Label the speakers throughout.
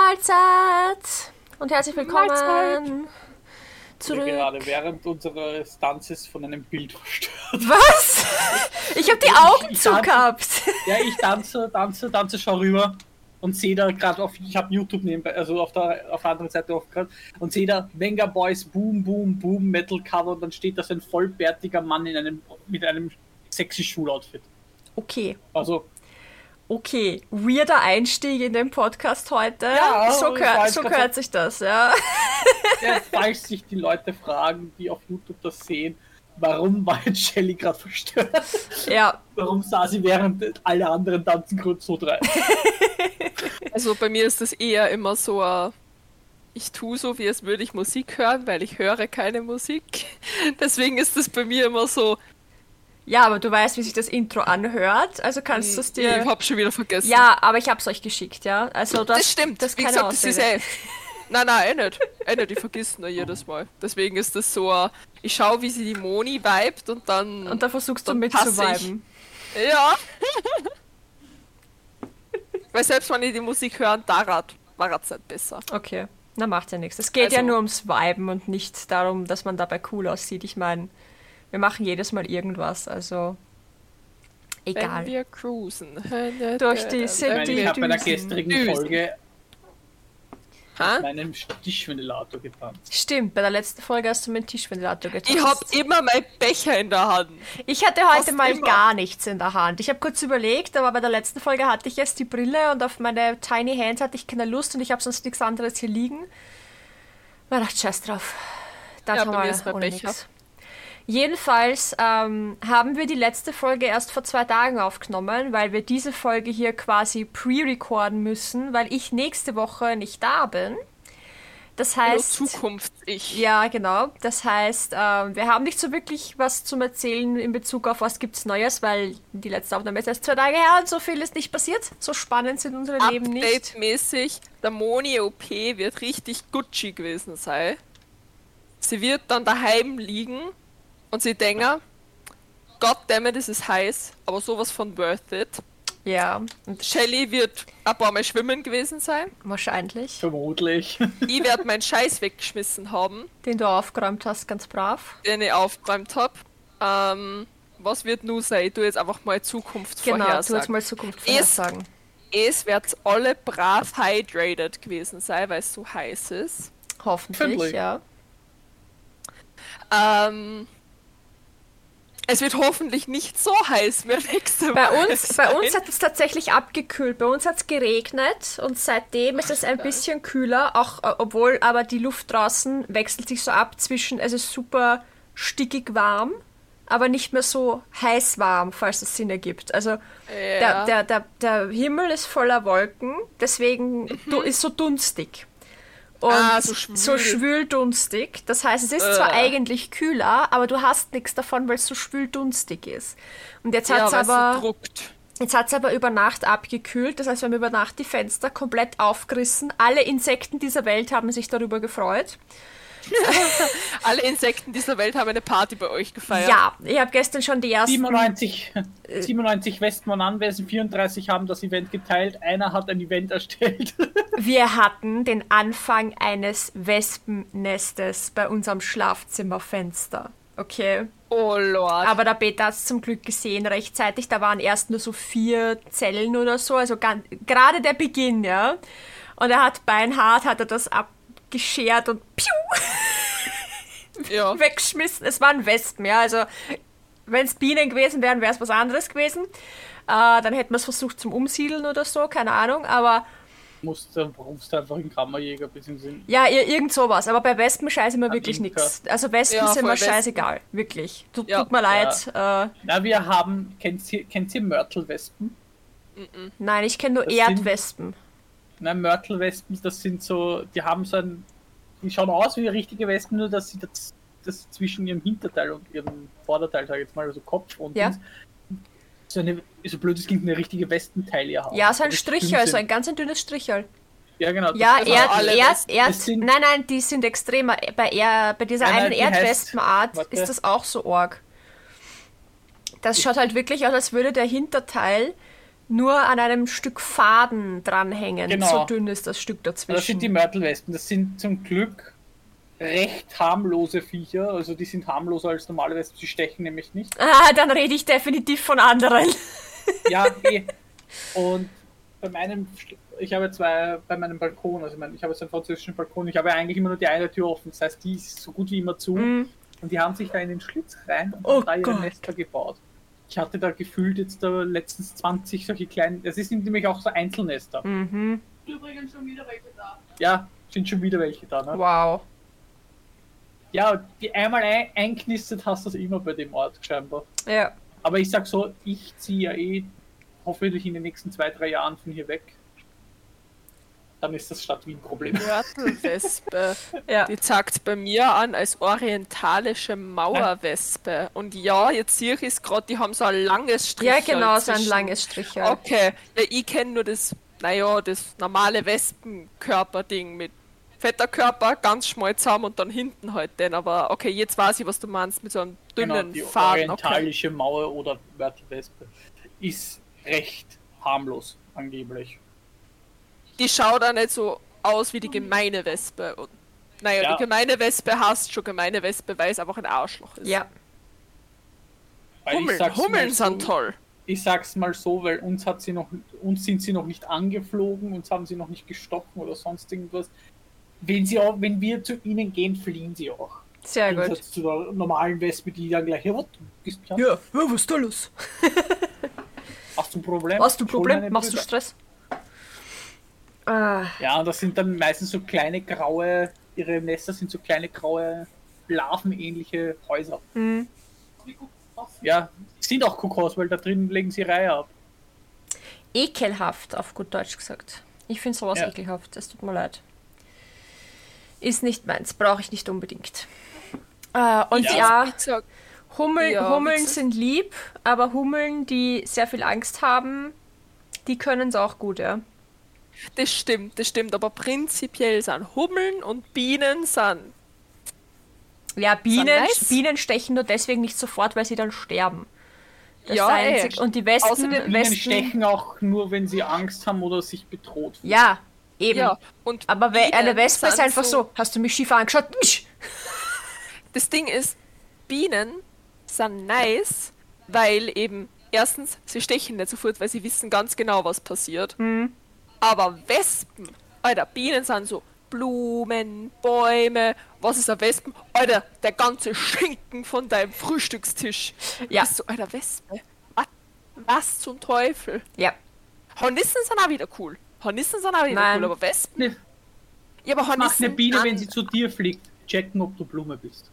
Speaker 1: Mahlzeit und herzlich willkommen
Speaker 2: Mahlzeit.
Speaker 1: zurück.
Speaker 3: Wir gerade während unseres Tanzes von einem Bild verstört.
Speaker 1: Was? Ich habe die Augen
Speaker 3: Ich-
Speaker 1: zugehabt.
Speaker 3: Ja, ich tanze, tanze, tanze, schau rüber und sehe da gerade auf, ich habe YouTube nebenbei, also auf der, auf der anderen Seite offen gerade und sehe da Venga Boys Boom Boom Boom Metal Cover und dann steht da so ein vollbärtiger Mann in einem, mit einem sexy Schuloutfit.
Speaker 1: Okay,
Speaker 3: Also,
Speaker 1: okay. Weirder Einstieg in den Podcast heute.
Speaker 3: Ja,
Speaker 1: so
Speaker 3: ich
Speaker 1: gehört,
Speaker 3: weiß
Speaker 1: so
Speaker 3: gar
Speaker 1: gehört sich das, ja.
Speaker 3: ja, falls sich die Leute fragen, die auf YouTube das sehen, warum war jetzt Shelly gerade verstört?
Speaker 1: Ja,
Speaker 3: Warum sah sie während alle anderen tanzen kurz so drei?
Speaker 2: Also bei mir ist das eher immer so, äh, ich tue so, wie als würde ich Musik hören, weil ich höre keine Musik. Deswegen ist das bei mir immer so,
Speaker 1: ja, aber du weißt, wie sich das Intro anhört, also kannst du es dir.
Speaker 2: Mm, ich hab schon wieder vergessen.
Speaker 1: Ja, aber ich hab's euch geschickt, ja. Also das,
Speaker 2: das, stimmt.
Speaker 1: Das ist
Speaker 2: wie
Speaker 1: keine
Speaker 2: gesagt, das ist
Speaker 1: Ausrede.
Speaker 2: eh. Nein, nein, eh nicht. Eh nicht, ich vergiss nur jedes Mal. Deswegen ist das so, äh, ich schaue, wie sie die Moni vibet und dann.
Speaker 1: Und da versuchst du
Speaker 2: Dann passe ich.
Speaker 1: mitzuweiben.
Speaker 2: ja. weil selbst wenn ich die Musik höre, da rat, war es nicht besser.
Speaker 1: Okay, na macht ja nichts. Es geht ja
Speaker 2: Also-
Speaker 1: nur ums Viben und nicht darum, dass man dabei cool aussieht. Ich meine, wir machen jedes Mal irgendwas, also
Speaker 2: Wenn
Speaker 1: egal.
Speaker 2: wir cruisen.
Speaker 1: Durch die
Speaker 3: Ich, meine, ich habe bei der
Speaker 1: Düsen.
Speaker 3: gestrigen
Speaker 2: Düsen.
Speaker 3: Folge
Speaker 2: Ha?
Speaker 3: meinem Tischventilator getanzt.
Speaker 1: Stimmt, bei der letzten Folge hast du meinen Tischventilator getroffen.
Speaker 2: Ich hab immer meinen Becher in der Hand.
Speaker 1: ich hatte heute
Speaker 2: fast
Speaker 1: mal
Speaker 2: immer.
Speaker 1: gar nichts in der Hand. Ich habe kurz überlegt, aber bei der letzten Folge hatte ich jetzt die Brille und auf meine Tiny Hands hatte ich keine Lust und ich habe sonst nichts anderes hier liegen. Na, dachte scheiß drauf. Da
Speaker 2: Ja,
Speaker 1: haben
Speaker 2: bei mir
Speaker 1: wir
Speaker 2: ist mein
Speaker 1: ohne
Speaker 2: Becher.
Speaker 1: nix. Jedenfalls ähm, haben wir die letzte Folge erst vor zwei Tagen aufgenommen, weil wir diese Folge hier quasi pre-recorden müssen, weil ich nächste Woche nicht da bin. Das
Speaker 2: Hallo
Speaker 1: heißt,
Speaker 2: Zukunft ich.
Speaker 1: ja, genau. Das heißt, ähm, wir haben nicht so wirklich was zum Erzählen in Bezug auf was gibt's Neues, weil die letzte Aufnahme ist erst zwei Tage her und so viel ist nicht passiert. So spannend sind unsere Leben nicht.
Speaker 2: Update-mäßig, der Moni-OP wird richtig Gucci gewesen sein. Sie wird dann daheim liegen und sie denken, goddammit, es ist heiß, aber sowas von worth it.
Speaker 1: Ja, und
Speaker 2: Shelly wird ein paar Mal schwimmen gewesen sein.
Speaker 1: wahrscheinlich.
Speaker 3: Vermutlich.
Speaker 2: Ich werde meinen Scheiß weggeschmissen haben,
Speaker 1: Den du aufgeräumt hast, ganz brav.
Speaker 2: den ich aufgeräumt habe. Ähm, was wird nun sein? Ich tue jetzt einfach mal Zukunft
Speaker 1: Genau, du jetzt
Speaker 2: vorhersagen.
Speaker 1: mal Zukunft
Speaker 2: Ist-
Speaker 1: vorhersagen.
Speaker 2: Es wird alle brav hydrated gewesen sein, weil es so heiß ist.
Speaker 1: Hoffentlich,
Speaker 3: Hoffentlich.
Speaker 1: ja.
Speaker 2: Ähm, es wird hoffentlich nicht so heiß mehr nächste
Speaker 1: Bei
Speaker 2: Mal
Speaker 1: uns,
Speaker 2: sein.
Speaker 1: bei uns hat es tatsächlich abgekühlt. Bei uns hat es geregnet und seitdem ist es ein bisschen kühler, auch äh, obwohl aber die Luft draußen wechselt sich so ab zwischen, es ist super stickig warm, aber nicht mehr so heiß warm, falls es Sinn ergibt. Also der,
Speaker 2: Ja.
Speaker 1: der, der, der Himmel ist voller Wolken, deswegen du, ist so dunstig. Und
Speaker 2: Mhm. Ah, so schwül.
Speaker 1: so schwüldunstig. Das heißt, es ist zwar
Speaker 2: Äh.
Speaker 1: eigentlich kühler, aber du hast nichts davon, weil es so schwüldunstig ist. Und jetzt
Speaker 2: ja,
Speaker 1: hat es
Speaker 2: weil's so
Speaker 1: aber.
Speaker 2: druckt.
Speaker 1: Jetzt hat es aber über Nacht abgekühlt, das heißt, wir haben über Nacht die Fenster komplett aufgerissen. Alle Insekten dieser Welt haben sich darüber gefreut.
Speaker 2: Alle Insekten dieser Welt haben eine Party bei euch gefeiert.
Speaker 1: Ja, ich habe gestern schon die ersten.
Speaker 3: 97,
Speaker 1: Äh.
Speaker 3: 97 Westmann anwesend, 34 haben das Event geteilt, einer hat ein Event erstellt.
Speaker 1: Wir hatten den Anfang eines Wespennestes bei unserem Schlafzimmerfenster. Okay.
Speaker 2: Oh Lord.
Speaker 1: Aber der Peter hat es zum Glück gesehen rechtzeitig. Da waren erst nur so vier Zellen oder so. Also gan- gerade der Beginn, ja. Und er hat beinhart, hat er das abgeschert und piu!
Speaker 2: ja.
Speaker 1: weggeschmissen. Es waren Wespen, ja. Also, wenn es Bienen gewesen wären, wäre es was anderes gewesen. Äh, dann hätten wir es versucht zum Umsiedeln oder so, keine Ahnung. Aber
Speaker 3: Musst, dann rufst du einfach einen Kammerjäger bzw.
Speaker 1: ja, ir- irgend sowas. Aber bei Wespen scheiße mir wirklich
Speaker 3: Imker.
Speaker 1: nichts. Also Wespen
Speaker 2: Ja,
Speaker 1: sind mir
Speaker 2: voll Wespen.
Speaker 1: scheißegal, wirklich. Tut,
Speaker 2: Ja.
Speaker 1: tut mir leid. Äh,
Speaker 3: Na, wir haben, kennt ihr, kennt ihr Mörtelwespen?
Speaker 1: nein, ich kenne nur
Speaker 3: Das sind-
Speaker 1: Erdwespen.
Speaker 3: Na, Mörtelwespen, das sind so, die haben so ein, die schauen aus wie richtige Wespen, nur dass sie das, das zwischen ihrem Hinterteil und ihrem Vorderteil, sag ich jetzt mal, also Kopf und
Speaker 1: Ja.
Speaker 3: Dings, so eine, so blöd es klingt, eine richtige Westenteil haben.
Speaker 1: Ja, so ein
Speaker 3: Das
Speaker 1: Strichel,
Speaker 3: stimmt.
Speaker 1: so ein ganz ein dünnes Strichel.
Speaker 3: Ja, genau. das-
Speaker 1: Ja,
Speaker 3: das-
Speaker 2: sind
Speaker 1: Erd,
Speaker 2: alle
Speaker 1: Erd,
Speaker 2: Wespen.
Speaker 1: Erd,
Speaker 3: Das sind-
Speaker 1: nein, nein, die sind extremer. Bei, er, bei dieser
Speaker 3: Nein, nein,
Speaker 1: einen
Speaker 3: die heißt-
Speaker 1: Erdwespenart
Speaker 3: Warte.
Speaker 1: ist das auch so arg. Das schaut halt wirklich aus, als würde der Hinterteil nur an einem Stück Faden dranhängen.
Speaker 3: Genau.
Speaker 1: So dünn ist das Stück
Speaker 3: Das sind die
Speaker 1: dazwischen.
Speaker 3: Mörtelwespen. Das sind zum Glück recht harmlose Viecher. Also die sind harmloser als normale Wespen. Sie stechen nämlich nicht.
Speaker 1: Ah, dann rede ich definitiv von anderen.
Speaker 3: Ja, eh. Und bei meinem, St- ich habe zwei bei meinem Balkon, also ich, meine, ich habe jetzt einen französischen Balkon, ich habe ja eigentlich immer nur die eine Tür offen, das heißt, die ist so gut wie immer zu. Und die haben sich da in den Schlitz rein und
Speaker 1: Mhm. Oh
Speaker 3: haben da ihre
Speaker 1: Gott.
Speaker 3: Nester gebaut. Ich hatte da gefühlt jetzt da letztens 20 solche kleinen, das sind nämlich auch so Einzelnester.
Speaker 1: Mhm.
Speaker 4: Übrigens schon wieder welche da.
Speaker 3: Ja, sind schon wieder welche da, ne?
Speaker 1: Wow.
Speaker 3: Ja, die einmal ein, einknistet hast du es immer bei dem Ort, scheinbar.
Speaker 1: Ja.
Speaker 3: Aber ich sag so, ich ziehe ja eh hoffentlich in den nächsten zwei, drei Jahren von hier weg. Dann ist das Stadt Wien Problem.
Speaker 2: Mörtelwespe.
Speaker 1: ja.
Speaker 2: Die zeigt bei mir an als orientalische Mauerwespe. Und ja, jetzt sehe ich es gerade, die haben so ein langes Strich.
Speaker 1: Ja,
Speaker 3: halt
Speaker 1: genau, so ein
Speaker 2: dazwischen.
Speaker 1: langes Strich. halt. Ja.
Speaker 2: Okay, ja, ich kenne nur das, naja, das normale Wespenkörper-Ding mit fetter Körper, ganz schmal zusammen und dann hinten halt den. Aber okay, jetzt weiß ich, was du meinst mit so einem dünnen
Speaker 3: Genau, die
Speaker 2: Faden. Okay.
Speaker 3: orientalische Mauer oder Mörtelwespe ist recht harmlos, angeblich.
Speaker 2: Die schaut auch nicht so aus wie die gemeine Wespe. Und, naja,
Speaker 3: Ja.
Speaker 2: die gemeine Wespe hasst schon gemeine Wespe, weil es einfach ein Arschloch ist.
Speaker 1: Ja.
Speaker 3: Weil ich
Speaker 2: Hummeln,
Speaker 3: sag's mal
Speaker 2: Hummeln
Speaker 3: so,
Speaker 2: sind toll.
Speaker 3: Ich sag's mal so, weil uns hat sie noch, uns sind sie noch nicht angeflogen, uns haben sie noch nicht gestochen oder sonst irgendwas. Wenn sie auch, wenn wir zu ihnen gehen, fliehen sie auch.
Speaker 1: Sehr
Speaker 3: Im
Speaker 1: gut.
Speaker 3: Gegensatz zu der normalen Wespe, die dann gleich, ja, was, du gehst mich an?
Speaker 1: Ja, was ist da los?
Speaker 3: Hast du ein Problem?
Speaker 1: Hast du ein
Speaker 3: Hol
Speaker 1: Problem?
Speaker 3: meine
Speaker 1: Machst du
Speaker 3: Brüder.
Speaker 1: Stress? Ah,
Speaker 3: Ja, und das sind dann meistens so kleine graue, ihre Nester sind so kleine graue, larvenähnliche Häuser.
Speaker 1: hm.
Speaker 4: Wie guckt das?
Speaker 3: Ja, sind auch Kokos, weil da drin legen sie Reihe ab.
Speaker 1: Ekelhaft, auf gut Deutsch gesagt. Ich finde sowas
Speaker 3: Ja.
Speaker 1: ekelhaft, es tut mir leid. Ist nicht meins, brauche ich nicht unbedingt. Ah, und
Speaker 3: Ja.
Speaker 1: ja,
Speaker 2: Wie gesagt,
Speaker 1: Hummel,
Speaker 2: Ja,
Speaker 1: Hummeln
Speaker 2: witzig.
Speaker 1: sind lieb, aber Hummeln, die sehr viel Angst haben, die können es auch gut, ja.
Speaker 2: Das stimmt, das stimmt, aber prinzipiell sind Hummeln und Bienen sind.
Speaker 1: Ja, Bienen,
Speaker 2: nice.
Speaker 1: Bienen stechen nur deswegen nicht sofort, weil sie dann sterben. Das ist
Speaker 2: ja, eh.
Speaker 1: der
Speaker 2: ey.
Speaker 1: einzige- Und die Wespen,
Speaker 2: Außerdem
Speaker 3: Bienen
Speaker 1: Wespen
Speaker 3: stechen auch nur, wenn sie Angst haben oder sich bedroht fühlen.
Speaker 1: Ja, eben.
Speaker 2: ja, und
Speaker 1: Aber we- eine
Speaker 2: Bienen
Speaker 1: Wespe ist
Speaker 2: sind
Speaker 1: einfach so, hast du mich schief angeschaut? Misch!
Speaker 2: Das Ding ist, Bienen sind nice, weil eben erstens, sie stechen nicht sofort, weil sie wissen ganz genau, was passiert.
Speaker 1: Mhm.
Speaker 2: Aber Wespen, Alter, Bienen sind so Blumen, Bäume, was ist ein Wespen? Alter, der ganze Schinken von deinem Frühstückstisch.
Speaker 1: Ja.
Speaker 2: Bist so, Alter, Wespe. Was, was zum Teufel?
Speaker 1: Ja,
Speaker 2: Hornissen sind auch wieder cool. Hornissen sind auch wieder
Speaker 1: Nein.
Speaker 2: cool, aber Wespen.
Speaker 3: Ne,
Speaker 2: Ja, aber Hornissen.
Speaker 3: mach eine Biene, wenn
Speaker 2: an-
Speaker 3: sie zu dir fliegt, checken, ob du Blume bist.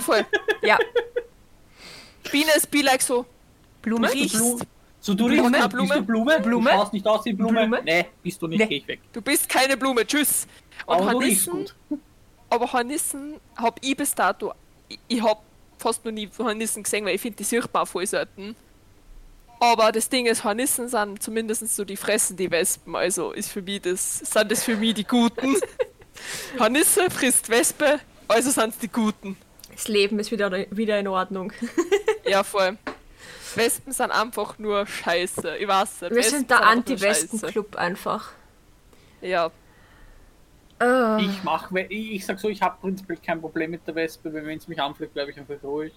Speaker 2: voll.
Speaker 1: ja.
Speaker 2: Biene ist be like so.
Speaker 1: Blume?
Speaker 2: Riechst.
Speaker 3: Blume? So du
Speaker 2: Blume,
Speaker 3: riechst,
Speaker 2: Blume,
Speaker 3: bist du Blume?
Speaker 1: Blume?
Speaker 3: Du schaust nicht aus wie Blume?
Speaker 1: Blume?
Speaker 3: Nee, bist du nicht,
Speaker 1: Nee.
Speaker 3: geh ich weg.
Speaker 2: Du bist keine Blume, tschüss. Und
Speaker 3: Aber du riechst
Speaker 2: Hornissen,
Speaker 3: gut.
Speaker 2: aber Hornissen hab ich bis dato, ich, ich hab fast noch nie Hornissen gesehen, weil ich finde, die sieht man auch voll selten. Aber das Ding ist, Hornissen sind zumindest so die fressen die Wespen, also ist für mich das, sind das für mich die Guten. Hornisse frisst Wespe, also sind's die Guten.
Speaker 1: Das Leben ist wieder, wieder in Ordnung.
Speaker 2: Ja, voll. Wespen sind einfach nur scheiße. Ich weiß nicht.
Speaker 1: Wir
Speaker 2: Wespen
Speaker 1: sind der
Speaker 2: einfach nur scheiße.
Speaker 1: Anti-Wespen-Club einfach.
Speaker 2: Ja,
Speaker 1: Ah.
Speaker 3: Ich mach, we- ich ich sag so, ich habe prinzipiell kein Problem mit der Wespe, weil wenn sie mich anfliegt, bleibe ich einfach ruhig.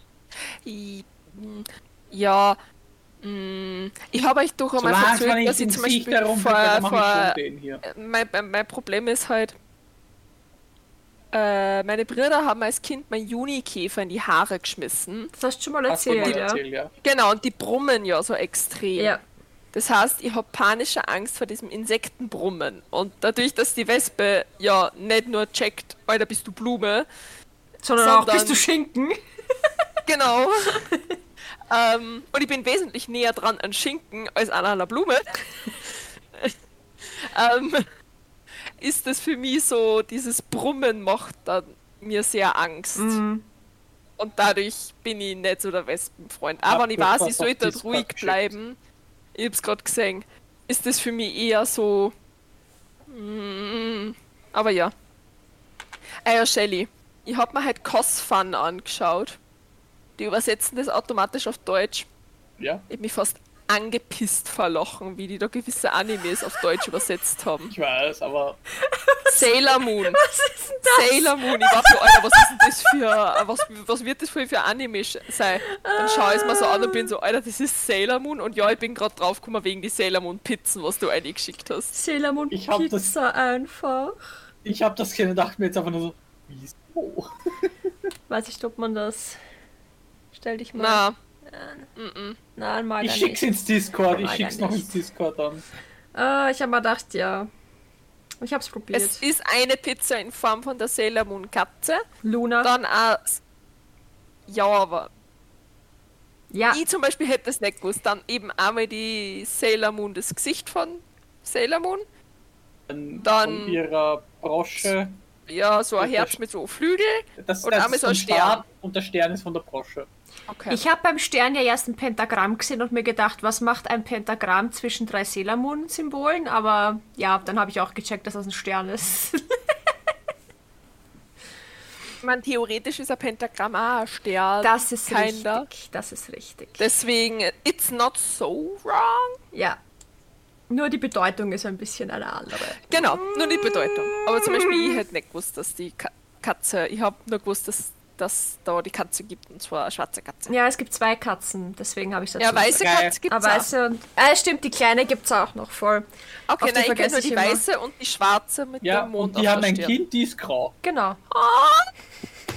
Speaker 2: I- mm, Ja, mm, ich habe euch doch einmal
Speaker 3: Solange man
Speaker 2: erzählt,
Speaker 3: nicht
Speaker 2: dass ich
Speaker 3: im
Speaker 2: zum
Speaker 3: Sicht
Speaker 2: Beispiel vor,
Speaker 3: herumfliegt, dann mach ich
Speaker 2: vor
Speaker 3: schon den hier.
Speaker 2: mein, mein- mein Problem ist halt, äh, meine Brüder haben als Kind mein Junikäfer in die Haare geschmissen.
Speaker 1: Das hast du schon mal
Speaker 3: Hast du mal
Speaker 1: erzählt,
Speaker 3: erzählt, ja.
Speaker 2: Genau, und die brummen ja so extrem.
Speaker 1: ja. Ja.
Speaker 2: Das heißt, ich habe panische Angst vor diesem Insektenbrummen. Und dadurch, dass die Wespe ja nicht nur checkt, Alter, bist du Blume,
Speaker 1: Sondern auch,
Speaker 2: Sondern-
Speaker 1: bist du Schinken?
Speaker 2: Genau. ähm, und ich bin wesentlich näher dran an Schinken als an einer Blume. ähm, ist das für mich so, dieses Brummen macht dann mir sehr Angst. Und dadurch bin ich nicht so der Wespenfreund. Aber ich
Speaker 3: gut,
Speaker 2: weiß,
Speaker 3: was
Speaker 2: ich
Speaker 3: auf
Speaker 2: sollte dort
Speaker 3: Discord
Speaker 2: ruhig
Speaker 3: geschickt.
Speaker 2: bleiben. Ich hab's gerade gesehen. Ist das für mich eher so. Mm, aber ja. Ah ja, Shelly. Ich hab mir halt Cosfun angeschaut. Die übersetzen das automatisch auf Deutsch.
Speaker 3: Ja.
Speaker 2: Ich hab mich fast angepisst verlochen, wie die da gewisse Animes auf Deutsch übersetzt haben.
Speaker 3: Ich weiß, aber
Speaker 2: Sailor Moon.
Speaker 1: Was ist denn das?
Speaker 2: Sailor Moon, ich war so, Alter, was ist denn das für, was, was wird das für, für Anime sch- sein? Dann schaue ich mir so an und bin so, Alter, das ist Sailor Moon und ja, ich bin gerade draufgekommen wegen die Sailor Moon Pizzen, was du eingeschickt hast.
Speaker 1: Sailor Moon
Speaker 3: Ich hab das-
Speaker 1: Pizza einfach.
Speaker 3: ich habe das keine Nacht mir jetzt einfach nur so. Wieso?
Speaker 1: Weiß ich, ob man das. Stell dich mal.
Speaker 2: Na,
Speaker 1: Nein, mal
Speaker 3: Ich
Speaker 1: dann
Speaker 3: schick's
Speaker 1: nicht.
Speaker 3: ins
Speaker 1: Mag
Speaker 3: Discord, ich
Speaker 1: er
Speaker 3: schick's noch
Speaker 1: nicht.
Speaker 3: ins Discord an.
Speaker 1: Ah, ich habe mal gedacht, ja. Ich hab's probiert.
Speaker 2: es ist eine Pizza in Form von der Sailor Moon Katze,
Speaker 1: Luna.
Speaker 2: dann auch, ja, aber
Speaker 1: ja.
Speaker 2: ich zum Beispiel hätte es nicht gewusst, dann eben einmal die Sailor Moon, das Gesicht von Sailor Moon,
Speaker 3: Dann,
Speaker 2: Dann-
Speaker 3: von ihrer Brosche.
Speaker 2: ja, so ein
Speaker 3: Und der
Speaker 2: Herz
Speaker 3: Sch-
Speaker 2: mit so Flügel,
Speaker 3: Das,
Speaker 2: Und
Speaker 3: das
Speaker 2: einmal
Speaker 3: ist
Speaker 2: so ein
Speaker 3: vom Stern und der Stern ist von der Brosche.
Speaker 2: okay.
Speaker 1: Ich habe beim Stern ja erst ein Pentagramm gesehen und mir gedacht, was macht ein Pentagramm zwischen drei Sailor Moon Symbolen? Aber ja, dann habe ich auch gecheckt, dass das ein Stern ist.
Speaker 2: Ich meine, theoretisch ist ein Pentagramm auch ein Stern.
Speaker 1: Das ist
Speaker 2: Kein
Speaker 1: richtig.
Speaker 2: da.
Speaker 1: Das ist richtig.
Speaker 2: Deswegen, it's not so wrong.
Speaker 1: Ja. Nur die Bedeutung ist ein bisschen eine andere.
Speaker 2: Genau, nur die Bedeutung. Aber zum Beispiel, ich hätte nicht gewusst, dass die Ka Katze, ich habe nur gewusst, dass dass da die Katze gibt, und zwar eine schwarze Katze.
Speaker 1: Ja, es gibt zwei Katzen, deswegen habe ich dazu
Speaker 2: Ja, weiße
Speaker 3: Geil.
Speaker 2: Katze gibt
Speaker 1: Ah,
Speaker 2: es
Speaker 1: weiße und. Ah, stimmt, die kleine gibt's auch noch voll.
Speaker 2: auch. Okay,
Speaker 1: auf die
Speaker 2: nein, ich kenne
Speaker 1: vergesse
Speaker 2: nur
Speaker 1: ich
Speaker 2: die
Speaker 1: immer.
Speaker 2: weiße und die schwarze mit
Speaker 3: Ja,
Speaker 2: dem Mond
Speaker 3: und die
Speaker 2: auf
Speaker 3: haben
Speaker 2: der
Speaker 3: ein
Speaker 2: Stirn.
Speaker 3: Kind, die ist grau.
Speaker 1: Genau.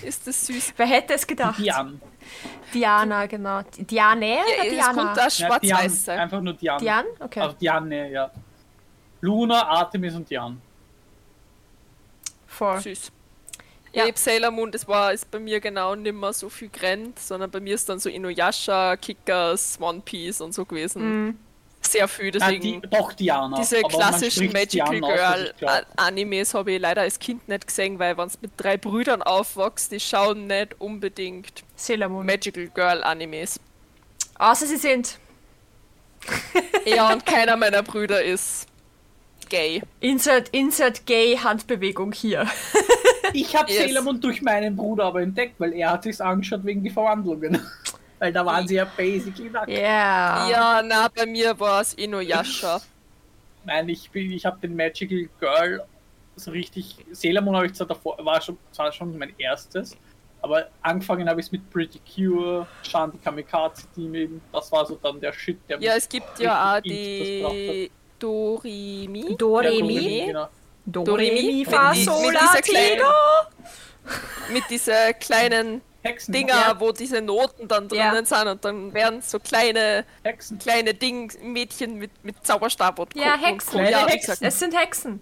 Speaker 2: Ist das süß.
Speaker 1: Wer hätte es gedacht?
Speaker 3: Dian.
Speaker 1: Diana, genau. Di- Diane
Speaker 2: Ja,
Speaker 1: oder
Speaker 2: es
Speaker 1: Diana?
Speaker 2: kommt da
Speaker 3: Ja, Dian.
Speaker 2: schwarz-weiß sein.
Speaker 3: Einfach nur Dian.
Speaker 1: Dian? Okay.
Speaker 3: Also Diane, ja. Luna, Artemis und Dian.
Speaker 1: Voll.
Speaker 2: Süß.
Speaker 1: Ja.
Speaker 2: Ja, ich Sailor Moon, das war ist bei mir genau nimmer so viel Grand, sondern bei mir ist dann so Inuyasha, Kickers, One Piece und so gewesen. Sehr viel,
Speaker 3: Nein,
Speaker 2: deswegen.
Speaker 3: Äh, die, doch Diana.
Speaker 2: Diese
Speaker 3: aber man
Speaker 2: klassischen
Speaker 3: spricht
Speaker 2: Magical
Speaker 3: Dian aus, was ich
Speaker 2: Girl
Speaker 3: glaub.
Speaker 2: A- Animes habe ich leider als Kind nicht gesehen, weil wenn mit drei Brüdern aufwächst, die schauen nicht unbedingt
Speaker 1: Sailor Moon.
Speaker 2: Magical Girl Animes.
Speaker 1: Außer sie sind
Speaker 2: Ja, und keiner meiner Brüder ist gay.
Speaker 1: Insert, insert gay Handbewegung hier.
Speaker 3: Ich habe
Speaker 2: ah, Yes.
Speaker 3: Sailor Moon durch meinen Bruder aber entdeckt, weil er hat sich's angeschaut wegen die Verwandlungen. Weil da waren sie ja basically nackt.
Speaker 1: Yeah.
Speaker 2: Ja, na, bei mir war es Inuyasha.
Speaker 3: Nein, ich bin, ich habe den Magical Girl so richtig. Sailor Moon habe ich zwar davor, war schon, war schon mein erstes, aber angefangen habe ich es mit Pretty Cure, Shanti Kamikaze Team eben. Das war so dann der Shit, der
Speaker 2: Ja,
Speaker 3: mich
Speaker 2: es gibt ja auch
Speaker 3: richtig ins das gebracht
Speaker 2: die Dorimi.
Speaker 3: hat. Ja,
Speaker 1: Doremi.
Speaker 3: Genau.
Speaker 1: Doremi
Speaker 2: Doremi.
Speaker 1: fa
Speaker 3: Mit-
Speaker 1: sol
Speaker 2: mit
Speaker 1: la
Speaker 2: dieser
Speaker 1: ti,
Speaker 2: kleinen-
Speaker 1: do.
Speaker 2: Mit dieser kleinen
Speaker 3: Hexen,
Speaker 2: Dinger, wo diese Noten dann
Speaker 1: Ja.
Speaker 2: drinnen sind und dann werden so kleine
Speaker 3: Hexen.
Speaker 2: kleine Ding, Mädchen mit, mit Zauberstab und
Speaker 1: Ja,
Speaker 2: Co- und
Speaker 1: Hexen.
Speaker 2: Co.
Speaker 3: Kleine
Speaker 2: Ja, wie
Speaker 3: Hexen.
Speaker 2: gesagt.
Speaker 1: Es sind Hexen.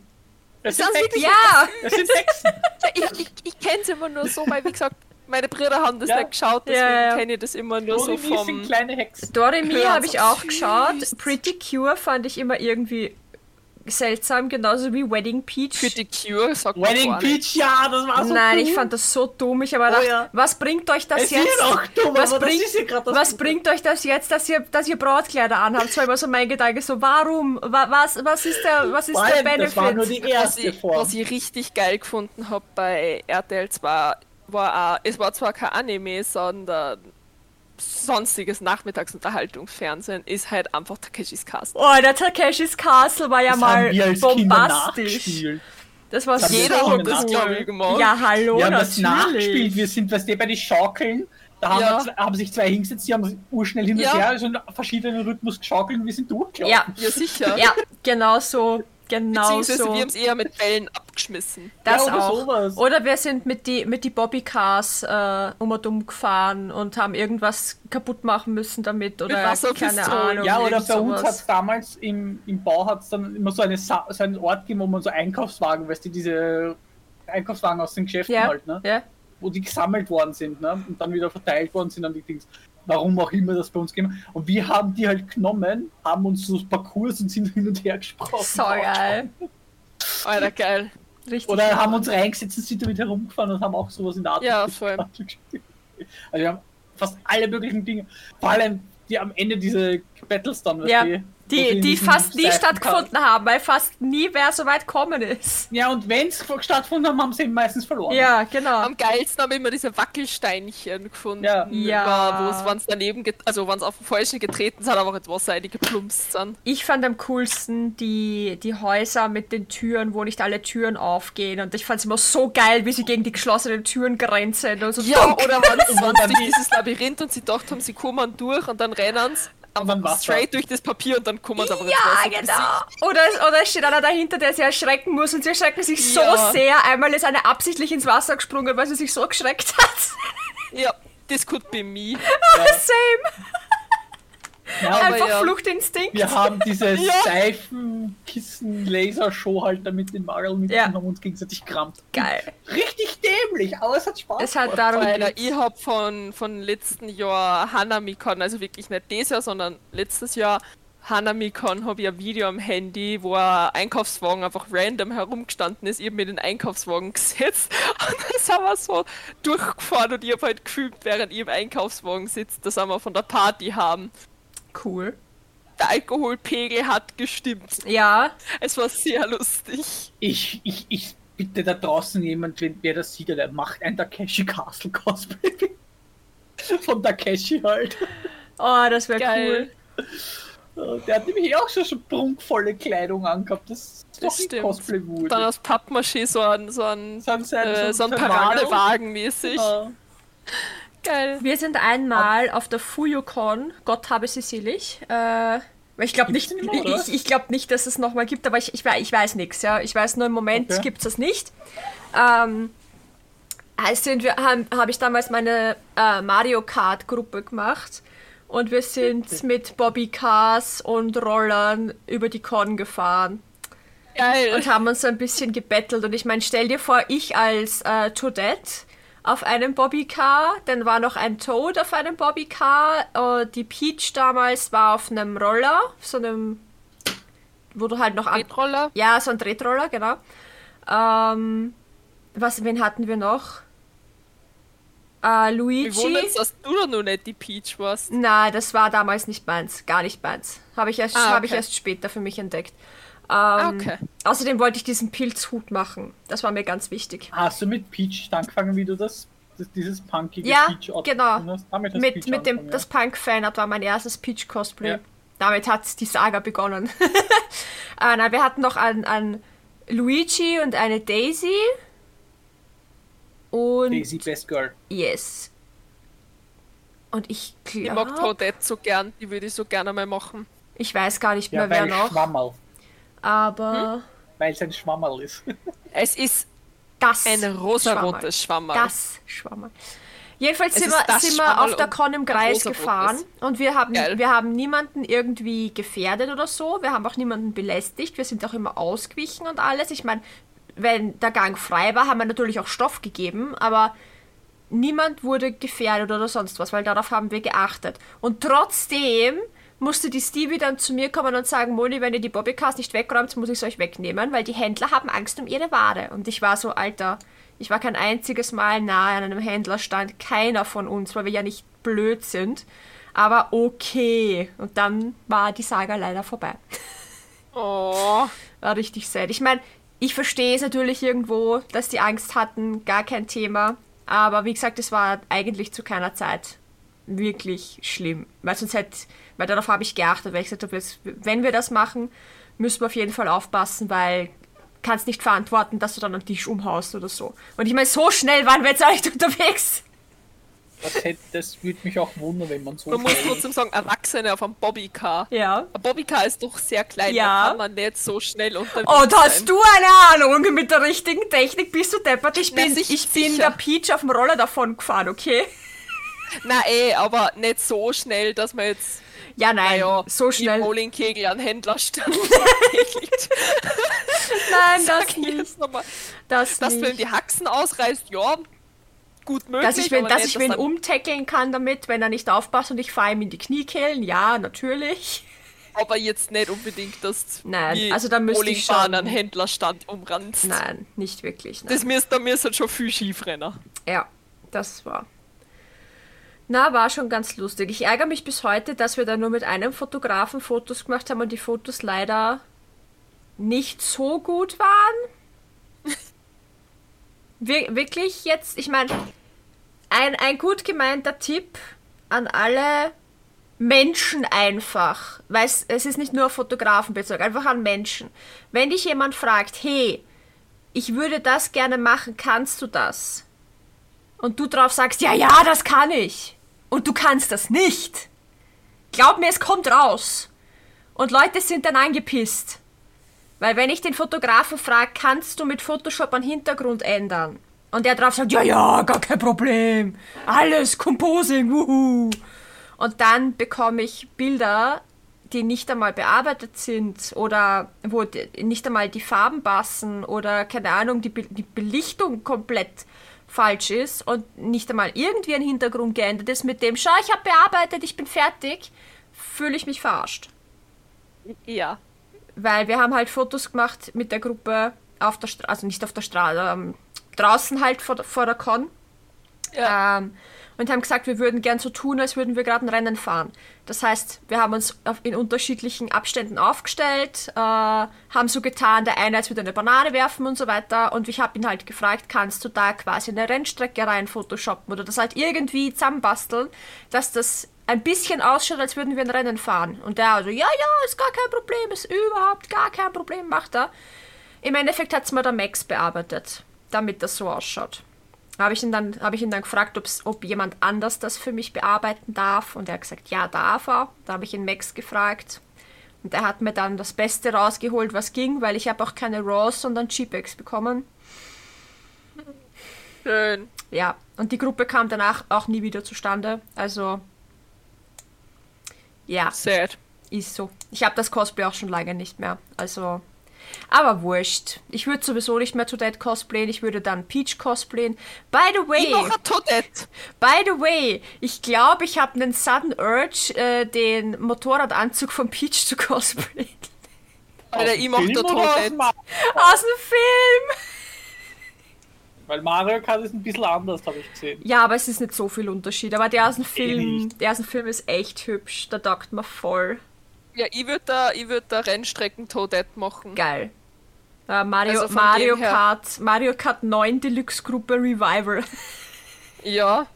Speaker 3: Es
Speaker 2: Das
Speaker 3: sind
Speaker 2: sind
Speaker 3: Hexen.
Speaker 1: Ja.
Speaker 3: Es sind Hexen.
Speaker 2: Ich, ich, ich kenne es immer nur so, weil wie gesagt, meine Brüder haben das
Speaker 3: Ja.
Speaker 2: nicht geschaut, deswegen
Speaker 1: Ja, ja.
Speaker 2: kenne ich das immer nur so
Speaker 3: Doremi sind
Speaker 2: vom.
Speaker 3: kleine Hexen.
Speaker 1: Doremi
Speaker 2: Hör
Speaker 1: habe ich
Speaker 2: so
Speaker 1: auch
Speaker 2: süß.
Speaker 1: geschaut. Pretty Cure fand ich immer irgendwie seltsam, genauso wie Wedding Peach.
Speaker 2: Für die Cure, sagt man
Speaker 3: Wedding
Speaker 2: gar nicht.
Speaker 3: Peach, ja, das war so
Speaker 1: Nein,
Speaker 3: dumm.
Speaker 1: ich fand das so dumm. Ich habe gedacht,
Speaker 3: Also ja.
Speaker 1: was bringt euch das
Speaker 3: es
Speaker 1: jetzt?
Speaker 3: ist auch dumm,
Speaker 1: was
Speaker 3: aber
Speaker 1: bringt-
Speaker 3: das ist ja gerade das
Speaker 1: Was
Speaker 3: Problem.
Speaker 1: bringt euch das jetzt, dass ihr, dass ihr Brautkleider anhabt? Das war immer so mein Gedanke, so warum? Wa- Was, was ist der, was ist
Speaker 3: Vor
Speaker 1: der
Speaker 3: allem, Das war nur
Speaker 1: Benefit?
Speaker 3: die
Speaker 2: Was
Speaker 3: erste
Speaker 2: ich,
Speaker 3: Form.
Speaker 2: was ich richtig geil gefunden habe bei RTL 2 war auch, es war zwar kein Anime, sondern sonstiges Nachmittagsunterhaltungsfernsehen ist halt einfach Takeshis Cast.
Speaker 1: Oh, der Takeshis Castle war ja
Speaker 3: Das
Speaker 1: mal
Speaker 3: haben wir als Kinder
Speaker 1: bombastisch.
Speaker 3: nachgespielt.
Speaker 1: Das war
Speaker 3: Das haben
Speaker 1: so
Speaker 3: wir
Speaker 2: Jeder
Speaker 3: haben
Speaker 2: hat
Speaker 3: wir
Speaker 2: das,
Speaker 3: nach-
Speaker 2: glaube ich,
Speaker 1: cool.
Speaker 2: gemacht.
Speaker 1: Ja, hallo,
Speaker 3: Wir haben das nachgespielt. Wir
Speaker 1: natürlich.
Speaker 3: sind, weißt du, bei den Schaukeln, da haben,
Speaker 2: Ja.
Speaker 3: wir zwei, haben sich zwei hingesetzt, die haben urschnell hin und
Speaker 2: Ja.
Speaker 3: her, so einen verschiedenen Rhythmus geschaukelt und wir sind durchgelaufen.
Speaker 1: Ja,
Speaker 2: Ja, sicher.
Speaker 1: ja, genau so. Genau
Speaker 2: Beziehungsweise wir
Speaker 1: so.
Speaker 2: haben es eher mit Bällen abgeschmissen.
Speaker 1: Das
Speaker 3: Ja, oder
Speaker 1: auch.
Speaker 3: sowas.
Speaker 1: Oder wir sind mit die, mit die Bobbycars äh, um und um gefahren und haben irgendwas kaputt machen müssen damit oder
Speaker 2: Wasserpistolen.
Speaker 1: keine Ahnung.
Speaker 3: Ja, oder
Speaker 1: irgend
Speaker 3: bei uns
Speaker 1: sowas.
Speaker 3: hat es damals im, im Bau hat's dann immer so, eine Sa so einen Ort gegeben, wo man so Einkaufswagen, weißt du, diese Einkaufswagen aus den Geschäften
Speaker 1: ja,
Speaker 3: halt, ne?
Speaker 1: ja.
Speaker 3: wo die gesammelt worden sind ne? und dann wieder verteilt worden sind an die Dings. Warum auch immer das bei uns gegeben. Und wir haben die halt genommen, haben uns so Parcours und sind hin und her gesprochen.
Speaker 1: So geil.
Speaker 2: Alter, geil.
Speaker 1: Richtig.
Speaker 3: Oder haben uns reingesetzt und sind damit herumgefahren und haben auch sowas in der Art.
Speaker 2: Ja,
Speaker 3: gespielt.
Speaker 2: voll.
Speaker 3: Also wir haben fast alle möglichen Dinge. Vor allem die am Ende diese Battles dann, weißt
Speaker 1: Ja.
Speaker 3: du,
Speaker 1: Die, die fast nie
Speaker 3: Steifen
Speaker 1: stattgefunden haben, weil fast nie wer so weit kommen ist.
Speaker 3: Ja, und wenn es stattgefunden haben, haben sie eben meistens verloren.
Speaker 1: Ja, genau.
Speaker 2: Am geilsten habe ich immer diese Wackelsteinchen gefunden, äh,
Speaker 3: Ja.
Speaker 1: Ja.
Speaker 2: wo es, wenn es daneben, get- also wenn es auf den falschen getreten sind, aber auch ins Wasser reingeplumpst sind.
Speaker 1: Ich fand am coolsten die, die Häuser mit den Türen, wo nicht alle Türen aufgehen. Und ich fand es immer so geil, wie sie gegen die geschlossenen Türen gerannt sind. Und so
Speaker 2: Ja,
Speaker 1: dumm.
Speaker 2: oder wenn
Speaker 3: dann
Speaker 2: sie
Speaker 3: die-
Speaker 2: durch dieses Labyrinth und sie gedacht haben, sie kommen durch und dann rennen sie
Speaker 3: Und dann Wasser.
Speaker 2: straight durch das Papier und dann kommen sie aber ins
Speaker 1: ja
Speaker 2: Wasser.
Speaker 1: genau. Oder, es- oder es steht einer dahinter, der sie erschrecken muss. Und sie erschrecken sich
Speaker 2: Ja.
Speaker 1: so sehr. Einmal ist einer absichtlich ins Wasser gesprungen, weil sie sich so geschreckt hat.
Speaker 2: Ja, das could be me.
Speaker 1: Same.
Speaker 3: Ja, aber
Speaker 1: Einfach
Speaker 2: ja.
Speaker 1: Fluchtinstinkt.
Speaker 3: wir haben diese
Speaker 2: Ja.
Speaker 3: Seifen-Kissen-Lasershow halt damit den Magel mitgenommen
Speaker 1: Ja.
Speaker 3: und gegenseitig kramt.
Speaker 1: Geil.
Speaker 3: Richtig dämlich, aber es hat Spaß.
Speaker 1: Es hat
Speaker 3: gemacht.
Speaker 1: darum
Speaker 2: Alter, ich hab von, von letzten Jahr Hanamikon, also wirklich nicht dieses Jahr, sondern letztes Jahr Hanamikon habe ich ein Video am Handy, wo ein Einkaufswagen einfach random herumgestanden ist. Ich hab mir den Einkaufswagen gesetzt und dann sind wir so durchgefahren und ich hab halt gefühlt, während ich im Einkaufswagen sitze, dass wir von der Party haben.
Speaker 1: Cool.
Speaker 2: Der Alkoholpegel hat gestimmt.
Speaker 1: Ja.
Speaker 2: Es war sehr lustig.
Speaker 3: Ich, ich, ich bitte da draußen jemand, wenn, wer das sieht, der macht ein Takeshi Castle Cosplay. Von Takeshi halt.
Speaker 1: Oh, das wäre
Speaker 2: Geil.
Speaker 1: cool.
Speaker 3: Der hat nämlich auch schon so prunkvolle Kleidung angehabt. Das ist doch
Speaker 2: Das
Speaker 3: nicht
Speaker 2: stimmt.
Speaker 3: Cosplay-Wut.
Speaker 2: Dann aus Pappmaché so ein, so ein,
Speaker 3: So ein- so ein-
Speaker 2: äh, so ein
Speaker 3: so Ah. ein Wagen.
Speaker 2: Paradewagen mäßig.
Speaker 3: Ja.
Speaker 2: Geil.
Speaker 1: Wir sind einmal auf der Fuyucon, Gott habe sie selig. Äh, ich glaube
Speaker 3: Gibt's
Speaker 1: nicht,
Speaker 3: die nicht mehr, oder?
Speaker 1: ich, ich glaub nicht, dass es nochmal gibt, aber ich, ich, wei- ich weiß nichts. Ja. Ich weiß nur, im Moment
Speaker 3: Okay.
Speaker 1: gibt's gibt es das nicht. Ähm, also sind wir, habe hab ich damals meine äh, Mario Kart Gruppe gemacht und wir sind mit Bobby Cars und Rollern über die Con gefahren
Speaker 2: Geil.
Speaker 1: und haben uns so ein bisschen gebettelt. Und ich meine, stell dir vor, ich als äh, Toadette auf einem Bobbycar, dann war noch ein Toad auf einem Bobbycar, äh, die Peach damals war auf einem Roller, auf so einem, wo du halt noch an
Speaker 2: Tretroller.
Speaker 1: ja, so ein Tretroller, genau. Ähm, was, wen hatten wir noch? Äh,
Speaker 2: Wir
Speaker 1: Luigi.
Speaker 2: wundern uns, dass du da noch nicht die Peach warst.
Speaker 1: Nein, das war damals nicht meins. Gar nicht meins. Habe ich, erst
Speaker 2: Ah,
Speaker 1: habe ich
Speaker 2: okay. Ah,
Speaker 1: erst später für mich entdeckt. Ähm,
Speaker 2: okay.
Speaker 1: Außerdem wollte ich diesen Pilzhut machen. Das war mir ganz wichtig.
Speaker 3: Hast du mit Peach angefangen, wie du das, das dieses punkige
Speaker 1: Ja,
Speaker 3: Peach outfit
Speaker 1: genau.
Speaker 3: hast? Damit hast
Speaker 1: Mit,
Speaker 3: Peach
Speaker 1: mit dem
Speaker 3: angefangen,
Speaker 1: das Punk-Fanart war mein erstes Peach-Cosplay.
Speaker 3: Ja.
Speaker 1: Damit hat die Saga begonnen. ah, nein, wir hatten noch einen, einen Luigi und eine Daisy. Und
Speaker 3: ja. Daisy Best Girl.
Speaker 1: yes. Und ich
Speaker 2: Ich
Speaker 1: glaube,
Speaker 2: mag Toadette so gern, die würde ich so gerne mal machen.
Speaker 1: ich weiß gar nicht
Speaker 3: Ja,
Speaker 1: mehr, wer
Speaker 3: weil
Speaker 1: noch.
Speaker 3: Schwammerl.
Speaker 1: Aber
Speaker 3: Weil es ein Schwammerl ist.
Speaker 2: Es ist
Speaker 1: das halt.
Speaker 2: ein rosarotes Schwammerl.
Speaker 1: Das Schwammerl. Jedenfalls
Speaker 2: Es
Speaker 1: sind
Speaker 2: ist
Speaker 1: wir,
Speaker 2: das
Speaker 1: sind wir
Speaker 2: Schwammerl
Speaker 1: auf der
Speaker 2: und
Speaker 1: Con im Kreis
Speaker 2: rosarotes.
Speaker 1: gefahren und wir haben,
Speaker 2: Geil.
Speaker 1: wir haben niemanden irgendwie gefährdet oder so. Wir haben auch niemanden belästigt. Wir sind auch immer ausgewichen und alles. Ich meine, wenn der Gang frei war, haben wir natürlich auch Stoff gegeben, aber niemand wurde gefährdet oder sonst was, weil darauf haben wir geachtet. Und trotzdem musste die Stevie dann zu mir kommen und sagen, Moni, wenn ihr die Bobbycars nicht wegräumt, muss ich es euch wegnehmen, weil die Händler haben Angst um ihre Ware. Und ich war so, Alter, ich war kein einziges Mal nahe an einem Händlerstand, keiner von uns, weil wir ja nicht blöd sind. Aber okay. Und dann war die Saga leider vorbei.
Speaker 2: Oh,
Speaker 1: War richtig sad. Ich meine, ich verstehe es natürlich irgendwo, dass die Angst hatten, gar kein Thema. Aber wie gesagt, es war eigentlich zu keiner Zeit wirklich schlimm. Weil sonst hätte, weil darauf habe ich geachtet, weil ich gesagt habe, jetzt, wenn wir das machen, müssen wir auf jeden Fall aufpassen, weil kannst nicht verantworten, dass du dann am Tisch umhaust oder so. Und ich meine, so schnell waren wir jetzt auch nicht unterwegs.
Speaker 3: Das, hätte, das würde mich auch wundern, wenn man so.
Speaker 2: man muss
Speaker 3: schnell-
Speaker 2: trotzdem sagen, Erwachsene auf einem Bobbycar.
Speaker 1: Ja.
Speaker 2: Ein Bobbycar ist doch sehr klein,
Speaker 1: Ja.
Speaker 2: da kann man nicht so schnell unterwegs
Speaker 1: Und hast
Speaker 2: sein.
Speaker 1: du eine Ahnung? Mit der richtigen Technik bist du deppert. Ich
Speaker 2: Na,
Speaker 1: bin,
Speaker 2: sich-
Speaker 1: ich bin
Speaker 2: sicher.
Speaker 1: der Peach auf dem Roller davon gefahren, okay?
Speaker 2: Na eh, aber nicht so schnell, dass man jetzt
Speaker 1: Ja, nein,
Speaker 2: naja,
Speaker 1: so
Speaker 2: die
Speaker 1: schnell.
Speaker 2: Bowlingkegel an Händler stand.
Speaker 1: Nein, das
Speaker 2: Sag ich
Speaker 1: nicht.
Speaker 2: jetzt nochmal.
Speaker 1: Das
Speaker 2: Dass du ihm
Speaker 1: nicht.
Speaker 2: die Haxen ausreißt, ja, gut möglich.
Speaker 1: Dass ich wen,
Speaker 2: aber
Speaker 1: dass
Speaker 2: nicht,
Speaker 1: ich wen
Speaker 2: dann-
Speaker 1: umtackeln kann damit, wenn er nicht aufpasst und ich fahre ihm in die Kniekehlen. Ja, natürlich.
Speaker 2: Aber jetzt nicht unbedingt, dass
Speaker 1: Nein,
Speaker 2: die
Speaker 1: also da müsste ich
Speaker 2: Bowlingbahn
Speaker 1: schon-
Speaker 2: einen Händlerstand umranzt.
Speaker 1: Nein, nicht wirklich. Nein.
Speaker 2: Das müsste, da müsste schon viel schief rennen.
Speaker 1: ja, das war. Na, war schon ganz lustig. Ich ärgere mich bis heute, dass wir da nur mit einem Fotografen Fotos gemacht haben und die Fotos leider nicht so gut waren. Wir, wirklich jetzt, ich meine, ein, ein gut gemeinter Tipp an alle Menschen einfach, weil es, es ist nicht nur auf Fotografen bezogen, einfach an Menschen. Wenn dich jemand fragt, hey, ich würde das gerne machen, kannst du das? Und du drauf sagst, ja, ja, das kann ich. Und du kannst das nicht. Glaub mir, es kommt raus. Und Leute sind dann angepisst. Weil wenn ich den Fotografen frage, kannst du mit Photoshop einen Hintergrund ändern? Und der drauf sagt, ja, ja, gar kein Problem. Alles Composing, wuhu. Und dann bekomme ich Bilder, die nicht einmal bearbeitet sind oder wo die- nicht einmal die Farben passen oder keine Ahnung, die, Be die Belichtung komplett falsch ist und nicht einmal irgendwie ein Hintergrund geändert ist mit dem, schau, ich habe bearbeitet, ich bin fertig, fühle ich mich verarscht.
Speaker 2: Ja.
Speaker 1: Weil wir haben halt Fotos gemacht mit der Gruppe auf der Straße, also nicht auf der Straße, ähm, draußen halt vor, der- vor der Con.
Speaker 2: Ja.
Speaker 1: Ähm, und haben gesagt, wir würden gern so tun, als würden wir gerade ein Rennen fahren. Das heißt, wir haben uns auf, in unterschiedlichen Abständen aufgestellt, äh, haben so getan, der eine als würde eine Banane werfen und so weiter. Und ich habe ihn halt gefragt, kannst du da quasi eine Rennstrecke rein photoshoppen oder das halt irgendwie zusammenbasteln, dass das ein bisschen ausschaut, als würden wir ein Rennen fahren. Und der also, ja, ja, ist gar kein Problem, ist überhaupt gar kein Problem, macht er. Im Endeffekt hat es mir der Max bearbeitet, damit das so ausschaut. Habe ich ihn dann, habe ich ihn dann gefragt, ob's, ob jemand anders das für mich bearbeiten darf. Und er hat gesagt, ja, darf er. Da habe ich ihn Max gefragt. Und er hat mir dann das Beste rausgeholt, was ging, weil ich habe auch keine Raws, sondern JPEGs bekommen.
Speaker 2: Schön.
Speaker 1: Ja, und die Gruppe kam danach auch nie wieder zustande. Also, ja.
Speaker 2: Sad.
Speaker 1: Ist so. Ich habe das Cosplay auch schon lange nicht mehr. Also. Aber wurscht. Ich würde sowieso nicht mehr Toadette cosplayen. Ich würde dann Peach cosplayen. By the
Speaker 2: Ich
Speaker 1: way,
Speaker 2: noch ein Toadette.
Speaker 1: by the way, ich glaube, ich habe einen sudden urge, äh, den Motorradanzug von Peach zu cosplayen.
Speaker 2: Alter,
Speaker 3: Aus dem
Speaker 2: ich mach
Speaker 3: Film
Speaker 2: da
Speaker 3: oder aus
Speaker 2: Toadette.
Speaker 3: dem Mar-
Speaker 1: Aus dem Film!
Speaker 3: Weil Mario Kart ist ein bisschen anders, habe ich gesehen.
Speaker 1: Ja, aber es ist nicht so viel Unterschied. Aber der aus dem Film,
Speaker 3: nicht.
Speaker 1: der aus dem Film ist echt hübsch. Da taugt man voll.
Speaker 2: Ja, ich würde da, ich würd da Rennstrecken Toadette machen.
Speaker 1: Geil. Äh, Mario,
Speaker 2: Also von
Speaker 1: Mario,
Speaker 2: dem her-
Speaker 1: Kart, Mario Kart 9 Deluxe Gruppe Revival.
Speaker 2: Ja.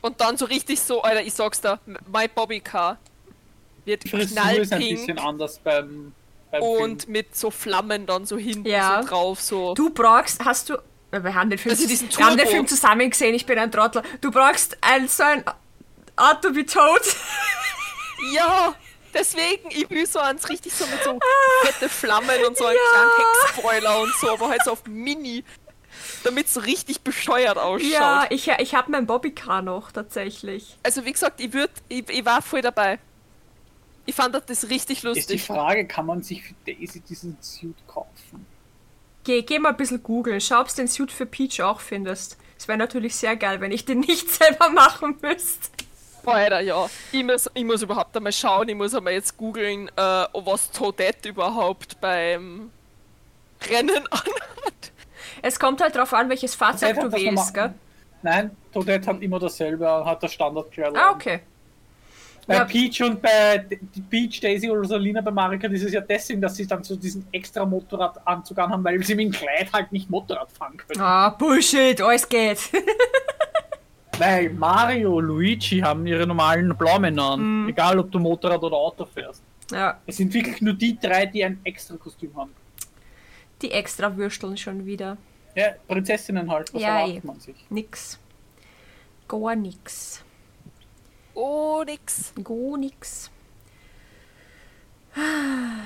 Speaker 2: Und dann so richtig so, Alter, ich sag's da, mein Bobbycar wird
Speaker 3: Die Frisur ist ein bisschen
Speaker 2: knallpink
Speaker 3: anders beim, beim
Speaker 2: und
Speaker 3: Film.
Speaker 2: mit so Flammen dann so hinten
Speaker 1: Ja.
Speaker 2: so drauf, so.
Speaker 1: Du brauchst, hast du. äh, Wir haben den Film,
Speaker 2: Also diesen
Speaker 1: wir haben den
Speaker 2: Turbo.
Speaker 1: Film zusammen gesehen, ich bin ein Trottel. Du brauchst ein, so ein Auto wie Toad.
Speaker 2: Ja, deswegen, ich will so eins richtig so mit so fette Flammen und so einen kleinen Hexboiler und so, aber halt so auf Mini, damit so richtig bescheuert ausschaut.
Speaker 1: Ja, ich, ich habe mein Bobbycar noch tatsächlich.
Speaker 2: Also wie gesagt, ich, würd, ich, ich war voll dabei. Ich fand das richtig
Speaker 3: Ist die
Speaker 2: lustig.
Speaker 3: Frage, kann man sich für Daisy diesen Suit kaufen?
Speaker 1: Geh, geh mal ein bisschen googeln, schau, ob den Suit für Peach auch findest. Es wäre natürlich sehr geil, wenn ich den nicht selber machen müsste.
Speaker 2: Alter, ja. Ich muss, ich muss überhaupt einmal schauen, ich muss einmal jetzt googeln, äh, was Toadette überhaupt beim Rennen anhat.
Speaker 1: Es kommt halt drauf an, welches Fahrzeug
Speaker 3: Toadette
Speaker 1: du
Speaker 3: hat das
Speaker 1: wählst,
Speaker 3: normal-
Speaker 1: gell?
Speaker 3: Nein, Toadette hat immer dasselbe, hat das Standardkleidung.
Speaker 1: Ah, okay.
Speaker 3: Bei
Speaker 1: Ja.
Speaker 3: Peach und bei D- Peach, Daisy und Rosalina bei Mario Kart ist es ja deswegen, dass sie dann so diesen extra Motorradanzug anhaben, weil sie mit dem Kleid halt nicht Motorrad fahren können.
Speaker 1: Ah, Bullshit, alles geht.
Speaker 3: Weil Mario und Luigi haben ihre normalen Blaumänner an,
Speaker 1: Mhm.
Speaker 3: egal ob du Motorrad oder Auto fährst.
Speaker 1: ja,
Speaker 3: Es sind wirklich nur die drei, die ein extra Kostüm haben.
Speaker 1: die extra würsteln schon wieder.
Speaker 3: Ja, Prinzessinnen halt, was
Speaker 1: Ja, eh.
Speaker 3: erwartet man sich?
Speaker 1: Nix. Gar nix.
Speaker 2: Oh, nix.
Speaker 1: Go nix. Ah,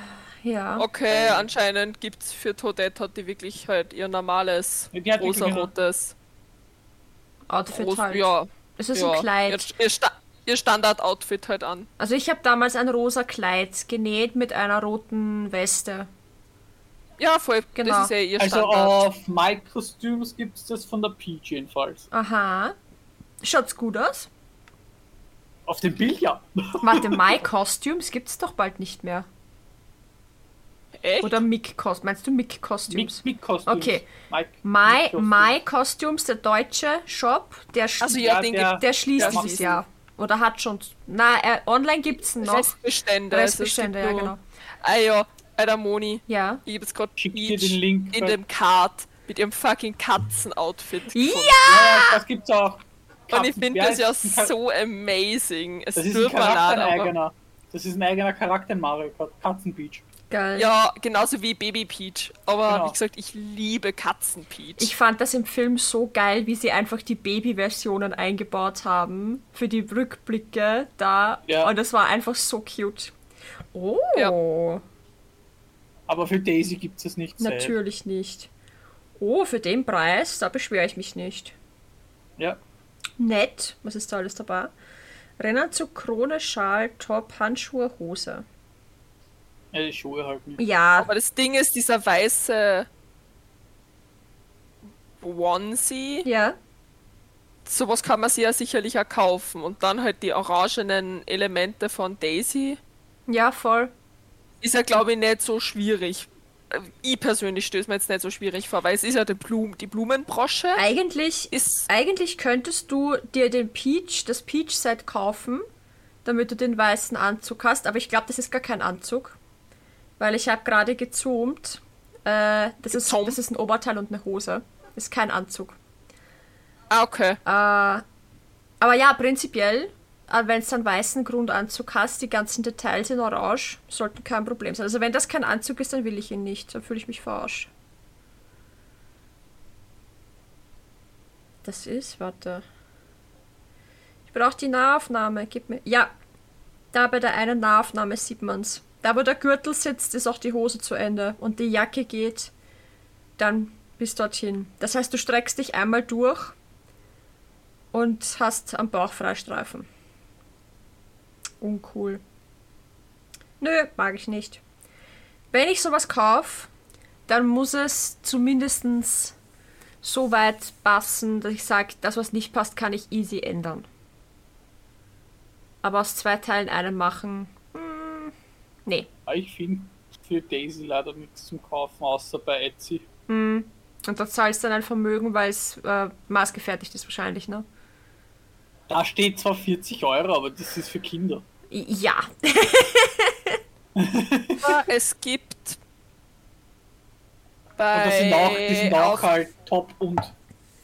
Speaker 1: Ja.
Speaker 2: Okay, anscheinend gibt's für Toadette hat die wirklich halt ihr normales,
Speaker 3: Ja, die hat wirklich
Speaker 2: rosarotes,
Speaker 1: Outfit
Speaker 2: ros-
Speaker 1: halt.
Speaker 2: ja,
Speaker 1: Es ist
Speaker 2: ja.
Speaker 1: ein Kleid.
Speaker 2: Ihr, ihr, Sta ihr Standard-Outfit halt an.
Speaker 1: Also ich habe damals ein rosa Kleid genäht mit einer roten Weste.
Speaker 2: Ja, voll,
Speaker 1: Genau.
Speaker 2: das ist ja ihr
Speaker 3: Also
Speaker 2: Standard.
Speaker 3: auf My Costumes gibt es das von der Peach jedenfalls.
Speaker 1: Aha. Schaut's gut aus.
Speaker 3: Auf dem Bild ja.
Speaker 1: Warte, My Costumes gibt's doch bald nicht mehr.
Speaker 3: äh,
Speaker 2: Echt?
Speaker 1: Oder Mick Costumes. Meinst du Mick Costumes?
Speaker 3: Mit, mit Kostüm.
Speaker 1: Okay.
Speaker 3: Mike,
Speaker 1: My,
Speaker 3: Mick Costumes.
Speaker 1: My Costumes, der deutsche Shop, der, sch
Speaker 2: Also
Speaker 3: Ja,
Speaker 2: ja, den
Speaker 3: der-
Speaker 2: gibt
Speaker 1: der schließt
Speaker 2: der macht
Speaker 1: dieses
Speaker 2: diesen.
Speaker 1: Jahr. Oder hat schon. Na, äh, online gibt's ihn
Speaker 2: es
Speaker 1: noch.
Speaker 2: Restbestände. also es
Speaker 1: Restbestände, ja,
Speaker 2: gibt
Speaker 1: genau.
Speaker 2: nur- Ah ja, Alter Moni.
Speaker 1: Ja.
Speaker 2: Ich hab jetzt gerade
Speaker 3: Schick dir den Link.
Speaker 2: in dem Card mit ihrem fucking Katzenoutfit. gefunden.
Speaker 1: Ja!
Speaker 3: ja, das gibt's auch.
Speaker 2: Und ich finde
Speaker 3: Wer
Speaker 2: das ja
Speaker 3: ist ein Char-
Speaker 2: so amazing. Es
Speaker 3: Das ist ein
Speaker 2: tut mir leid,
Speaker 3: Charakter, ein
Speaker 2: aber.
Speaker 3: eigener. Das ist ein eigener Charakter in Mario Kart. Katzenbeach.
Speaker 1: Geil.
Speaker 2: Ja, genauso wie Baby Peach. Aber
Speaker 3: Genau.
Speaker 2: wie gesagt, ich liebe Katzen Peach.
Speaker 1: Ich fand das im Film so geil, wie sie einfach die Baby-Versionen eingebaut haben für die Rückblicke da.
Speaker 3: Ja.
Speaker 1: Und das war einfach so cute. Oh,
Speaker 3: Aber für Daisy gibt's das nicht. safe.
Speaker 1: natürlich nicht. Oh, für den Preis, da beschwere ich mich nicht.
Speaker 3: Ja.
Speaker 1: Nett, was ist da alles dabei? Renner zu Krone, Schal, Top, Handschuhe, Hose.
Speaker 3: ja, die Schuhe halt nicht.
Speaker 1: Ja,
Speaker 2: aber das Ding ist, dieser weiße Onesie,
Speaker 1: ja.
Speaker 2: sowas kann man sich ja sicherlich auch kaufen. Und dann halt die orangenen Elemente von Daisy.
Speaker 1: Ja, voll.
Speaker 2: ist ja, glaube ich, nicht so schwierig. Äh, Ich persönlich stößt mir jetzt nicht so schwierig vor, weil es ist ja die, Blum die Blumenbrosche.
Speaker 1: Eigentlich
Speaker 2: Ist,
Speaker 1: Eigentlich könntest du dir den Peach, das Peach-Set kaufen, damit du den weißen Anzug hast, aber ich glaube, das ist gar kein Anzug. Weil ich habe gerade gezoomt. Äh, das, ist,
Speaker 2: Gezoomt?
Speaker 1: das ist ein Oberteil und eine Hose. Ist kein Anzug.
Speaker 2: ah, okay.
Speaker 1: Aber ja, prinzipiell, äh, wenn es einen weißen Grundanzug hast, die ganzen Details in Orange sollten kein Problem sein. Also wenn das kein Anzug ist, dann will ich ihn nicht. Dann fühle ich mich verarscht. Das ist, warte. Ich brauche die Nahaufnahme. Gib mir. Ja. Da bei der einen Nahaufnahme sieht man's. Da wo der Gürtel sitzt, ist auch die Hose zu Ende. Und die Jacke geht dann bis dorthin. Das heißt, du streckst dich einmal durch und hast am Bauch Freistreifen. Uncool. Nö, mag ich nicht. Wenn ich sowas kaufe, dann muss es zumindest so weit passen, dass ich sage, das, was nicht passt, kann ich easy ändern. Aber aus zwei Teilen einen machen. mm, Nee.
Speaker 3: Aber Ich finde für Daisy leider nichts zum Kaufen, außer bei Etsy.
Speaker 1: Und da zahlst du dann ein Vermögen, weil es äh, maßgefertigt ist wahrscheinlich, ne?
Speaker 3: Da steht zwar 40 Euro, aber das ist für Kinder.
Speaker 1: I- Ja.
Speaker 2: Aber es gibt
Speaker 3: Und das sind auch, die sind
Speaker 2: bei
Speaker 3: auch
Speaker 2: auf,
Speaker 3: halt Top und.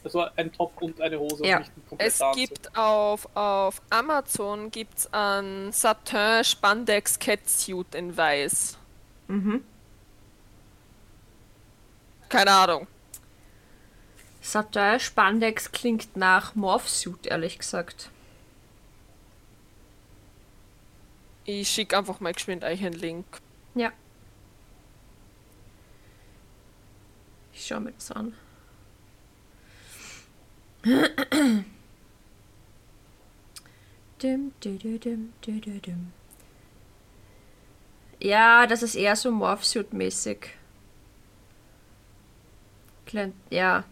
Speaker 3: Also ein Top und eine Hose
Speaker 1: Ja.
Speaker 3: und nicht ein kompletter
Speaker 2: es
Speaker 3: Anzug.
Speaker 2: gibt auf, auf Amazon gibt's einen Satin Spandex Catsuit in weiß.
Speaker 1: Mhm.
Speaker 2: Keine Ahnung.
Speaker 1: Satin Spandex klingt nach Morphsuit, ehrlich gesagt.
Speaker 2: Ich schicke einfach mal geschwind euch einen Link.
Speaker 1: Ja. Ich schau mir das an. Dim, di, di, dim, di, di, dim. Ja, das ist eher so Morphsuit-mäßig. Klein- Ja.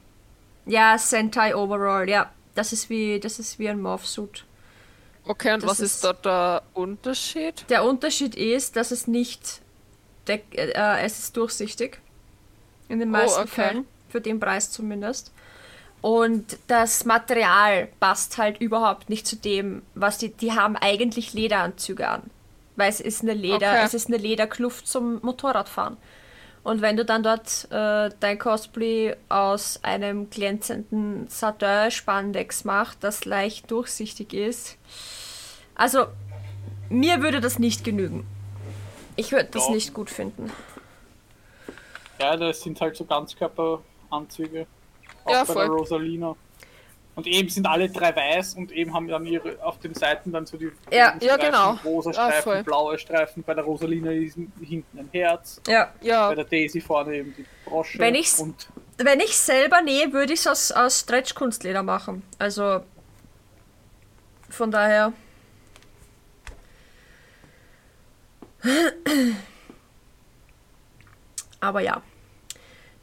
Speaker 1: Ja, Sentai Overall, ja. Das ist wie, das ist wie ein Morphsuit.
Speaker 2: Okay, und
Speaker 1: Das
Speaker 2: was ist,
Speaker 1: ist-
Speaker 2: dort der Unterschied?
Speaker 1: Der Unterschied ist, dass es nicht deck äh, äh, es ist durchsichtig. In den
Speaker 2: Oh,
Speaker 1: meisten
Speaker 2: okay.
Speaker 1: Fällen. Für den Preis zumindest. Und das Material passt halt überhaupt nicht zu dem, was die. Die haben eigentlich Lederanzüge an. Weil es ist eine Leder,
Speaker 2: Okay.
Speaker 1: es ist eine Lederkluft zum Motorradfahren. Und wenn du dann dort äh, dein Cosplay aus einem glänzenden Satin-Spandex machst, das leicht durchsichtig ist. Also, mir würde das nicht genügen. Ich würde das
Speaker 3: Ja.
Speaker 1: nicht gut finden.
Speaker 3: Ja, das sind halt so Ganzkörperanzüge. Auch
Speaker 2: Ja,
Speaker 3: bei
Speaker 2: voll.
Speaker 3: der Rosalina. Und eben sind alle drei weiß und eben haben dann ihre auf den Seiten dann so die
Speaker 1: Ja,
Speaker 3: roten
Speaker 2: ja,
Speaker 3: Streifen,
Speaker 2: genau.
Speaker 3: rosa
Speaker 2: Ja,
Speaker 3: Streifen,
Speaker 2: voll.
Speaker 3: blaue Streifen. Bei der Rosalina ist hinten ein Herz,
Speaker 1: Ja.
Speaker 2: Ja,
Speaker 3: bei der Daisy vorne eben die Brosche
Speaker 1: Wenn ich's-
Speaker 3: und
Speaker 1: Wenn ich selber nähe, würde ich es aus, aus Stretch-Kunstleder machen. Also. Von daher. Aber ja.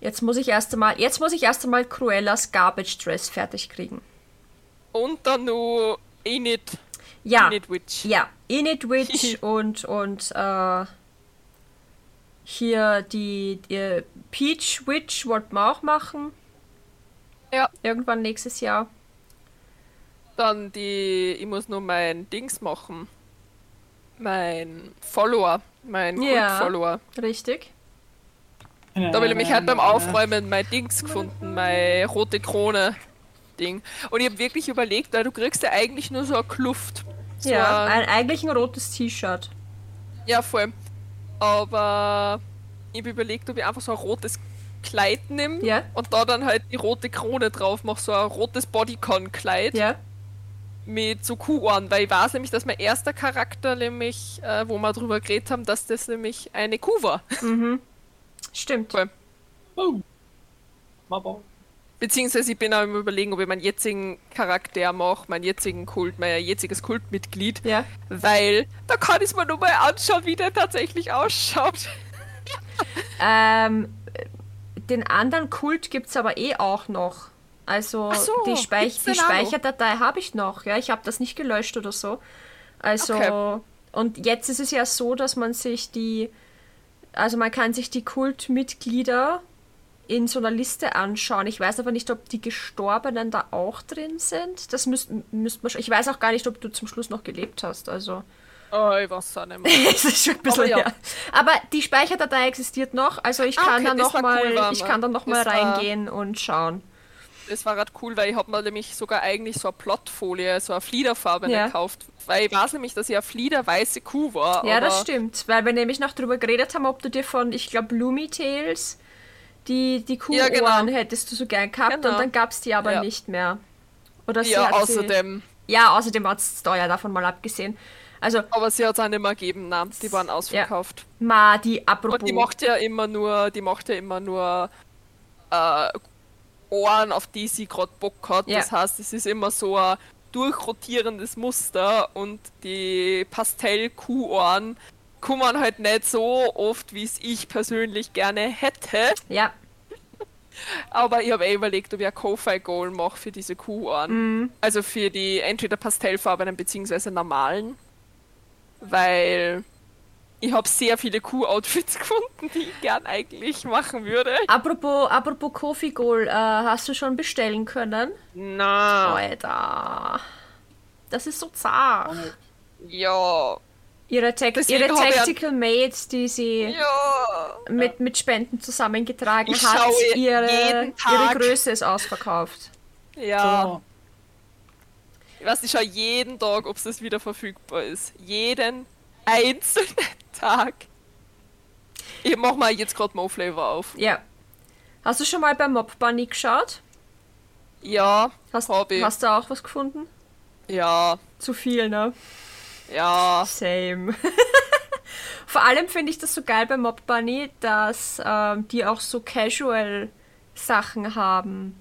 Speaker 1: Jetzt muss ich erst einmal, jetzt muss ich erst einmal Cruellas Garbage Dress fertig kriegen.
Speaker 2: und dann nur Init.
Speaker 1: Ja.
Speaker 2: Init Witch.
Speaker 1: Ja, Init Witch und, und äh, hier die, die Peach Witch wollten wir auch machen.
Speaker 2: Ja.
Speaker 1: Irgendwann nächstes Jahr.
Speaker 2: Dann die, ich muss nur mein Dings machen. Mein Follower, mein
Speaker 1: Ja.
Speaker 2: Kult-Follower.
Speaker 1: Richtig.
Speaker 2: Da will ich mich halt
Speaker 3: Äh,
Speaker 2: beim Aufräumen mein Dings gefunden, mein rote Krone Ding. Und ich habe wirklich überlegt, weil du kriegst ja eigentlich nur so eine Kluft. So
Speaker 1: ja.
Speaker 2: Ein,
Speaker 1: Ein, eigentlich ein rotes T-Shirt.
Speaker 2: ja, voll. Aber ich habe überlegt, ob ich einfach so ein rotes Kleid nehme
Speaker 1: Ja.
Speaker 2: und da dann halt die rote Krone drauf mache, so ein rotes Bodycon-Kleid.
Speaker 1: Ja.
Speaker 2: mit so Kuhohren, weil ich weiß nämlich, dass mein erster Charakter nämlich, äh, wo wir drüber geredet haben, dass das nämlich eine Kuh war.
Speaker 1: Stimmt.
Speaker 2: Voll.
Speaker 3: Oh. Mabau.
Speaker 2: Beziehungsweise ich bin auch im Überlegen, ob ich meinen jetzigen Charakter mache, meinen jetzigen Kult, mein jetziges Kultmitglied,
Speaker 1: Ja.
Speaker 2: weil da kann ich mir nur mal anschauen, wie der tatsächlich ausschaut.
Speaker 1: Ähm, den anderen Kult gibt es aber eh auch noch. Also
Speaker 2: Ach so,
Speaker 1: die, Speich
Speaker 2: gibt's
Speaker 1: die
Speaker 2: den auch noch?
Speaker 1: Speicherdatei habe ich noch. Ja, ich habe das nicht gelöscht oder so. Also
Speaker 2: Okay.
Speaker 1: und jetzt ist es ja so, dass man sich die, also man kann sich die Kultmitglieder in so einer Liste anschauen. Ich weiß aber nicht, ob die Gestorbenen da auch drin sind. Das müsst, müsst man. sch- Ich weiß auch gar nicht, ob du zum Schluss noch gelebt hast. Also
Speaker 2: Oh, ich weiß auch nicht mehr.
Speaker 1: es ist schon ein bisschen
Speaker 2: Aber
Speaker 1: aber,
Speaker 2: ja.
Speaker 1: aber die Speicherdatei existiert noch, also ich
Speaker 2: Ah,
Speaker 1: kann
Speaker 2: okay,
Speaker 1: da
Speaker 2: das
Speaker 1: noch
Speaker 2: war
Speaker 1: mal,
Speaker 2: cool, war
Speaker 1: ich
Speaker 2: mal.
Speaker 1: kann da noch mal
Speaker 2: Das war-
Speaker 1: reingehen und schauen.
Speaker 2: Das war gerade cool, weil ich habe mir nämlich sogar eigentlich so eine Plotfolie, so eine Fliederfarbe
Speaker 1: Ja.
Speaker 2: gekauft, weil ich weiß nämlich, dass ich eine Fliederweiße Kuh war.
Speaker 1: Ja, das
Speaker 2: aber-
Speaker 1: stimmt, weil wir nämlich noch drüber geredet haben, ob du dir von, ich glaube, Lumi Tales die die Kuhohren
Speaker 2: Ja, genau.
Speaker 1: hättest du so gern gehabt
Speaker 2: Genau.
Speaker 1: und dann gab es die aber
Speaker 2: Ja.
Speaker 1: nicht mehr. Oder sie
Speaker 2: Ja,
Speaker 1: hat sie,
Speaker 2: außerdem.
Speaker 1: ja, außerdem war es teuer, davon mal abgesehen. Also,
Speaker 2: Aber sie hat es auch nicht mehr gegeben, nein. Die waren ausverkauft.
Speaker 1: ma, die apropos.
Speaker 2: Und die macht ja immer nur, die macht ja immer nur äh, Ohren, auf die sie gerade Bock hat.
Speaker 1: Ja.
Speaker 2: Das heißt, es ist immer so ein durchrotierendes Muster und die Pastell-Kuhohren kummern halt nicht so oft, wie es ich persönlich gerne hätte.
Speaker 1: ja,
Speaker 2: Aber ich habe eh überlegt, ob ich ein Ko-Fi-Goal mache für diese Kuhohren. Also für die entweder pastellfarbenen bzw. normalen. Weil ich habe sehr viele Kuh-Outfits gefunden, die ich gern eigentlich machen würde.
Speaker 1: apropos, apropos Kofi Goal, äh, hast du schon bestellen können? Ah.
Speaker 2: Na,
Speaker 1: Alter. Das ist so zart.
Speaker 2: ja,
Speaker 1: Ihre, Tac-
Speaker 2: Deswegen
Speaker 1: ihre
Speaker 2: habe ich
Speaker 1: Tactical Mates, die sie
Speaker 2: ja.
Speaker 1: mit, mit Spenden zusammengetragen
Speaker 2: Ich
Speaker 1: hat,
Speaker 2: schaue
Speaker 1: ihre,
Speaker 2: jeden
Speaker 1: ihre
Speaker 2: Tag.
Speaker 1: Größe ist ausverkauft.
Speaker 2: Ja,
Speaker 3: Genau.
Speaker 2: ich weiß, ich schaue jeden Tag, ob es wieder verfügbar ist. Jeden einzelnen Tag. Ich mach mal jetzt gerade Mo Flavor auf.
Speaker 1: Ja. Hast du schon mal bei Mob Bunny geschaut?
Speaker 2: Ja,
Speaker 1: Hast,
Speaker 2: Hab ich.
Speaker 1: hast du auch was gefunden?
Speaker 2: ja,
Speaker 1: Zu viel, ne?
Speaker 2: ja.
Speaker 1: Same. Vor allem finde ich das so geil bei Mob Bunny, dass ähm, die auch so casual Sachen haben.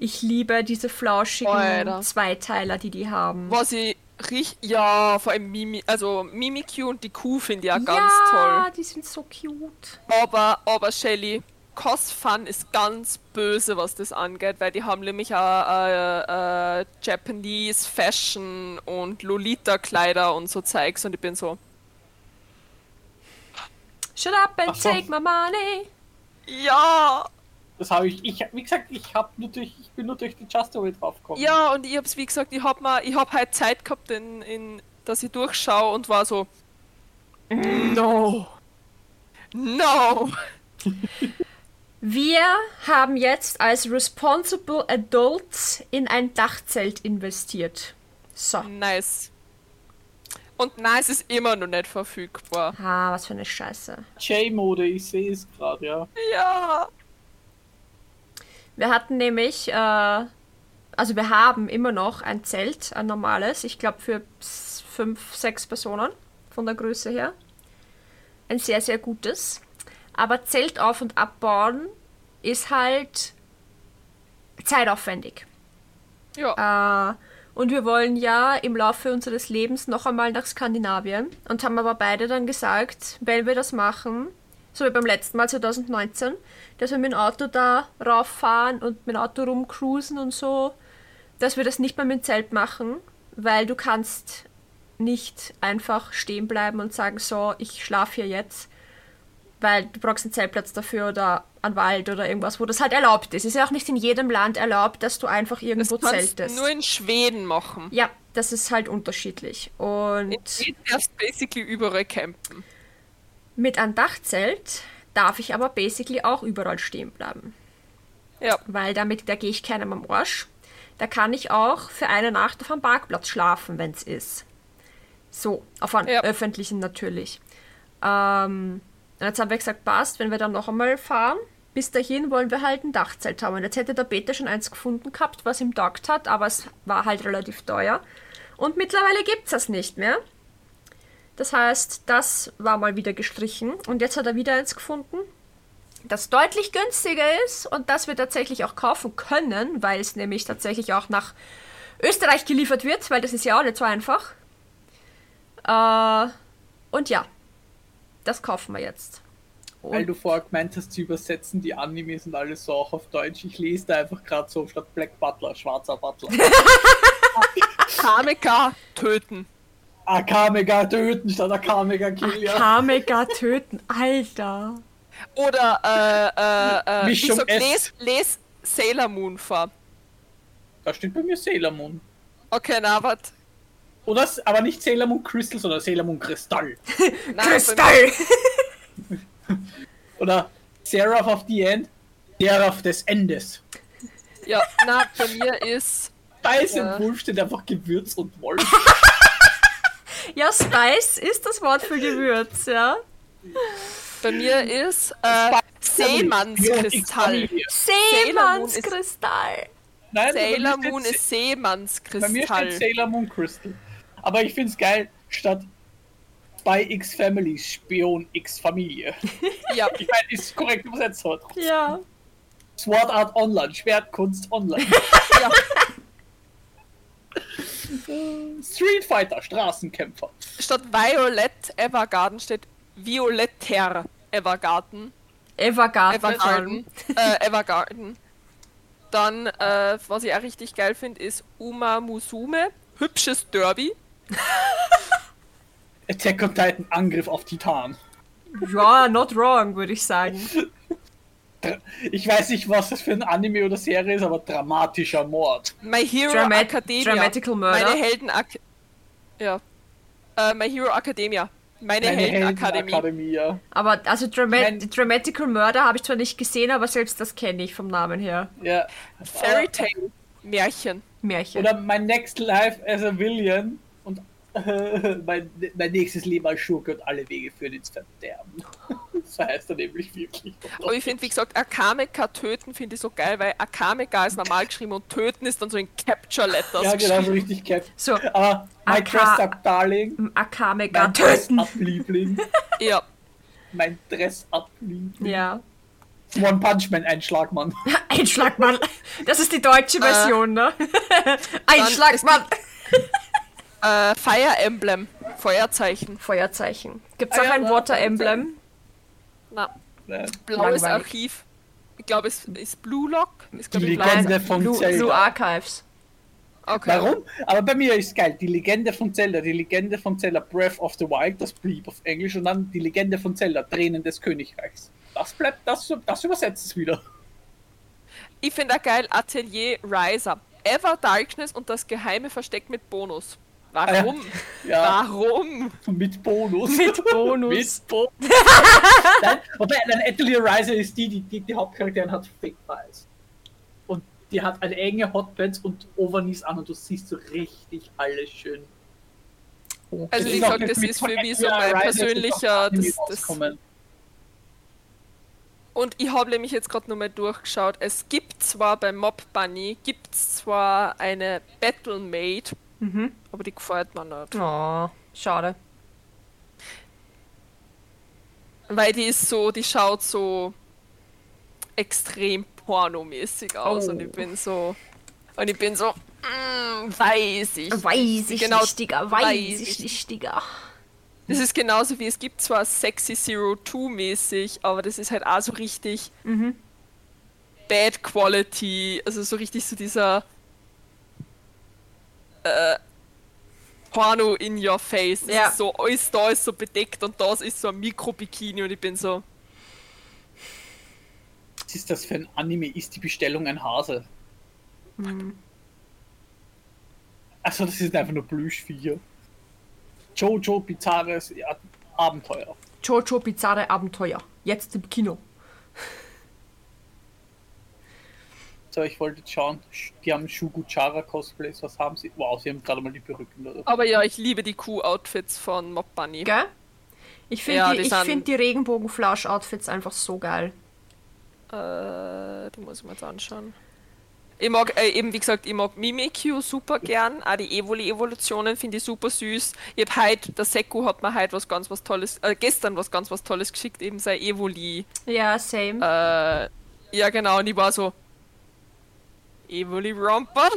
Speaker 1: Ich liebe diese flauschigen
Speaker 2: Alter.
Speaker 1: Zweiteiler, die die haben.
Speaker 2: Was ich richtig. Ja, vor allem Mimi. Also Mimikyu und die Kuh finde ich ja ganz
Speaker 1: Ja,
Speaker 2: toll.
Speaker 1: die sind so cute.
Speaker 2: Aber, aber Shelly, Cosfun ist ganz böse, was das angeht, weil die haben nämlich auch äh, äh, Japanese Fashion und Lolita-Kleider und so Zeugs und ich bin so.
Speaker 1: Shut up and
Speaker 3: Ach so.
Speaker 1: take my money.
Speaker 2: Ja!
Speaker 3: Das habe ich, ich, wie gesagt, ich habe nur durch, ich bin nur durch die Just Away draufgekommen.
Speaker 2: Ja, und ich hab's wie gesagt, ich hab mal, ich hab halt Zeit gehabt, in, in, dass ich durchschaue und war so. No! No!
Speaker 1: Wir haben jetzt als Responsible Adults in ein Dachzelt investiert. So.
Speaker 2: Nice. Und nice ist immer noch nicht verfügbar.
Speaker 1: Ah, was für eine Scheiße.
Speaker 3: J-Mode, ich sehe es gerade, ja.
Speaker 2: Ja.
Speaker 1: Wir hatten nämlich, äh, also wir haben immer noch ein Zelt, ein normales, ich glaube für s- fünf, sechs Personen von der Größe her. Ein sehr, sehr gutes. Aber Zelt auf und abbauen ist halt zeitaufwendig.
Speaker 2: Ja.
Speaker 1: Äh, und wir wollen ja im Laufe unseres Lebens noch einmal nach Skandinavien und haben aber beide dann gesagt, wenn wir das machen, so wie beim letzten Mal 2019, dass wir mit dem Auto da rauffahren und mit dem Auto rumcruisen und so, dass wir das nicht mal mit dem Zelt machen, weil du kannst nicht einfach stehen bleiben und sagen, so, ich schlafe hier jetzt. weil du brauchst einen Zeltplatz dafür oder einen Wald oder irgendwas, wo das halt erlaubt ist. Ist ja auch nicht in jedem Land erlaubt, dass du einfach irgendwo
Speaker 2: Das kannst du
Speaker 1: zeltest.
Speaker 2: nur in Schweden machen.
Speaker 1: Ja, das ist halt unterschiedlich.
Speaker 2: In
Speaker 1: Und
Speaker 2: Schweden darfst du basically überall campen.
Speaker 1: mit einem Dachzelt darf ich aber basically auch überall stehen bleiben,
Speaker 2: Ja.
Speaker 1: weil damit da gehe ich keinem am Arsch. Da kann ich auch für eine Nacht auf einem Parkplatz schlafen, wenn es ist. So, auf einem
Speaker 2: Ja.
Speaker 1: öffentlichen natürlich. Ähm, und jetzt haben wir gesagt, passt, wenn wir dann noch einmal fahren, bis dahin wollen wir halt ein Dachzelt haben. Und jetzt hätte der Peter schon eins gefunden gehabt, was ihm taugt hat, aber es war halt relativ teuer. Und mittlerweile gibt es das nicht mehr. Das heißt, das war mal wieder gestrichen. Und jetzt hat er wieder eins gefunden, das deutlich günstiger ist und das wir tatsächlich auch kaufen können, weil es nämlich tatsächlich auch nach Österreich geliefert wird, weil das ist ja auch nicht so einfach. Äh, und ja, das kaufen wir jetzt.
Speaker 3: Weil
Speaker 1: Und
Speaker 3: du vorher gemeint hast, sie übersetzen die Animes und alles so auch auf Deutsch. Ich lese da einfach gerade so statt Black Butler, schwarzer Butler.
Speaker 2: Kameka töten.
Speaker 3: Akamega töten statt Akamega killen. Ja.
Speaker 1: Kamega töten, Alter.
Speaker 2: Oder äh, äh, äh, ich
Speaker 3: Mischung
Speaker 2: sag,
Speaker 3: S.
Speaker 2: les, les Sailor Moon vor.
Speaker 3: Da steht bei mir Sailor Moon.
Speaker 2: Okay, na, wat?
Speaker 3: Oder, s- aber nicht Sailor Moon Crystal, sondern Sailor Moon Kristall.
Speaker 2: Na,
Speaker 1: Kristall!
Speaker 3: Oder Seraph of the End, Seraph des Endes.
Speaker 2: bei- Ja, na, bei mir ist.
Speaker 3: Beiß
Speaker 2: Ja.
Speaker 3: und Wulf steht einfach Gewürz und Wolf.
Speaker 1: Ja, Spice ist das Wort für Gewürz, ja.
Speaker 2: Bei mir ist äh, Seemannskristall. Sailor Moon ist-
Speaker 1: Seemannskristall.
Speaker 3: Nein,
Speaker 2: Sailor
Speaker 3: bei mir steht
Speaker 2: Moon
Speaker 3: Se-
Speaker 2: ist
Speaker 3: Bei mir steht
Speaker 2: Seemannskristall.
Speaker 3: Sailor Moon Crystal. Aber ich find's geil, statt Spy X Family, Spion X Familie.
Speaker 2: Ja,
Speaker 3: Ich meine, ist korrekt übersetzt worden.
Speaker 1: Ja.
Speaker 3: Sword Art Online, Schwertkunst Online.
Speaker 2: ja.
Speaker 3: Street Fighter, Straßenkämpfer.
Speaker 2: Statt Violet Evergarden steht Violetter Evergarden.
Speaker 1: Evergarden.
Speaker 2: Evergarden. äh, Evergarden. Dann, äh, was ich auch richtig geil finde, ist Uma Musume. Hübsches Derby.
Speaker 3: Attack on Titan, Angriff auf Titan.
Speaker 1: Ja, not wrong, würde ich sagen.
Speaker 3: Dr- Ich weiß nicht, was das für ein Anime oder Serie ist, aber dramatischer Mord.
Speaker 2: My Hero
Speaker 1: Dramat-
Speaker 2: Academia.
Speaker 1: Dramatical Murder.
Speaker 2: Meine Helden Ak Ja. Äh, My Hero Academia. Meine, Heldenakademie.
Speaker 3: Heldenakademie, ja.
Speaker 1: Aber also Dramat
Speaker 3: Nein.
Speaker 1: Dramatical Murder habe ich zwar nicht gesehen, aber selbst das kenne ich vom Namen her.
Speaker 3: ja.
Speaker 2: Fairy Tale. Märchen.
Speaker 1: Märchen.
Speaker 3: Oder mein next life as a villain und äh, mein, mein nächstes Leben als Schurke und alle Wege führen ins Verderben. so heißt er nämlich wirklich.
Speaker 2: Aber ich finde, wie gesagt, Akameka töten finde ich so geil, weil Akameka ist normal geschrieben und töten ist dann so in Capture Letters
Speaker 3: ja, genau, so
Speaker 2: geschrieben.
Speaker 3: richtig kept.
Speaker 1: so,
Speaker 3: Aber my
Speaker 1: Aka-
Speaker 3: dress up darling,
Speaker 1: Akamega
Speaker 3: mein dress
Speaker 1: töten.
Speaker 3: up Liebling,
Speaker 2: Ja.
Speaker 3: mein dress up Liebling.
Speaker 1: Ja.
Speaker 3: One Punch Man, ein Schlagmann.
Speaker 1: Ein Schlagmann. Das ist die deutsche Version, ne? Ein
Speaker 2: Dann-
Speaker 1: Schlagmann.
Speaker 2: Äh, Fire Emblem. Feuerzeichen.
Speaker 1: Feuerzeichen. Gibt's
Speaker 3: Ah
Speaker 1: auch
Speaker 3: ja,
Speaker 1: ein
Speaker 3: na,
Speaker 1: Water
Speaker 3: Feuerzeichen.
Speaker 1: Emblem?
Speaker 2: Na,
Speaker 3: Äh,
Speaker 2: blaues
Speaker 1: Langweilig.
Speaker 2: Archiv. Ich glaube, es ist Blue Lock. Ist, glaub
Speaker 3: Die
Speaker 2: ich, blau.
Speaker 3: Legende von
Speaker 1: Blue,
Speaker 3: Zelda.
Speaker 1: Blue Archives.
Speaker 2: Okay.
Speaker 3: Warum? Aber bei mir ist geil. Die Legende von Zelda, die Legende von Zelda, Breath of the Wild, das blieb auf Englisch und dann die Legende von Zelda, Tränen des Königreichs. Das bleibt, das, das übersetzt es wieder.
Speaker 2: Ich finde auch geil Atelier Riser. Ever Darkness und das geheime Versteck mit Bonus. Warum?
Speaker 3: Ah, Ja,
Speaker 2: Warum?
Speaker 3: mit Bonus.
Speaker 1: Mit Bonus.
Speaker 3: mit Bonus. Nein, wobei, dann Atelier Riser ist die, die, die, die Hauptcharakterin hat Fake Files. Und die hat eine enge Hotpants und Overknees an und du siehst so richtig alles schön.
Speaker 2: Also
Speaker 3: Das
Speaker 2: wie
Speaker 3: ist auch
Speaker 2: gesagt, das ist für mich so mein
Speaker 3: Atelier Riser, das ist auch
Speaker 2: persönlicher.
Speaker 3: Anime
Speaker 2: Das, das.
Speaker 3: rauskommen.
Speaker 2: Und ich habe nämlich jetzt gerade nochmal durchgeschaut. Es gibt zwar bei Mob Bunny gibt's zwar eine Battle Maid,
Speaker 1: Mhm.
Speaker 2: aber die gefällt mir nicht.
Speaker 1: Oh, schade.
Speaker 2: Weil die ist so, die schaut so extrem pornomäßig aus und ich bin so. Und ich bin so, mm, weiß ich.
Speaker 1: Weiß ich
Speaker 2: Genau,
Speaker 1: nicht, Digga.
Speaker 2: weiß
Speaker 1: Weiß
Speaker 2: ich
Speaker 1: ich nicht, Digga.
Speaker 2: Das ist genauso wie es gibt zwar Sexy Zero Two mäßig, aber das ist halt auch so richtig Bad Quality, also so richtig so dieser äh, Porno in your face. Das
Speaker 1: Ja.
Speaker 2: ist so, alles da ist so bedeckt und das ist so ein Mikro-Bikini und ich bin so,
Speaker 3: was ist das für ein Anime? Ist die Bestellung ein Hase?
Speaker 2: Hm.
Speaker 3: Also das ist einfach nur Plüschviecher. Jojo bizarres Ja- Abenteuer.
Speaker 1: Jojo bizarre Abenteuer. Jetzt im Kino.
Speaker 3: So, ich wollte jetzt schauen, Sch- die haben Shuguchara Cosplays, was haben sie? Wow, sie haben gerade mal die Perücken oder
Speaker 2: Aber ja, ich liebe die Kuh-Outfits von Mob Bunny.
Speaker 1: Gell? Ich finde
Speaker 2: Ja,
Speaker 1: die,
Speaker 2: die
Speaker 1: ich
Speaker 2: sind-
Speaker 1: find die Regenbogen-Flash-Outfits einfach so geil.
Speaker 2: Äh, die muss ich mir jetzt anschauen. Ich mag, äh, eben wie gesagt, ich mag Mimikyu super gern. Auch die Evoli-Evolutionen finde ich super süß. Ich hab heute, der Seku hat mir heute was ganz was Tolles, äh, gestern was ganz was Tolles geschickt, eben sein Evoli.
Speaker 1: Ja, same.
Speaker 2: Äh, ja genau, und ich war so Evoli Romper.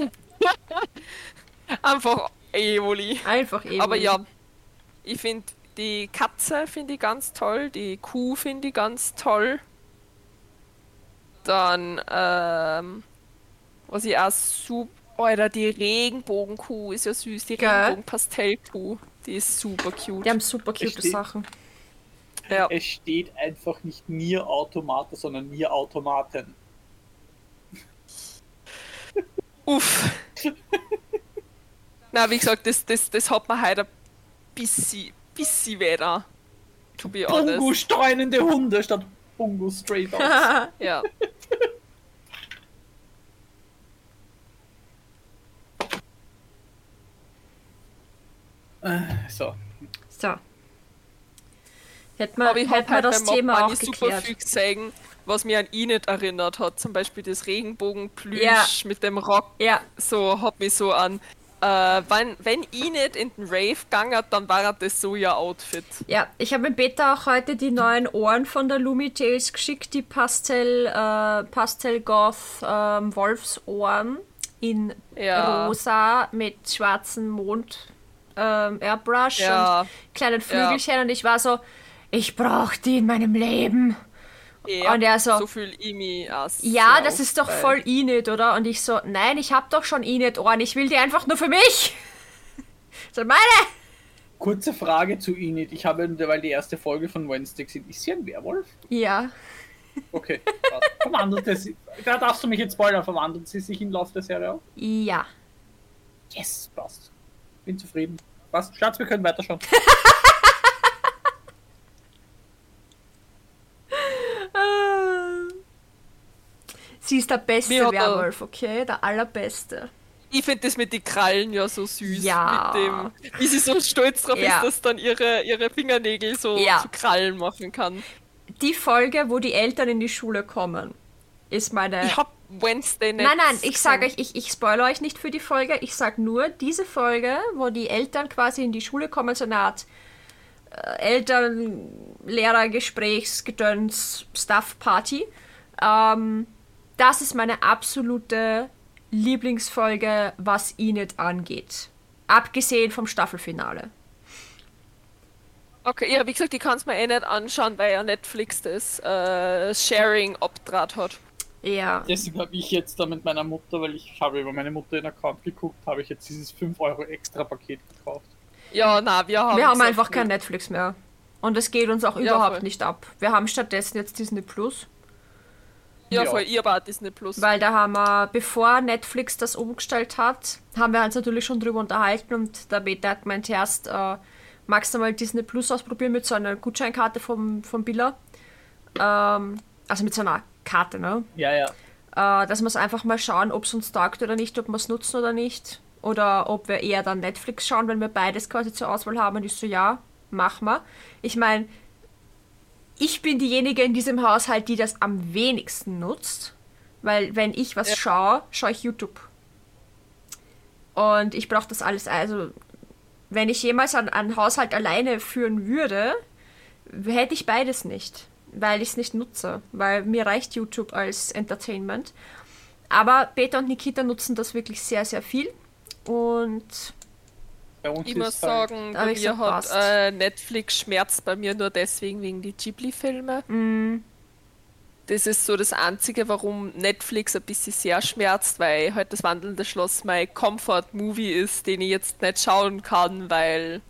Speaker 2: Einfach Evoli.
Speaker 1: Einfach eben.
Speaker 2: Aber ja, ich finde die Katze finde ich ganz toll, die Kuh finde ich ganz toll. Dann, ähm, was ich auch super. Alter, die Regenbogenkuh ist ja süß, die
Speaker 1: Gell?
Speaker 2: Regenbogenpastellkuh. Die ist super cute.
Speaker 1: Die haben super cute
Speaker 3: Verstehe.
Speaker 1: Sachen.
Speaker 2: ja.
Speaker 3: Es steht einfach nicht Nier Automata, sondern Nier Automaten.
Speaker 2: Uff. Na, wie gesagt, das, das, das hat mir heute ein bisschen, bisschen weder. To be
Speaker 3: Bungo
Speaker 2: honest.
Speaker 3: streunende Hunde statt Bungo Stray Dogs.
Speaker 2: Ja.
Speaker 3: so.
Speaker 1: So. Hätten wir,
Speaker 2: Aber ich habe
Speaker 1: Äh, hätten wir
Speaker 2: halt
Speaker 1: das
Speaker 2: beim
Speaker 1: Thema auch
Speaker 2: Mobbani super
Speaker 1: geklärt.
Speaker 2: viel gesehen, was mir an ihn nicht erinnert hat. Zum Beispiel das Regenbogenplüsch
Speaker 1: Ja.
Speaker 2: mit dem Rock.
Speaker 1: Ja,
Speaker 2: So hat mich so an. Äh, wenn, wenn ich nicht in den Rave gegangen hat, dann war er das so ihr Outfit.
Speaker 1: ja. Ich habe im Beta auch heute die neuen Ohren von der Lumi Tales geschickt, die Pastel, äh, Pastel Goth ähm, Wolfsohren in
Speaker 2: Ja.
Speaker 1: rosa mit schwarzem Mond ähm, Airbrush
Speaker 2: Ja.
Speaker 1: und kleinen Flügelchen und ich war so, ich brauche die in meinem Leben.
Speaker 2: Ja,
Speaker 1: Und er so-
Speaker 2: viel Imi aus.
Speaker 1: Ja, das ist doch voll Init, oder? Und ich so, nein, ich hab doch schon Init-Ohren, ich will die einfach nur für mich. So, meine!
Speaker 3: Kurze Frage zu Init. Ich habe derweil die erste Folge von Wednesday gesehen. Ist sie ein Werwolf?
Speaker 1: Ja.
Speaker 3: Okay. passt. Verwandelt er sich. Da darfst du mich jetzt spoilern. Verwandelt sie sich im Laufe der Serie auch?
Speaker 1: Ja.
Speaker 3: Yes, passt. Bin zufrieden. Passt. Schatz, wir können weiterschauen.
Speaker 1: Sie ist der beste
Speaker 2: Mir hat er-
Speaker 1: Werwolf, okay? Der allerbeste.
Speaker 2: Ich finde das mit den Krallen ja so süß.
Speaker 1: Ja.
Speaker 2: Mit dem, wie sie so stolz drauf
Speaker 1: Ja.
Speaker 2: ist, dass dann ihre, ihre Fingernägel so
Speaker 1: Ja.
Speaker 2: zu Krallen machen kann.
Speaker 1: Die Folge, wo die Eltern in die Schule kommen, ist meine.
Speaker 2: Ich hab Wednesday nicht.
Speaker 1: Nein, nein, ich sage
Speaker 2: gesehen.
Speaker 1: euch, ich, ich spoilere euch nicht für die Folge. Ich sage nur, diese Folge, wo die Eltern quasi in die Schule kommen, so eine Art äh, Eltern-Lehrer-Gesprächs-Gedöns-Stuff-Party. Ähm, das ist meine absolute Lieblingsfolge, was Enid angeht. Abgesehen vom Staffelfinale.
Speaker 2: Okay, ja, wie gesagt, ich kann es mir eh nicht anschauen, weil ja Netflix das äh, Sharing obdraht hat.
Speaker 1: Ja.
Speaker 3: Deswegen habe ich jetzt da mit meiner Mutter, weil ich habe über meine Mutter in den Account geguckt, habe ich jetzt dieses 5 Euro extra Paket gekauft.
Speaker 2: Ja, na, wir haben.
Speaker 1: Wir haben
Speaker 2: gesagt,
Speaker 1: einfach kein Netflix mehr. Und es geht uns auch
Speaker 2: Ja,
Speaker 1: überhaupt
Speaker 2: voll.
Speaker 1: nicht ab. Wir haben stattdessen jetzt Disney Plus.
Speaker 2: Ja,
Speaker 3: Ja.
Speaker 2: voll, ihr wart Disney Plus.
Speaker 1: Weil da haben wir, bevor Netflix das umgestellt hat, haben wir uns natürlich schon drüber unterhalten und der Beta hat gemeint, erst äh, magst du mal Disney Plus ausprobieren mit so einer Gutscheinkarte vom, vom Biller. Ähm, also mit so einer Karte, ne?
Speaker 3: Ja, ja.
Speaker 1: Äh, dass wir es einfach mal schauen, ob es uns taugt oder nicht, ob wir es nutzen oder nicht. Oder ob wir eher dann Netflix schauen, wenn wir beides quasi zur Auswahl haben. Und ich so, ja, mach mal. Ich meine, ich bin diejenige in diesem Haushalt, die das am wenigsten nutzt. Weil wenn ich was schaue, schaue ich YouTube. Und ich brauche das alles. Also, wenn ich jemals an- einen Haushalt alleine führen würde, hätte ich beides nicht, weil ich es nicht nutze, weil mir reicht YouTube als Entertainment. Aber Peter und Nikita nutzen das wirklich sehr, sehr viel. Und
Speaker 3: Bei uns
Speaker 2: ich
Speaker 3: ist
Speaker 2: muss
Speaker 3: halt-
Speaker 2: sagen,
Speaker 1: Da hab
Speaker 2: bei
Speaker 1: ich
Speaker 2: mir
Speaker 1: so
Speaker 2: hat
Speaker 1: passt.
Speaker 2: äh, Netflix schmerzt bei mir nur deswegen wegen die Ghibli-Filme.
Speaker 1: Mhm.
Speaker 2: Das ist so das Einzige, warum Netflix ein bisschen sehr schmerzt, weil halt das wandelnde Schloss mein Comfort-Movie ist, den ich jetzt nicht schauen kann, weil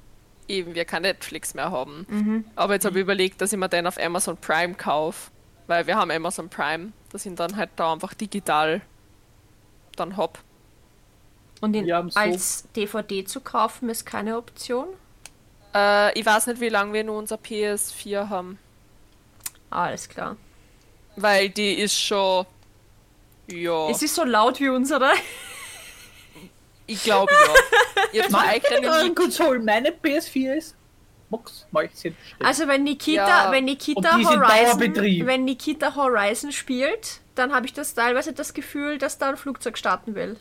Speaker 2: eben wir kein Netflix mehr
Speaker 1: Mhm.
Speaker 2: haben. Aber jetzt habe ich überlegt, dass ich mir den auf Amazon Prime kaufe, weil wir haben Amazon Prime. dass ich ihn dann halt da einfach digital dann hab.
Speaker 1: Und ihn
Speaker 3: Wir haben so-
Speaker 1: als DVD zu kaufen ist keine Option.
Speaker 2: Äh, ich weiß nicht, wie lange wir nur unser PS4 haben,
Speaker 1: Alles klar.
Speaker 2: weil die ist schon.
Speaker 3: Oh.
Speaker 2: Ja,
Speaker 1: Es ist so laut wie unsere.
Speaker 2: ich glaube ja. Ihr habt eine eigene
Speaker 3: Meine Konsole, meine PS4 ist Box, Mäulchen.
Speaker 1: Also wenn Nikita,
Speaker 2: Ja.
Speaker 1: wenn Nikita
Speaker 3: Und die sind
Speaker 1: Horizon,
Speaker 3: Dauerbetrieb.
Speaker 1: wenn Nikita Horizon spielt, dann habe ich das teilweise das Gefühl, dass da ein Flugzeug starten will.